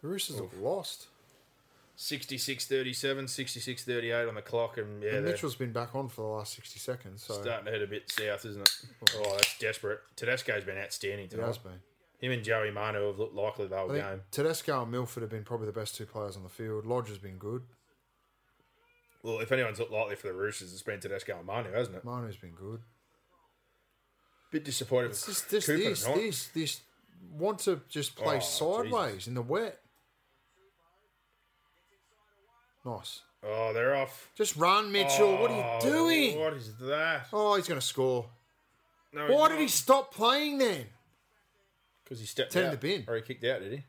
S2: The Roosters have lost.
S1: 66 37, 66 38 on the clock, and yeah,
S2: and
S1: they're
S2: Mitchell's been back on for the last sixty seconds. So
S1: starting to head a bit south, isn't it? Oh, that's desperate. Tedesco's been outstanding
S2: it has
S1: tonight.
S2: been.
S1: Him and Joey Manu have looked likely the whole
S2: I think
S1: game.
S2: Tedesco and Milford have been probably the best two players on the field. Lodge has been good.
S1: Well, if anyone's looked likely for the Roosters, it's been Tedesco and Manu, hasn't it?
S2: Manu's been good.
S1: Bit disappointed
S2: It's
S1: with
S2: just this,
S1: Cooper
S2: this,
S1: tonight.
S2: this, this want to just play
S1: Oh,
S2: sideways in the wet. Nice.
S1: Oh, they're off.
S2: Just run, Mitchell. what are
S1: Oh,
S2: you doing?
S1: What is that?
S2: Oh, he's going to score.
S1: No,
S2: Why did he stop playing then?
S1: Because he stepped
S2: Turn
S1: out.
S2: the bin.
S1: Or he kicked out, did he?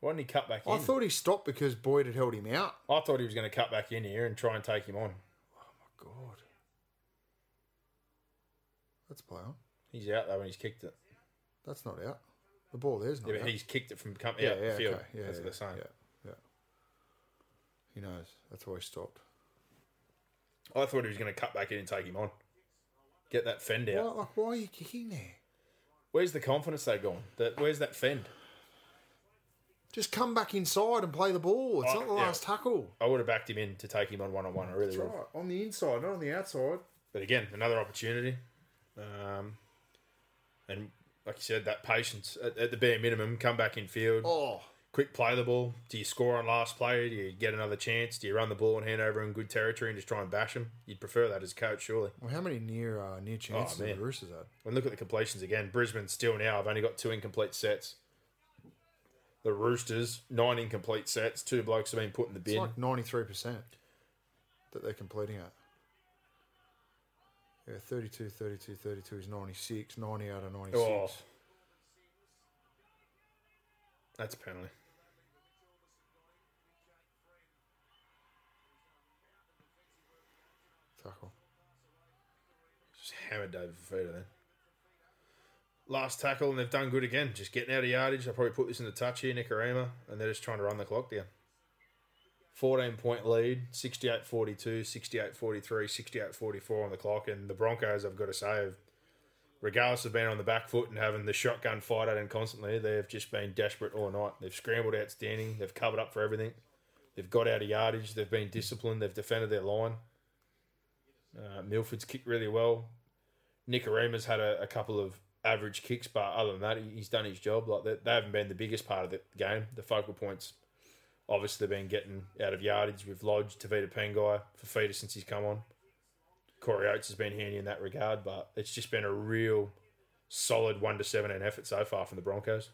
S1: Why didn't he cut back in?
S2: I thought he stopped because Boyd had held him out.
S1: I thought he was going to cut back in here and try and take him on. Oh,
S2: God. Let's play on.
S1: He's out though when he's kicked
S2: Oh,
S1: it.
S2: That's not out. The ball there's not
S1: Yeah,
S2: out.
S1: but he's kicked it from come,
S2: yeah,
S1: out
S2: yeah,
S1: the field.
S2: okay. yeah,
S1: That's what
S2: yeah,
S1: they're saying.
S2: Yeah, yeah. He knows. That's why he stopped.
S1: I thought he was going to cut back in and take him on. Get that fend out.
S2: Why, like, why are you kicking there?
S1: Where's the confidence they gone? That where's that fend?
S2: Just come back inside and play the ball. It's
S1: Oh,
S2: not the
S1: yeah.
S2: last tackle.
S1: I would have backed him in to take him on one on one. I really would.
S2: On the inside, not on the outside.
S1: But again, another opportunity. Um, and like you said, that patience at, at the bare minimum. Come back in field,
S2: Oh,
S1: quick play the ball. Do you score on last play? Do you get another chance? Do you run the ball and hand over in good territory and just try and bash them? You'd prefer that as coach, surely.
S2: well, how many near uh, near chances have
S1: Oh, man.
S2: the Roosters had?
S1: And look at the completions again. Brisbane still now have only got two incomplete sets. The Roosters nine incomplete sets. Two blokes have been put in the
S2: It's
S1: bin.
S2: like ninety three percent that they're completing at. Yeah, 32, 32, 32 is 96, 90 out of 96.
S1: Oh. That's a penalty.
S2: Tackle.
S1: Just hammered David Fafita then. Last tackle, and they've done good again. Just getting out of yardage. I'll probably put this in the touch here, Nicarima, and they're just trying to run the clock down. 14 point lead, 68 42, 68 43, 68 44 on the clock. And the Broncos, I've got to say, have, regardless of being on the back foot and having the shotgun fired at them constantly, they've just been desperate all night. They've scrambled outstanding, they've covered up for everything, they've got out of yardage, they've been disciplined, they've defended their line. Uh, Milford's kicked really well. Nicarima's had a, a couple of average kicks, but other than that, he- he's done his job. Like they, they haven't been the biggest part of the game. The focal points, obviously, been getting out of yardage with Lodge, Tavita Pengai, Fafita since he's come on. Corey Oates has been handy in that regard, but it's just been a real solid one to seventeen effort so far from the Broncos.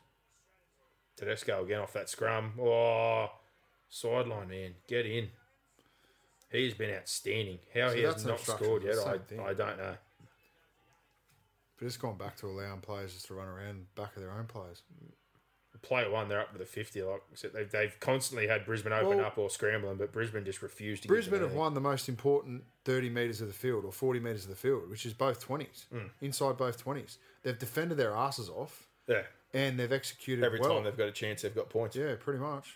S1: Tedesco again off that scrum. Oh, sideline man, get in. He has been outstanding. How
S2: So
S1: he
S2: that's
S1: has
S2: an
S1: not
S2: obstruction,
S1: scored yet,
S2: same
S1: I,
S2: thing.
S1: I don't know.
S2: But it's gone back to allowing players just to run around back of their own players.
S1: play one, they're up to the fifty. Like so they've, they've constantly had Brisbane open
S2: Well-
S1: up or scrambling, but Brisbane just refused to. give
S2: Brisbane
S1: them
S2: have
S1: anything.
S2: won the most important 30 metres of the field or 40 metres of the field, which is both 20s,
S1: Hmm.
S2: inside both 20s. They've defended their asses off
S1: Yeah,
S2: and they've executed
S1: every
S2: well.
S1: time they've got a chance, they've got points.
S2: yeah, pretty much.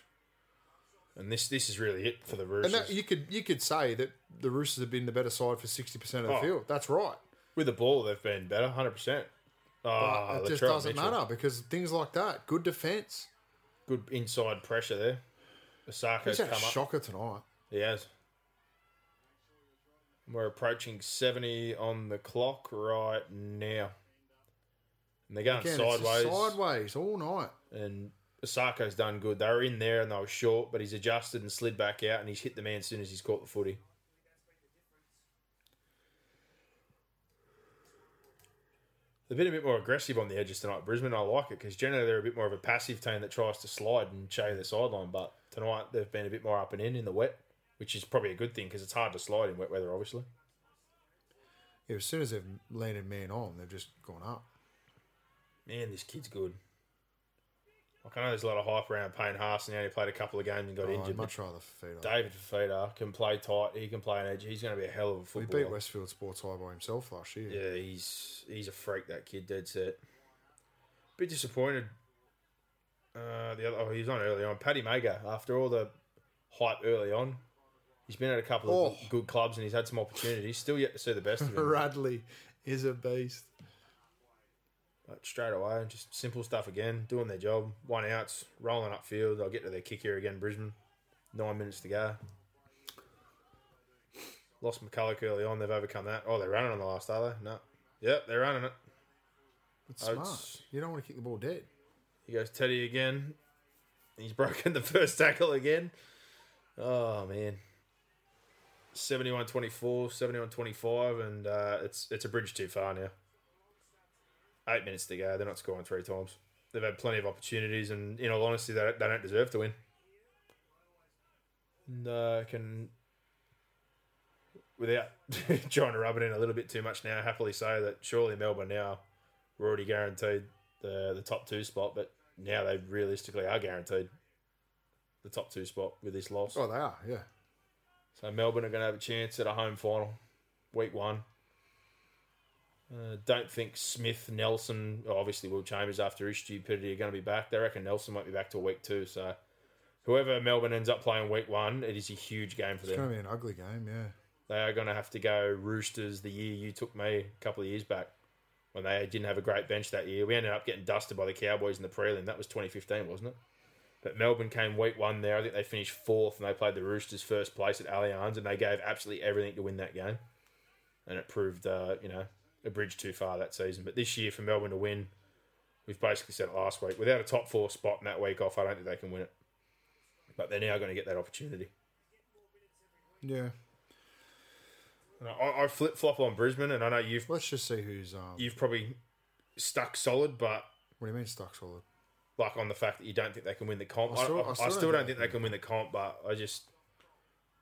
S1: And this this is really it for the Roosters.
S2: And that, you could you could say that the Roosters have been the better side for 60% of the
S1: Oh.
S2: field. That's right.
S1: With the ball, they've been better, hundred percent. Ah,
S2: it just
S1: Latrell
S2: doesn't
S1: Mitchell.
S2: matter because things like that, good defence.
S1: Good inside pressure there. Osaka's
S2: He's
S1: come
S2: had a
S1: up.
S2: shocker tonight.
S1: He has. We're approaching seventy on the clock right now, and they're going
S2: Again, it's just
S1: sideways.
S2: sideways all night.
S1: and Osako's done good. They were in there and they were short, but he's adjusted and slid back out, and he's hit the man as soon as he's caught the footy. They've been a bit more aggressive on the edges tonight, Brisbane. I like it because generally they're a bit more of a passive team that tries to slide and show their sideline, but tonight they've been a bit more up and in in the wet, which is probably a good thing because it's hard to slide in wet weather, obviously.
S2: Yeah, as soon as they've landed man on, they've just gone up.
S1: Man, this kid's good. Like, I know there's a lot of hype around Payne Haas, and he only played a couple of games and got
S2: Oh,
S1: injured.
S2: I'd
S1: but
S2: much rather feed up.
S1: David Fafita can play tight. He can play an edge. He's going to be a hell of a
S2: We
S1: footballer.
S2: beat Westfield Sports High by himself last year.
S1: Yeah, he's he's a freak. That kid, dead set. Bit disappointed. Uh, the other, oh, he was on early on. Paddy Mager, after all the hype early on, he's been at a couple of
S2: Oh.
S1: good clubs and he's had some opportunities. Still yet to see the best of him.
S2: Radley is a beast.
S1: But straight away, just simple stuff again, doing their job. One outs, rolling upfield. I'll get to their kick here again, Brisbane. Nine minutes to go. Lost McCulloch early on. They've overcome that. Oh, they're running on the last, are they? No. Yep, they're running it.
S2: It's
S1: Oates.
S2: smart. You don't want to kick the ball dead.
S1: He goes Teddy again. He's broken the first tackle again. Oh, man. 71 24, 71 25, and uh, it's, it's a bridge too far now. Eight minutes to go. They're not scoring three times. They've had plenty of opportunities, and in all honesty, they don't, they don't deserve to win. And uh, can, without trying to rub it in a little bit too much now, happily say that surely Melbourne now were already guaranteed the the top two spot, but now they realistically are guaranteed the top two spot with this loss.
S2: Oh, they are. Yeah.
S1: So Melbourne are going to have a chance at a home final, week one. Uh, don't think Smith, Nelson, oh, obviously Will Chambers after his stupidity are going to be back. They reckon Nelson won't be back till week two. So whoever Melbourne ends up playing week one, it is a huge game for
S2: It's going
S1: them.
S2: to be an ugly game. Yeah.
S1: They are going to have to go Roosters the year you took me a couple of years back when they didn't have a great bench that year. We ended up getting dusted by the Cowboys in the prelim. That was 2015, wasn't it? But Melbourne came week one there. I think they finished fourth and they played the Roosters first place at Allianz and they gave absolutely everything to win that game. And it proved, uh, you know, a bridge too far that season. But this year for Melbourne to win We've basically said it last week. Without a top four spot in that week off, I don't think they can win it. But they're now going to get that opportunity.
S2: Yeah.
S1: And I, I flip flop on Brisbane, and I know you've
S2: Let's just see who's. Um,
S1: you've probably stuck solid, but
S2: what do you mean stuck solid?
S1: like on the fact that you don't think they can win the comp.
S2: I
S1: I,
S2: still-
S1: I-
S2: I
S1: I
S2: still
S1: still
S2: don't
S1: don't think they can win the comp, but I just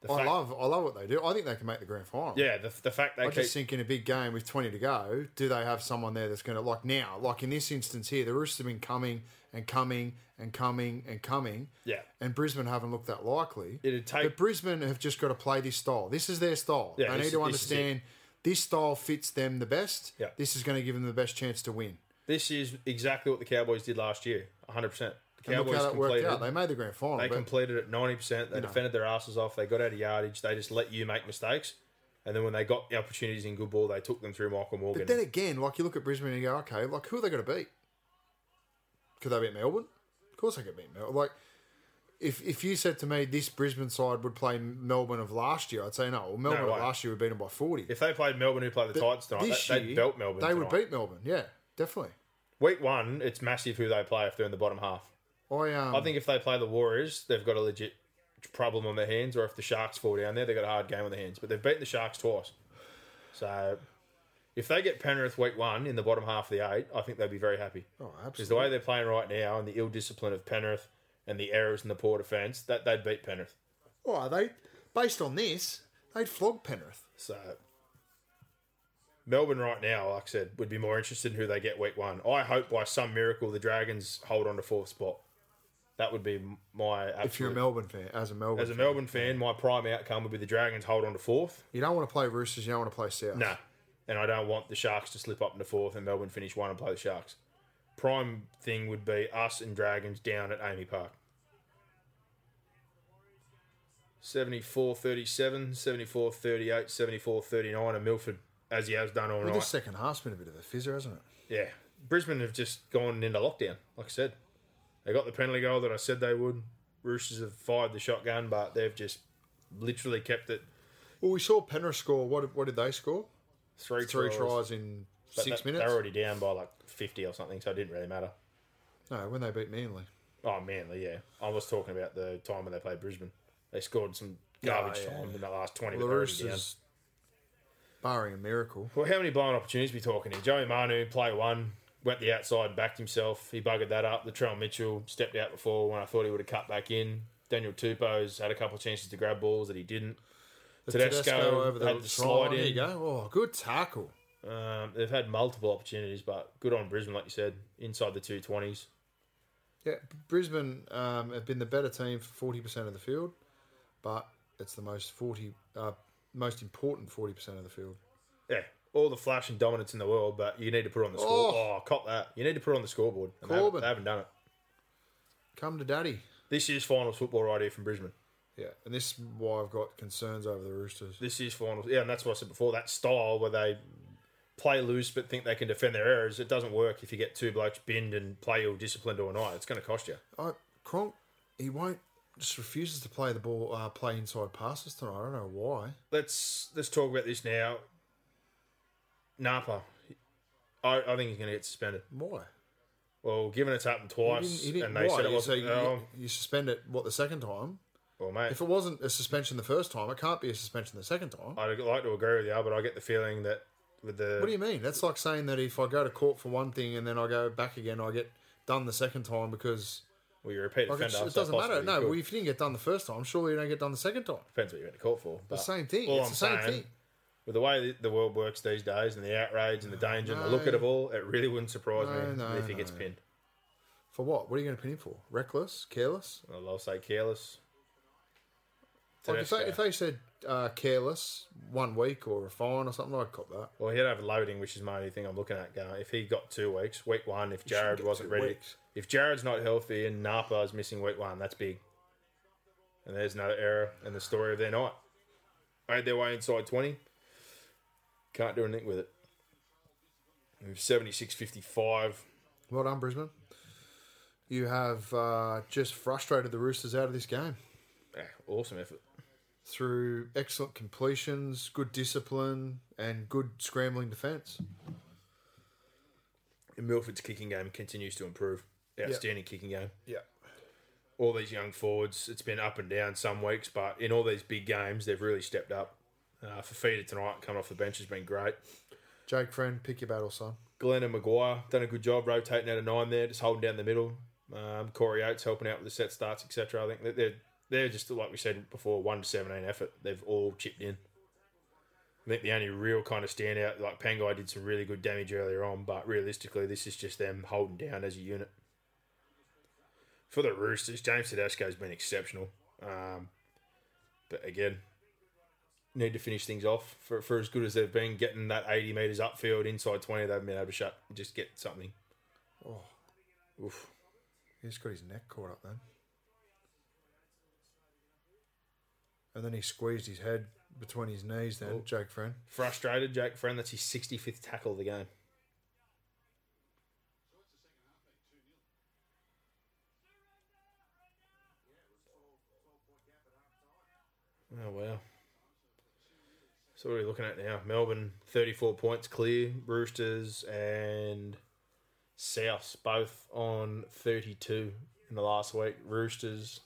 S1: the
S2: I
S1: fact,
S2: love I love what they do. I think they can make the grand final.
S1: yeah the, the fact they
S2: I
S1: keep
S2: just think in a big game with 20 to go, do they have someone there that's going to, like now, like in this instance here, the Roosters have been coming and coming and coming and coming,
S1: yeah
S2: and Brisbane haven't looked that likely.
S1: It'd take-
S2: But Brisbane have just got to play this style. This is their style.
S1: Yeah,
S2: they
S1: this-
S2: need to
S1: this is it.
S2: understand this style fits them the best.
S1: Yeah.
S2: This is going to give them the best chance to win.
S1: this is exactly what the Cowboys did last year, 100. percent The
S2: And look
S1: Cowboys
S2: how that worked
S1: completed.
S2: out. They made the grand final.
S1: They
S2: but
S1: completed at 90. percent They defended their asses off. They got out of yardage. They just let you make mistakes, and then when they got the opportunities in good ball, they took them through Michael Morgan.
S2: But then again, like you look at Brisbane and you go, okay, like who are they going to beat? Could they beat Melbourne? Of course they could beat Melbourne. Like if if you said to me this Brisbane side would play Melbourne of last year, I'd say no. Well, Melbourne
S1: way.
S2: of last year would beat them by forty.
S1: if they played Melbourne, who played the Titans tonight,
S2: this
S1: they, would
S2: year,
S1: belt Melbourne.
S2: They would
S1: tonight.
S2: beat Melbourne. Yeah, definitely.
S1: Week one, it's massive who they play if they're in the bottom half.
S2: I um,
S1: I think if they play the Warriors, they've got a legit problem on their hands, or if the Sharks fall down there, they've got a hard game on their hands. But they've beaten the Sharks twice. So if they get Penrith week one in the bottom half of the eight, I think they'd be very happy.
S2: oh,
S1: Because the
S2: absolutely.
S1: way they're playing right now and the ill discipline of Penrith and the errors in the poor defence, that they'd beat Penrith.
S2: Oh, they based on this, they'd flog Penrith.
S1: So Melbourne right now, like I said, would be more interested in who they get week one. I hope by some miracle the Dragons hold on to fourth spot. That would be my absolute
S2: If you're a Melbourne fan, as a Melbourne,
S1: As a
S2: fan.
S1: Melbourne fan, my prime outcome would be the Dragons hold on to fourth.
S2: you don't want to play Roosters, you don't want to play South.
S1: No. And I don't want the Sharks to slip up into fourth and Melbourne finish one and play the Sharks. Prime thing would be us and Dragons down at Amy Park. 74 37, 74 38, 74 39 and Milford, as he has done all
S2: Well,
S1: night.
S2: this second half's been a bit of a fizzer, hasn't it?
S1: Yeah. Brisbane have just gone into lockdown, like I said. They got the penalty goal that I said they would. Roosters have fired the shotgun, but they've just literally kept it
S2: Well, we saw Penrith score. What what did they score?
S1: three,
S2: three
S1: tries.
S2: tries in
S1: But
S2: six
S1: they-
S2: minutes.
S1: They're already down by like 50 or something, so it didn't really matter.
S2: No, when they beat Manly.
S1: Oh, Manly, yeah. I was talking about the time when they played Brisbane. They scored some garbage
S2: yeah.
S1: time in the last 20 but
S2: Well, the
S1: they're already down.
S2: Roosters, barring a miracle.
S1: Well, how many blown opportunities we talking here? Joey Manu, play one, went the outside, backed himself. He buggered that up. Latrell Mitchell stepped out before when I thought he would have cut back in. Daniel Tupos had a couple of chances to grab balls that he didn't.
S2: The
S1: Tedesco had
S2: try
S1: to slide
S2: line. There you
S1: in.
S2: go. Oh, good tackle.
S1: Um, they've had multiple opportunities, but good on Brisbane, like you said, inside the 220s.
S2: Yeah, Brisbane um, have been the better team for forty percent of the field, but it's the most forty uh, most important forty percent of the field.
S1: Yeah, all the flash and dominance in the world, but you need to put it on the score. Oh, cop that. You need to put it on the scoreboard. And they, haven't,
S2: Corbin.
S1: they haven't done it.
S2: Come to daddy.
S1: This year's finals football right here from Brisbane.
S2: Yeah, and this is why I've got concerns over the Roosters.
S1: This year's finals. Yeah, and that's what I said before. That style where they play loose but think they can defend their errors, it doesn't work if you get two blokes binned and play all disciplined all night. It's going to cost you.
S2: I, Cronk, he won't just refuses to play the ball, uh, play inside passes tonight. I don't know why.
S1: Let's let's talk about this now. Napa, I, I think he's going to get suspended.
S2: Why?
S1: Well, given it's happened
S2: He
S1: twice,
S2: didn't, he didn't
S1: and they
S2: why?
S1: said it
S2: You
S1: wasn't.
S2: say you,
S1: oh,
S2: you suspend it what the second time.
S1: well, mate,
S2: If it wasn't a suspension the first time, it can't be a suspension the second time.
S1: I'd like to agree with you, but I get the feeling that with the
S2: What do you mean? That's like saying that if I go to court for one thing and then I go back again, I get done the second time because
S1: well, you repeat
S2: like
S1: offender,
S2: it's,
S1: so
S2: it doesn't
S1: possibly
S2: matter.
S1: you
S2: No,
S1: could.
S2: well, if you didn't get done the first time, surely you don't get done the second time.
S1: depends what you went to court for.
S2: The
S1: but
S2: same thing.
S1: all
S2: It's
S1: I'm
S2: the same
S1: saying,
S2: thing.
S1: With the way that the world works these days, and the outrage, and the danger, and the look
S2: no.
S1: at it all, it really wouldn't surprise
S2: No,
S1: me
S2: no,
S1: if he
S2: no.
S1: gets pinned.
S2: For what? What are you going to pin him for? Reckless? Careless?
S1: Well, I'll say careless.
S2: Like if they, if
S1: Tedesco.
S2: they said uh, careless one week or a fine or something, I'd cop that.
S1: well, he'd have loading, which is my only thing I'm looking at. Going, if he got two weeks, week one, if
S2: shouldn't
S1: Jared
S2: get
S1: wasn't
S2: two
S1: ready,
S2: weeks.
S1: if Jared's not healthy and Napa is missing week one, that's big. And there's another error in the story of their night. Made their way inside 20. Can't do anything with it. Move 76 55.
S2: Well done, Brisbane. You have uh, just frustrated the Roosters out of this game
S1: Yeah, ah, awesome effort.
S2: through excellent completions, good discipline, and good scrambling defence.
S1: It Milford's kicking game continues to improve. Outstanding kicking game.
S2: Yeah.
S1: All these young forwards, it's been up and down some weeks, but in all these big games, they've really stepped up. Uh, Fafita tonight coming off the bench has been great.
S2: Jake Friend, pick your battle, son.
S1: Glenn and Maguire done a good job rotating out of nine there, just holding down the middle. Um, Corey Oates helping out with the set starts, etc. I think that they're they're just like we said before, one to seventeen effort. They've all chipped in. I think the only real kind of standout, like Pangai, did some really good damage earlier on, but realistically, this is just them holding down as a unit. For the Roosters, James Tedesco has been exceptional, um, but again, need to finish things off for, for as good as they've been getting that 80 metres upfield inside 20 they've been able to shut just get something
S2: Oh,
S1: oof
S2: he just got his neck caught up then. And then he squeezed his head between his knees then,
S1: Oh.
S2: Jake Friend.
S1: frustrated Jake Friend that's his 65th tackle of the game oh wow so what are we looking at now Melbourne 34 points clear Roosters and Souths both on 32 in the last week Roosters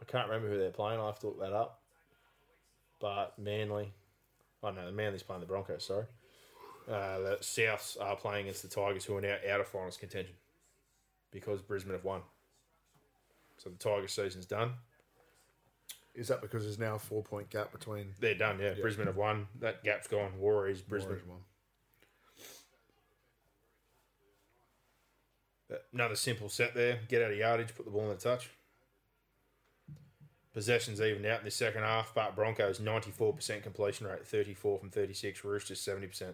S1: I can't remember who they're playing I'll have to look that up but Manly Oh no, the Manly's playing the Broncos. Sorry, uh, the Souths are playing against the Tigers, who are now out of finals contention because Brisbane have won. So the Tigers' season's done.
S2: Is that because there's now a four point gap between
S1: They're done. Yeah, Brisbane have won. That gap's gone. Warriors, Brisbane.
S2: Warriors one?
S1: But Another simple set there. Get out of yardage. Put the ball in the touch. Possessions evened out in the second half, but Broncos 94% completion rate, 34 from 36, Roosters 70%.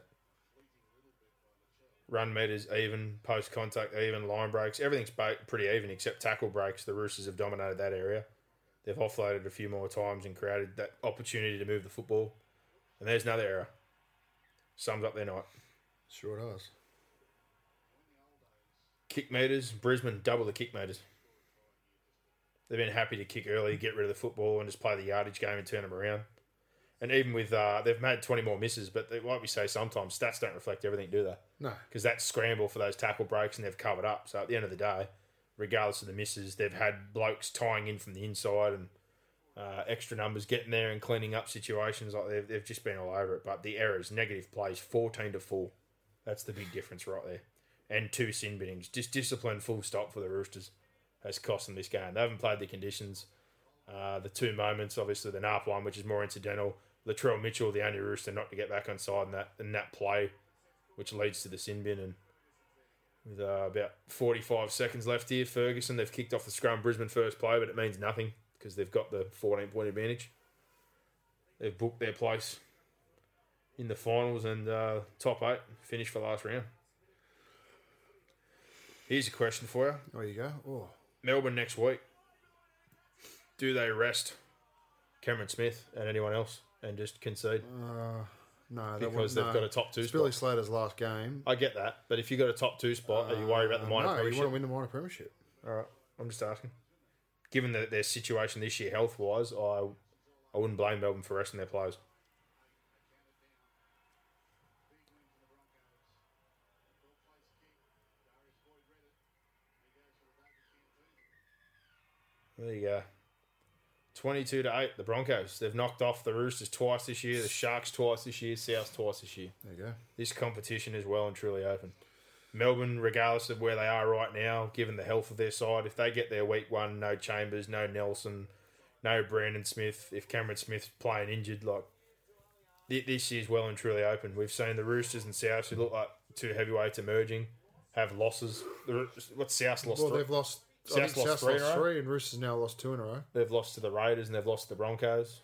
S1: Run meters even, post contact even, line breaks, everything's ba- pretty even except tackle breaks. The Roosters have dominated that area. They've offloaded a few more times and created that opportunity to move the football. And there's another error. Sums up their night.
S2: Sure does.
S1: kick meters. Brisbane double the kick meters. They've been happy to kick early, get rid of the football, and just play the yardage game and turn them around. And even with uh, they've made twenty more misses, but they, like we say, sometimes stats don't reflect everything, do they?
S2: No.
S1: Because that scramble for those tackle breaks and they've covered up. So at the end of the day, regardless of the misses, they've had blokes tying in from the inside and uh, extra numbers getting there and cleaning up situations. Like they've, they've just been all over it. But the errors, negative plays, fourteen to four. That's the big difference right there. And two sin binnings. Just discipline full stop for the Roosters has cost them this game. They haven't played the conditions. Uh, the two moments, obviously the Narp one, which is more incidental. Latrell Mitchell, the only Rooster not to get back on side in that in that play, which leads to the sin bin. And with uh, about 45 seconds left here, Ferguson, they've kicked off the scrum Brisbane first play, but it means nothing because they've got the 14 point advantage. They've booked their place in the finals and uh, top eight, finish for last round. Here's a question for you.
S2: There you go. Oh,
S1: Melbourne next week. Do they rest Cameron Smith and anyone else and just concede
S2: Uh. no. That
S1: because
S2: one,
S1: they've
S2: no.
S1: got a top two
S2: It's Billy
S1: spot?
S2: Slater's last game.
S1: I get that, but if you got a top two spot, are you worried about the minor
S2: Uh, no, you
S1: premiership?
S2: want to win the minor premiership.
S1: All right, I'm just asking. Given that their situation this year, health wise, I I wouldn't blame Melbourne for resting their players. There you go. 22 to 8, the Broncos. They've knocked off the Roosters twice this year, the Sharks twice this year, Souths twice this year
S2: There you go.
S1: this competition is well and truly open. Melbourne, regardless of where they are right now, given the health of their side, if they get their week one, no Chambers, no Nelson, no Brandon Smith, if Cameron Smith's playing injured, like thi- this is well and truly open. We've seen the Roosters and Souths, who look like two heavyweights emerging, have losses. The, Roo- what's South lost?
S2: Well,
S1: three?
S2: they've lost. I
S1: South's
S2: think
S1: lost
S2: South's
S1: three in a
S2: lost
S1: row.
S2: three, and Roosters now lost two in a row.
S1: They've lost to the Raiders and they've lost to the Broncos.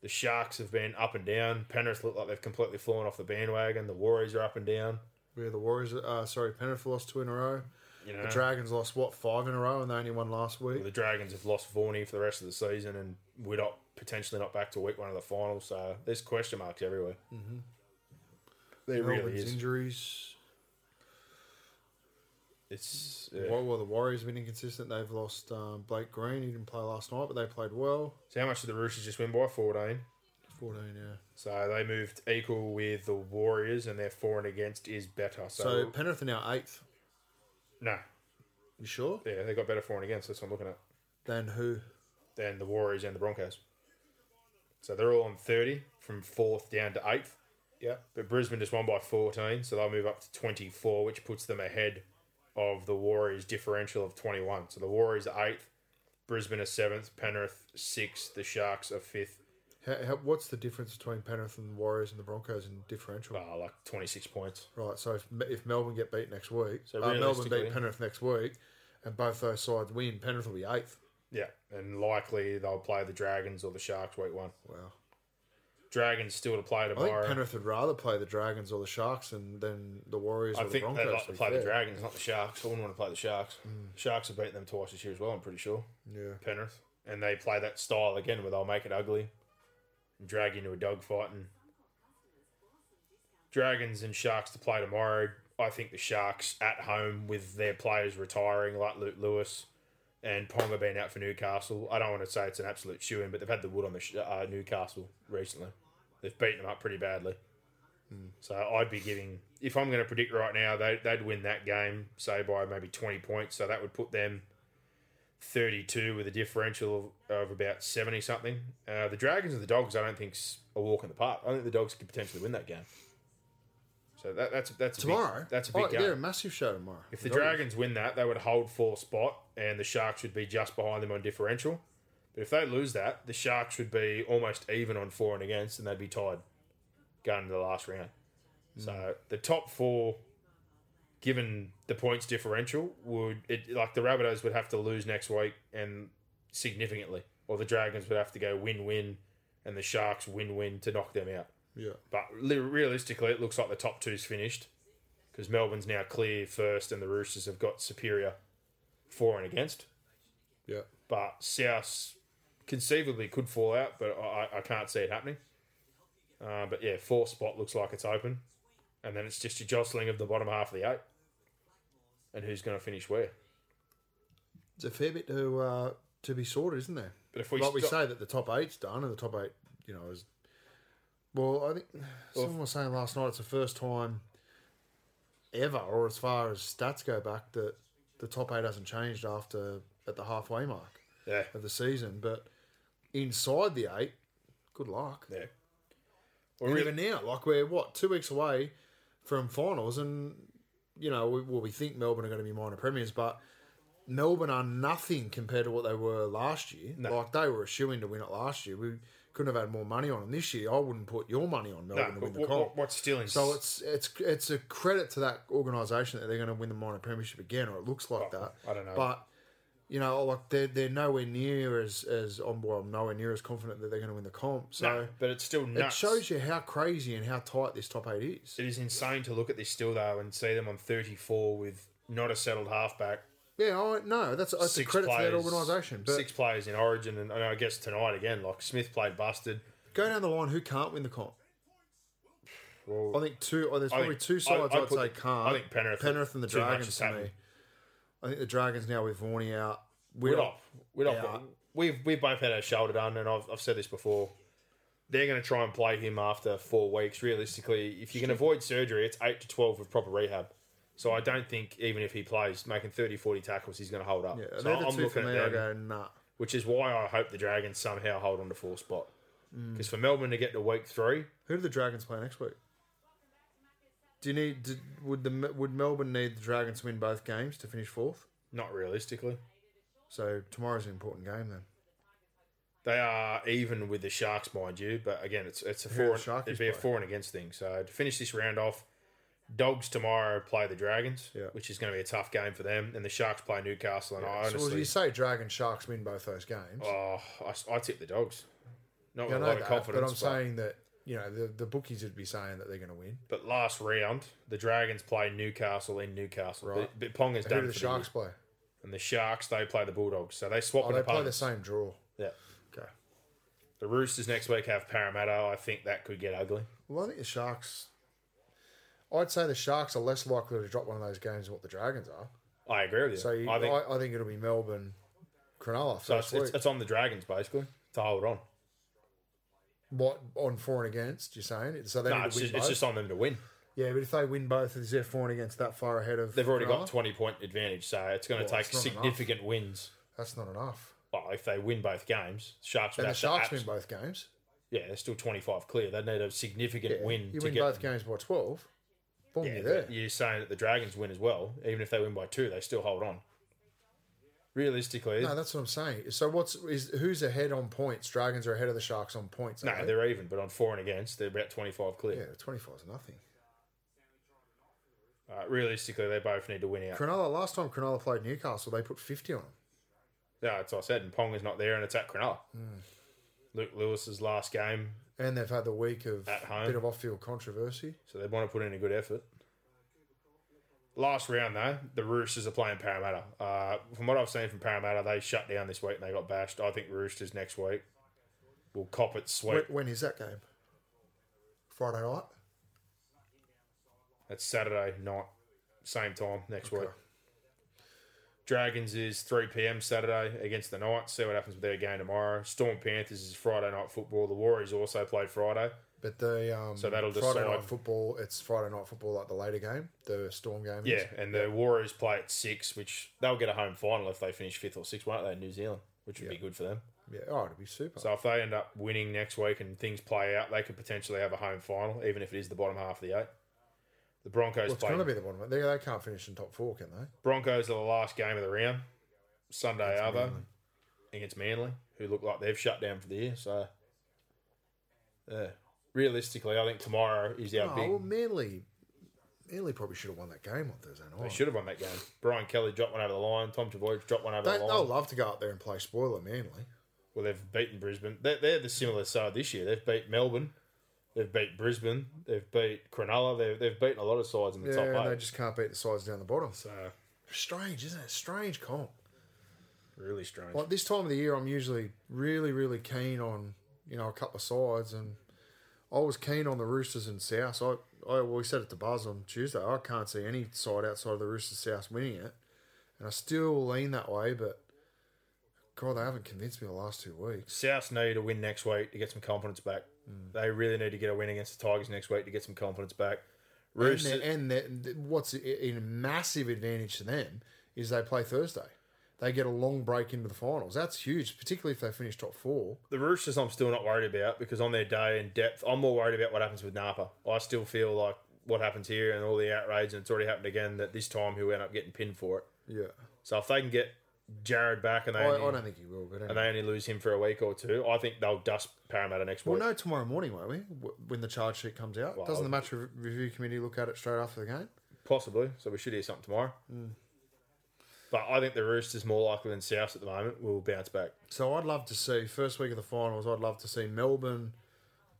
S1: The Sharks have been up and down. Penrith look like they've completely fallen off the bandwagon. The Warriors are up and down.
S2: Where the Warriors, uh, sorry, Penrith lost two in a row.
S1: You know,
S2: The Dragons lost what five in a row, and they only won last week.
S1: The Dragons have lost Vorney for the rest of the season, and we're not potentially not back to week one of the finals. So there's question marks everywhere. Mm-hmm. There really
S2: Melbourne's
S1: is.
S2: injuries.
S1: It's
S2: Why
S1: yeah.
S2: well, the Warriors have been inconsistent. They've lost um, Blake Green. He didn't play last night, but they played well.
S1: so how much did the Roosters just win by? Fourteen.
S2: Fourteen, yeah.
S1: So they moved equal with the Warriors, and their for and against is better. So,
S2: So Penrith are now eighth.
S1: no,
S2: You sure?
S1: yeah, they got better for and against. That's what I'm looking at.
S2: Then who?
S1: Than the Warriors and the Broncos. So they're all on 30 from fourth down to eighth.
S2: Yeah.
S1: But Brisbane just won by 14, so they'll move up to 24, which puts them ahead of the Warriors' differential of 21. So the Warriors are eighth, Brisbane are seventh, Penrith sixth, the Sharks are fifth.
S2: How, how, what's the difference between Penrith and the Warriors and the Broncos in differential?
S1: Ah, like 26 points.
S2: Right. So if, if Melbourne get beat next week,
S1: So
S2: uh, Melbourne
S1: realistically-
S2: beat Penrith next week, and both those sides win, Penrith will be eighth.
S1: Yeah, and likely they'll play the Dragons or the Sharks week one.
S2: Wow.
S1: Dragons still to play
S2: I think
S1: tomorrow.
S2: Penrith would rather play the Dragons or the Sharks than, than the Warriors
S1: I
S2: or the
S1: think
S2: Broncos.
S1: they'd like to
S2: be
S1: play the
S2: fair. Mm.
S1: Dragons, not the Sharks. I wouldn't want to play the Sharks. Sharks have beaten them twice this year as well, I'm pretty sure.
S2: Yeah.
S1: Penrith. And they play that style again where they'll make it ugly and drag you into a dogfight. And Dragons and Sharks to play tomorrow. I think the Sharks at home with their players retiring, like Luke Lewis and Ponga being out for Newcastle. I don't want to say it's an absolute shoe in, but they've had the wood on the sh- uh, Newcastle recently. They've beaten them up pretty badly.
S2: Hmm.
S1: So I'd be giving, if I'm going to predict right now, they, they'd win that game, say by maybe 20 points. So that would put them 32 with a differential of, of about 70 something. Uh, the Dragons and the Dogs, I don't think's a walk in the park. I think the Dogs could potentially win that game. So that, that's that's a big-
S2: Tomorrow.
S1: that's a big
S2: oh,
S1: game.
S2: They're a massive show tomorrow.
S1: If the
S2: Dogs.
S1: Dragons win that, they would hold fourth spot, and the Sharks would be just behind them on differential. But if they lose that, the Sharks would be almost even on for and against, and they'd be tied going into the last round. So the top four, given the points differential, would it like the Rabbitohs would have to lose next week and significantly, or the Dragons would have to go win-win, and the Sharks win-win to knock them out.
S2: Yeah.
S1: But li- realistically, it looks like the top two's finished because Melbourne's now clear first, and the Roosters have got superior for and against.
S2: Yeah.
S1: But South conceivably could fall out, but I, I- I can't see it happening. Uh, but yeah, fourth spot looks like it's open, and then it's just a jostling of the bottom half of the eight, and who's going to finish where.
S2: It's a fair bit to uh, to be sorted, isn't there?
S1: But if we
S2: like we
S1: stop-
S2: say that the top eight's done, and the top eight, you know, is well. I think someone was saying last night it's the first time ever, or as far as stats go back, that the top eight hasn't changed after at the halfway mark
S1: Yeah,
S2: of the season. But inside the eight, good luck.
S1: yeah. Or
S2: And
S1: really-
S2: even now, like we're what two weeks away from finals, and you know, we, well, we think Melbourne are going to be minor premiers, but Melbourne are nothing compared to what they were last year. Like they were a shoe in to win it last year. We couldn't have had more money on them this year. I wouldn't put your money on
S1: no,
S2: Melbourne to
S1: but
S2: win the
S1: what-
S2: comp.
S1: what- what's still in?
S2: So it's it's it's a credit to that organisation that they're going to win the minor premiership again, or it looks like that.
S1: Oh, I don't know.
S2: but you know, like they're they're nowhere near as as on well, I'm nowhere near as confident that they're going to win the comp. So
S1: no, but it's still
S2: it
S1: nuts.
S2: shows you how crazy and how tight this top eight is.
S1: It is insane to look at this still though and see them on 34 with not a settled halfback.
S2: Yeah, I no, that's, that's a
S1: six
S2: credit
S1: players,
S2: to that organisation. But
S1: six players in Origin, and, and I guess tonight again, like Smith played busted.
S2: go down the line, who can't win the comp?
S1: Well,
S2: I think two. Oh, there's probably
S1: think-
S2: two sides
S1: I-
S2: I,
S1: I
S2: would
S1: put-
S2: say can't.
S1: I think Penrith-
S2: Penrith and the
S1: too much
S2: Dragons
S1: has
S2: to me.
S1: happened.
S2: I think the Dragons now with Warney out.
S1: we're
S2: We're
S1: not. We're not.
S2: Yeah.
S1: We've we've both had our shoulder done, and I've, I've said this before. They're going to try and play him after four weeks. Realistically, if you can avoid surgery, it's eight to twelve with proper rehab. So I don't think even if he plays, making 30, 40 tackles, he's going to hold up.
S2: Yeah,
S1: so
S2: they're the
S1: I'm
S2: two for
S1: looking
S2: me.
S1: at
S2: I
S1: them.
S2: go nah.
S1: which is why I hope the Dragons somehow hold on to fourth spot. Because for Melbourne to get to week three,
S2: Who do the Dragons play next week? Do you need? Did, would the would Melbourne need the Dragons to win both games to finish fourth?
S1: not realistically,
S2: So tomorrow's an important game then.
S1: they are even with the Sharks, mind you. But again, it's it's a
S2: the
S1: four.
S2: Sharkies
S1: And, it'd be a
S2: play?
S1: four and against thing. So to finish this round off, Dogs tomorrow play the Dragons,
S2: Yeah.
S1: which is going to be a tough game for them, and the Sharks play Newcastle. And I
S2: so
S1: honestly,
S2: you say Dragon Sharks win both those games.
S1: oh, I, I tip the Dogs. Not
S2: Yeah,
S1: with
S2: I
S1: a
S2: know
S1: lot
S2: that,
S1: of confidence,
S2: but I'm saying that you know the, the bookies would be saying that they're going to win.
S1: but last round the Dragons play Newcastle in Newcastle.
S2: Right.
S1: But, but Pong is
S2: Who
S1: done
S2: do the
S1: for
S2: Sharks play?
S1: year. and the Sharks they play the Bulldogs, so they swap.
S2: Oh,
S1: an
S2: they play the
S1: opponent.
S2: same draw.
S1: Yeah.
S2: Okay.
S1: The Roosters next week have Parramatta. I think that could get ugly.
S2: Well, I think the Sharks. I'd say the Sharks are less likely to drop one of those games than what the Dragons are.
S1: I agree with you.
S2: So you,
S1: I think
S2: I, I think it'll be Melbourne, Cronulla
S1: so
S2: first
S1: it's, it's,
S2: week.
S1: it's on the Dragons basically to hold on.
S2: What on for and against? You're saying it, so they
S1: No,
S2: need
S1: it's
S2: to win
S1: just,
S2: both.
S1: it's just on them to win.
S2: yeah, but if they win both, is their for and against that far ahead of?
S1: They've already
S2: Cronulla?
S1: got 20 point advantage, so it's going to
S2: Well,
S1: take
S2: it's not enough.
S1: significant wins.
S2: That's not enough.
S1: Well, if they win both games, Sharks would
S2: And the
S1: have to
S2: Sharks
S1: abs-
S2: win both games.
S1: Yeah, they're still 25 clear. They need a significant
S2: Yeah,
S1: win
S2: you
S1: to
S2: win
S1: get
S2: both games by twelve. Boom,
S1: Yeah,
S2: you're there.
S1: but you're saying that the Dragons win as well. Even if they win by two, they still hold on. Realistically,
S2: No,
S1: no,
S2: that's what I'm saying. So what's is who's ahead on points? Dragons are ahead of the Sharks on points. aren't they?
S1: they're even, but on for and against, they're about 25 clear.
S2: yeah, twenty five is nothing.
S1: Uh, realistically, they both need to win out.
S2: Cronulla last time Cronulla played Newcastle, they put fifty on them.
S1: Yeah, Ah, that's what I said. And Pong is not there, and it's at Cronulla. Luke Lewis's last game,
S2: And they've had the week of
S1: At home.
S2: bit of off field controversy.
S1: so they want to put in a good effort. Last round, though, the Roosters are playing Parramatta. Uh, from what I've seen from Parramatta, they shut down this week and they got bashed. I think Roosters next week will cop it
S2: When,
S1: sweet.
S2: when is that game? Friday night.
S1: That's Saturday night, same time next week. Dragons is 3 p.m. Saturday against the Knights. See what happens with their game tomorrow. Storm Panthers is Friday night football. The Warriors also played Friday.
S2: But the um,
S1: So that'll
S2: Friday
S1: decide-
S2: night football. It's Friday night football, like the later game, the Storm game. is.
S1: Yeah, and the Warriors play at six, which they'll get a home final if they finish fifth or sixth, won't they, in New Zealand, which would be good for them.
S2: yeah. Oh, it'll be super.
S1: So if they end up winning next week and things play out, they could potentially have a home final, even if it is the bottom half of the eight. The Broncos
S2: well, it's
S1: play
S2: going to be the bottom. They, they can't finish in top four, can they?
S1: Broncos are the last game of the round, Sunday other against Manly, who look like they've shut down for the year. So, yeah. realistically, I think tomorrow is our
S2: Oh,
S1: big.
S2: well, Manly, Manly probably should have won that game on Thursday night.
S1: they should have won that game. Brian Kelly dropped one over the line. Tom Tavoy dropped one over
S2: They,
S1: the line.
S2: they'll love to go up there and play spoiler Manly.
S1: Well, they've beaten Brisbane. They're, they're the similar side this year. They've beat Melbourne. They've beat Brisbane. They've beat Cronulla. They've, they've beaten a lot of sides in the
S2: Yeah,
S1: top
S2: and
S1: eight.
S2: they just can't beat the sides down the bottom.
S1: so,
S2: Strange, isn't it? Strange comp.
S1: really strange.
S2: Like this time of the year, I'm usually really, really keen on you know a couple of sides, and I was keen on the Roosters and South. I, I well, we said it to Buzz on Tuesday. I can't see any side outside of the Roosters South winning it, and I still lean that way. But God, they haven't convinced me the last two weeks.
S1: South need a win next week to get some confidence back.
S2: Mm.
S1: They really need to get a win against the Tigers next week to get some confidence back.
S2: And,
S1: Roosters,
S2: they- and they- what's a a massive advantage to them is they play Thursday. They get a long break into the finals. That's huge, particularly if they finish top four.
S1: the Roosters, I'm still not worried about because on their day in depth, I'm more worried about what happens with Napa. I still feel like what happens here and all the outrage, and it's already happened again that this time he'll end up getting pinned for it.
S2: Yeah,
S1: So if they can get Jared back and they
S2: I, I
S1: only-
S2: don't think he will. But anyway.
S1: and they only lose him for a week or two, I think they'll dust Parramatta next
S2: We'll
S1: week.
S2: know tomorrow morning, won't we? W- When the charge sheet comes out,
S1: Well,
S2: doesn't the match re- review committee look at it straight after the game?
S1: Possibly. So we should hear something tomorrow.
S2: Hmm.
S1: But I think the Roosters more likely than South at the moment will bounce back.
S2: So I'd love to see first week of the finals. I'd love to see Melbourne,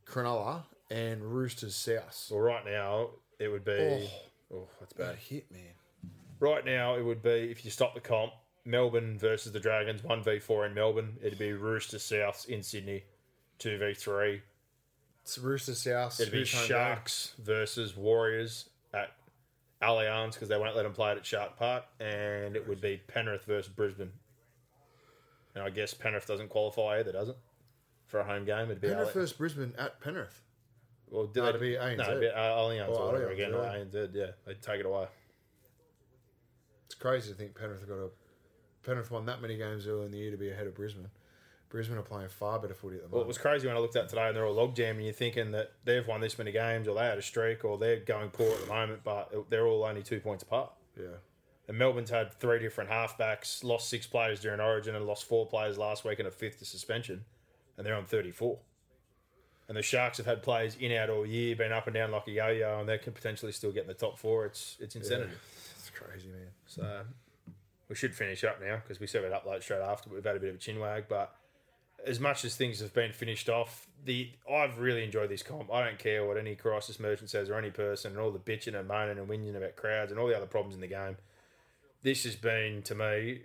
S2: Cronulla, and Roosters South.
S1: Well, right now it would be. Oh, that's bad.
S2: hit, man.
S1: Right now it would be if you stop the comp, Melbourne versus the Dragons, one v four in Melbourne. It'd be Rooster Souths in Sydney, two v three.
S2: It's Roosters South.
S1: It'd be
S2: who's home
S1: Sharks versus Warriors at Allianz because they won't let them play it at Shark Park, and it would be Penrith versus Brisbane. And I guess Penrith doesn't qualify either, does it? For a home game, it'd be
S2: game? Penrith
S1: Alli-
S2: versus Britton at Penrith.
S1: Well, did
S2: No,
S1: they-
S2: it'd be ANZ.
S1: No, it'd be Al- Allianz
S2: Oh,
S1: or whatever
S2: Allianz,
S1: again.
S2: yeah.
S1: ANZ, yeah, they'd take it away.
S2: It's crazy to think Penrith have got a Penrith won that many games early in the year to be ahead of Brisbane. Brisbane are playing far better footy at the
S1: Well, it
S2: moment.
S1: was crazy when I looked at it today and they're all logjam, and you're thinking that they've won this many games, or they had a streak, or they're going poor at the moment, but it- they're all only two points apart.
S2: yeah.
S1: And Melbourne's had three different halfbacks, lost six players during Origin, and lost four players last week and a fifth to suspension, and they're on 34. And the Sharks have had players in out all year, been up and down like a yo-yo, and they can potentially still get in the top four. It's it's insanity.
S2: It's crazy, man.
S1: So we should finish up now because we said we'd upload straight after. But we've had a bit of a chin wag, but as much as things have been finished off, the I've really enjoyed this comp. I don't care what any crisis merchant says or any person, and all the bitching and moaning and whinging about crowds and all the other problems in the game. This has been to me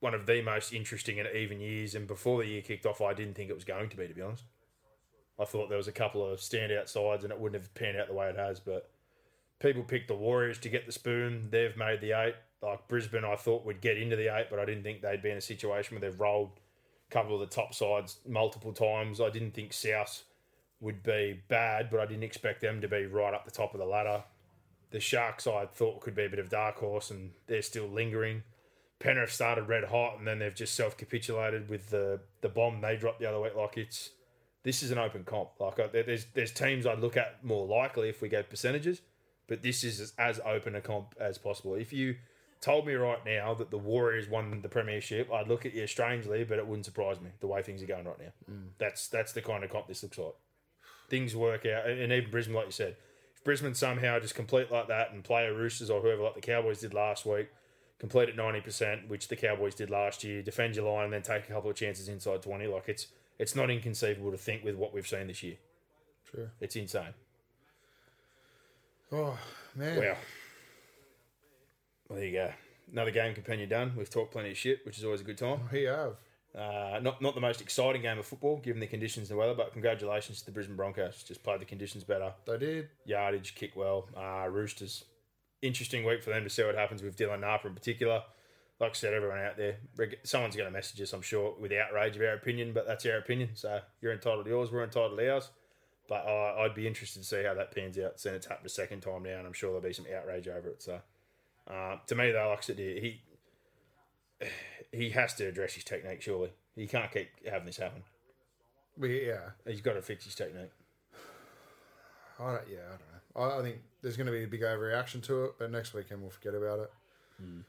S1: one of the most interesting and even years. And before the year kicked off, I didn't think it was going to be. To be honest, I thought there was a couple of standout sides, and it wouldn't have panned out the way it has. But people picked the Warriors to get the spoon. They've made the eight. Like Brisbane, I thought would get into the eight, but I didn't think they'd be in a situation where they've rolled a couple of the top sides multiple times. I didn't think South would be bad, but I didn't expect them to be right up the top of the ladder. The Shark side thought could be a bit of dark horse, and they're still lingering. Penrith started red hot, and then they've just self capitulated with the the bomb they dropped the other week. Like it's this is an open comp. Like I, there- there's there's teams I'd look at more likely if we gave percentages, but this is as, as open a comp as possible. If you told me right now that the Warriors won the premiership, I'd look at you strangely, but it wouldn't surprise me the way things are going right now. That's that's the kind of comp this looks like. Things work out, and and even Brisbane, like you said, if Brisbane somehow just complete like that and play a Roosters or whoever, like the Cowboys did last week, complete at ninety percent, which the Cowboys did last year, defend your line, and then take a couple of chances inside twenty, like it's it's not inconceivable to think with what we've seen this year.
S3: True.
S1: It's insane.
S3: Oh man.
S1: Wow. Well, there you go. Another game companion done. We've talked plenty of shit, which is always a good time.
S3: He have.
S1: Uh, not not the most exciting game of football given the conditions and the weather, but congratulations to the Brisbane Broncos. Just played the conditions better.
S3: They did.
S1: Yardage, kick well. Uh, Roosters. Interesting week for them to see what happens with Dylan Napa in particular. Like I said, everyone out there, reg- someone's going to message us, I'm sure, with outrage of our opinion, but that's our opinion. So you're entitled to yours, we're entitled to ours. But I I'd be interested to see how that pans out. Seeing it's happened a second time now, and I'm sure there'll be some outrage over it. So, uh, to me, though, like I said, he he has to address his technique. Surely he can't keep having this happen.
S3: We yeah.
S1: He's got to fix his technique.
S3: I don't. Yeah, I don't know. I, I think there's going to be a big overreaction to it, but next weekend we'll forget about it. Um,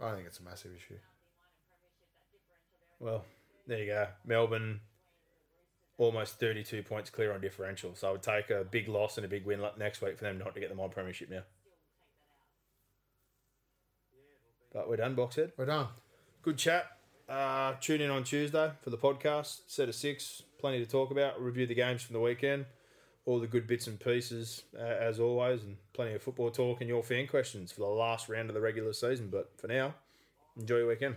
S3: I don't think it's a massive issue.
S1: Well, there you go. Melbourne almost 32 points clear on differential. So I would take a big loss and a big win like next week for them not to get them on premiership now. But we're done, Boxhead.
S3: We're done.
S1: Good chat. Uh, tune in on Tuesday for the podcast. Set of six. Plenty to talk about. Review the games from the weekend. All the good bits and pieces, uh, as always, and plenty of football talk and your fan questions for the last round of the regular season. But for now, enjoy your weekend.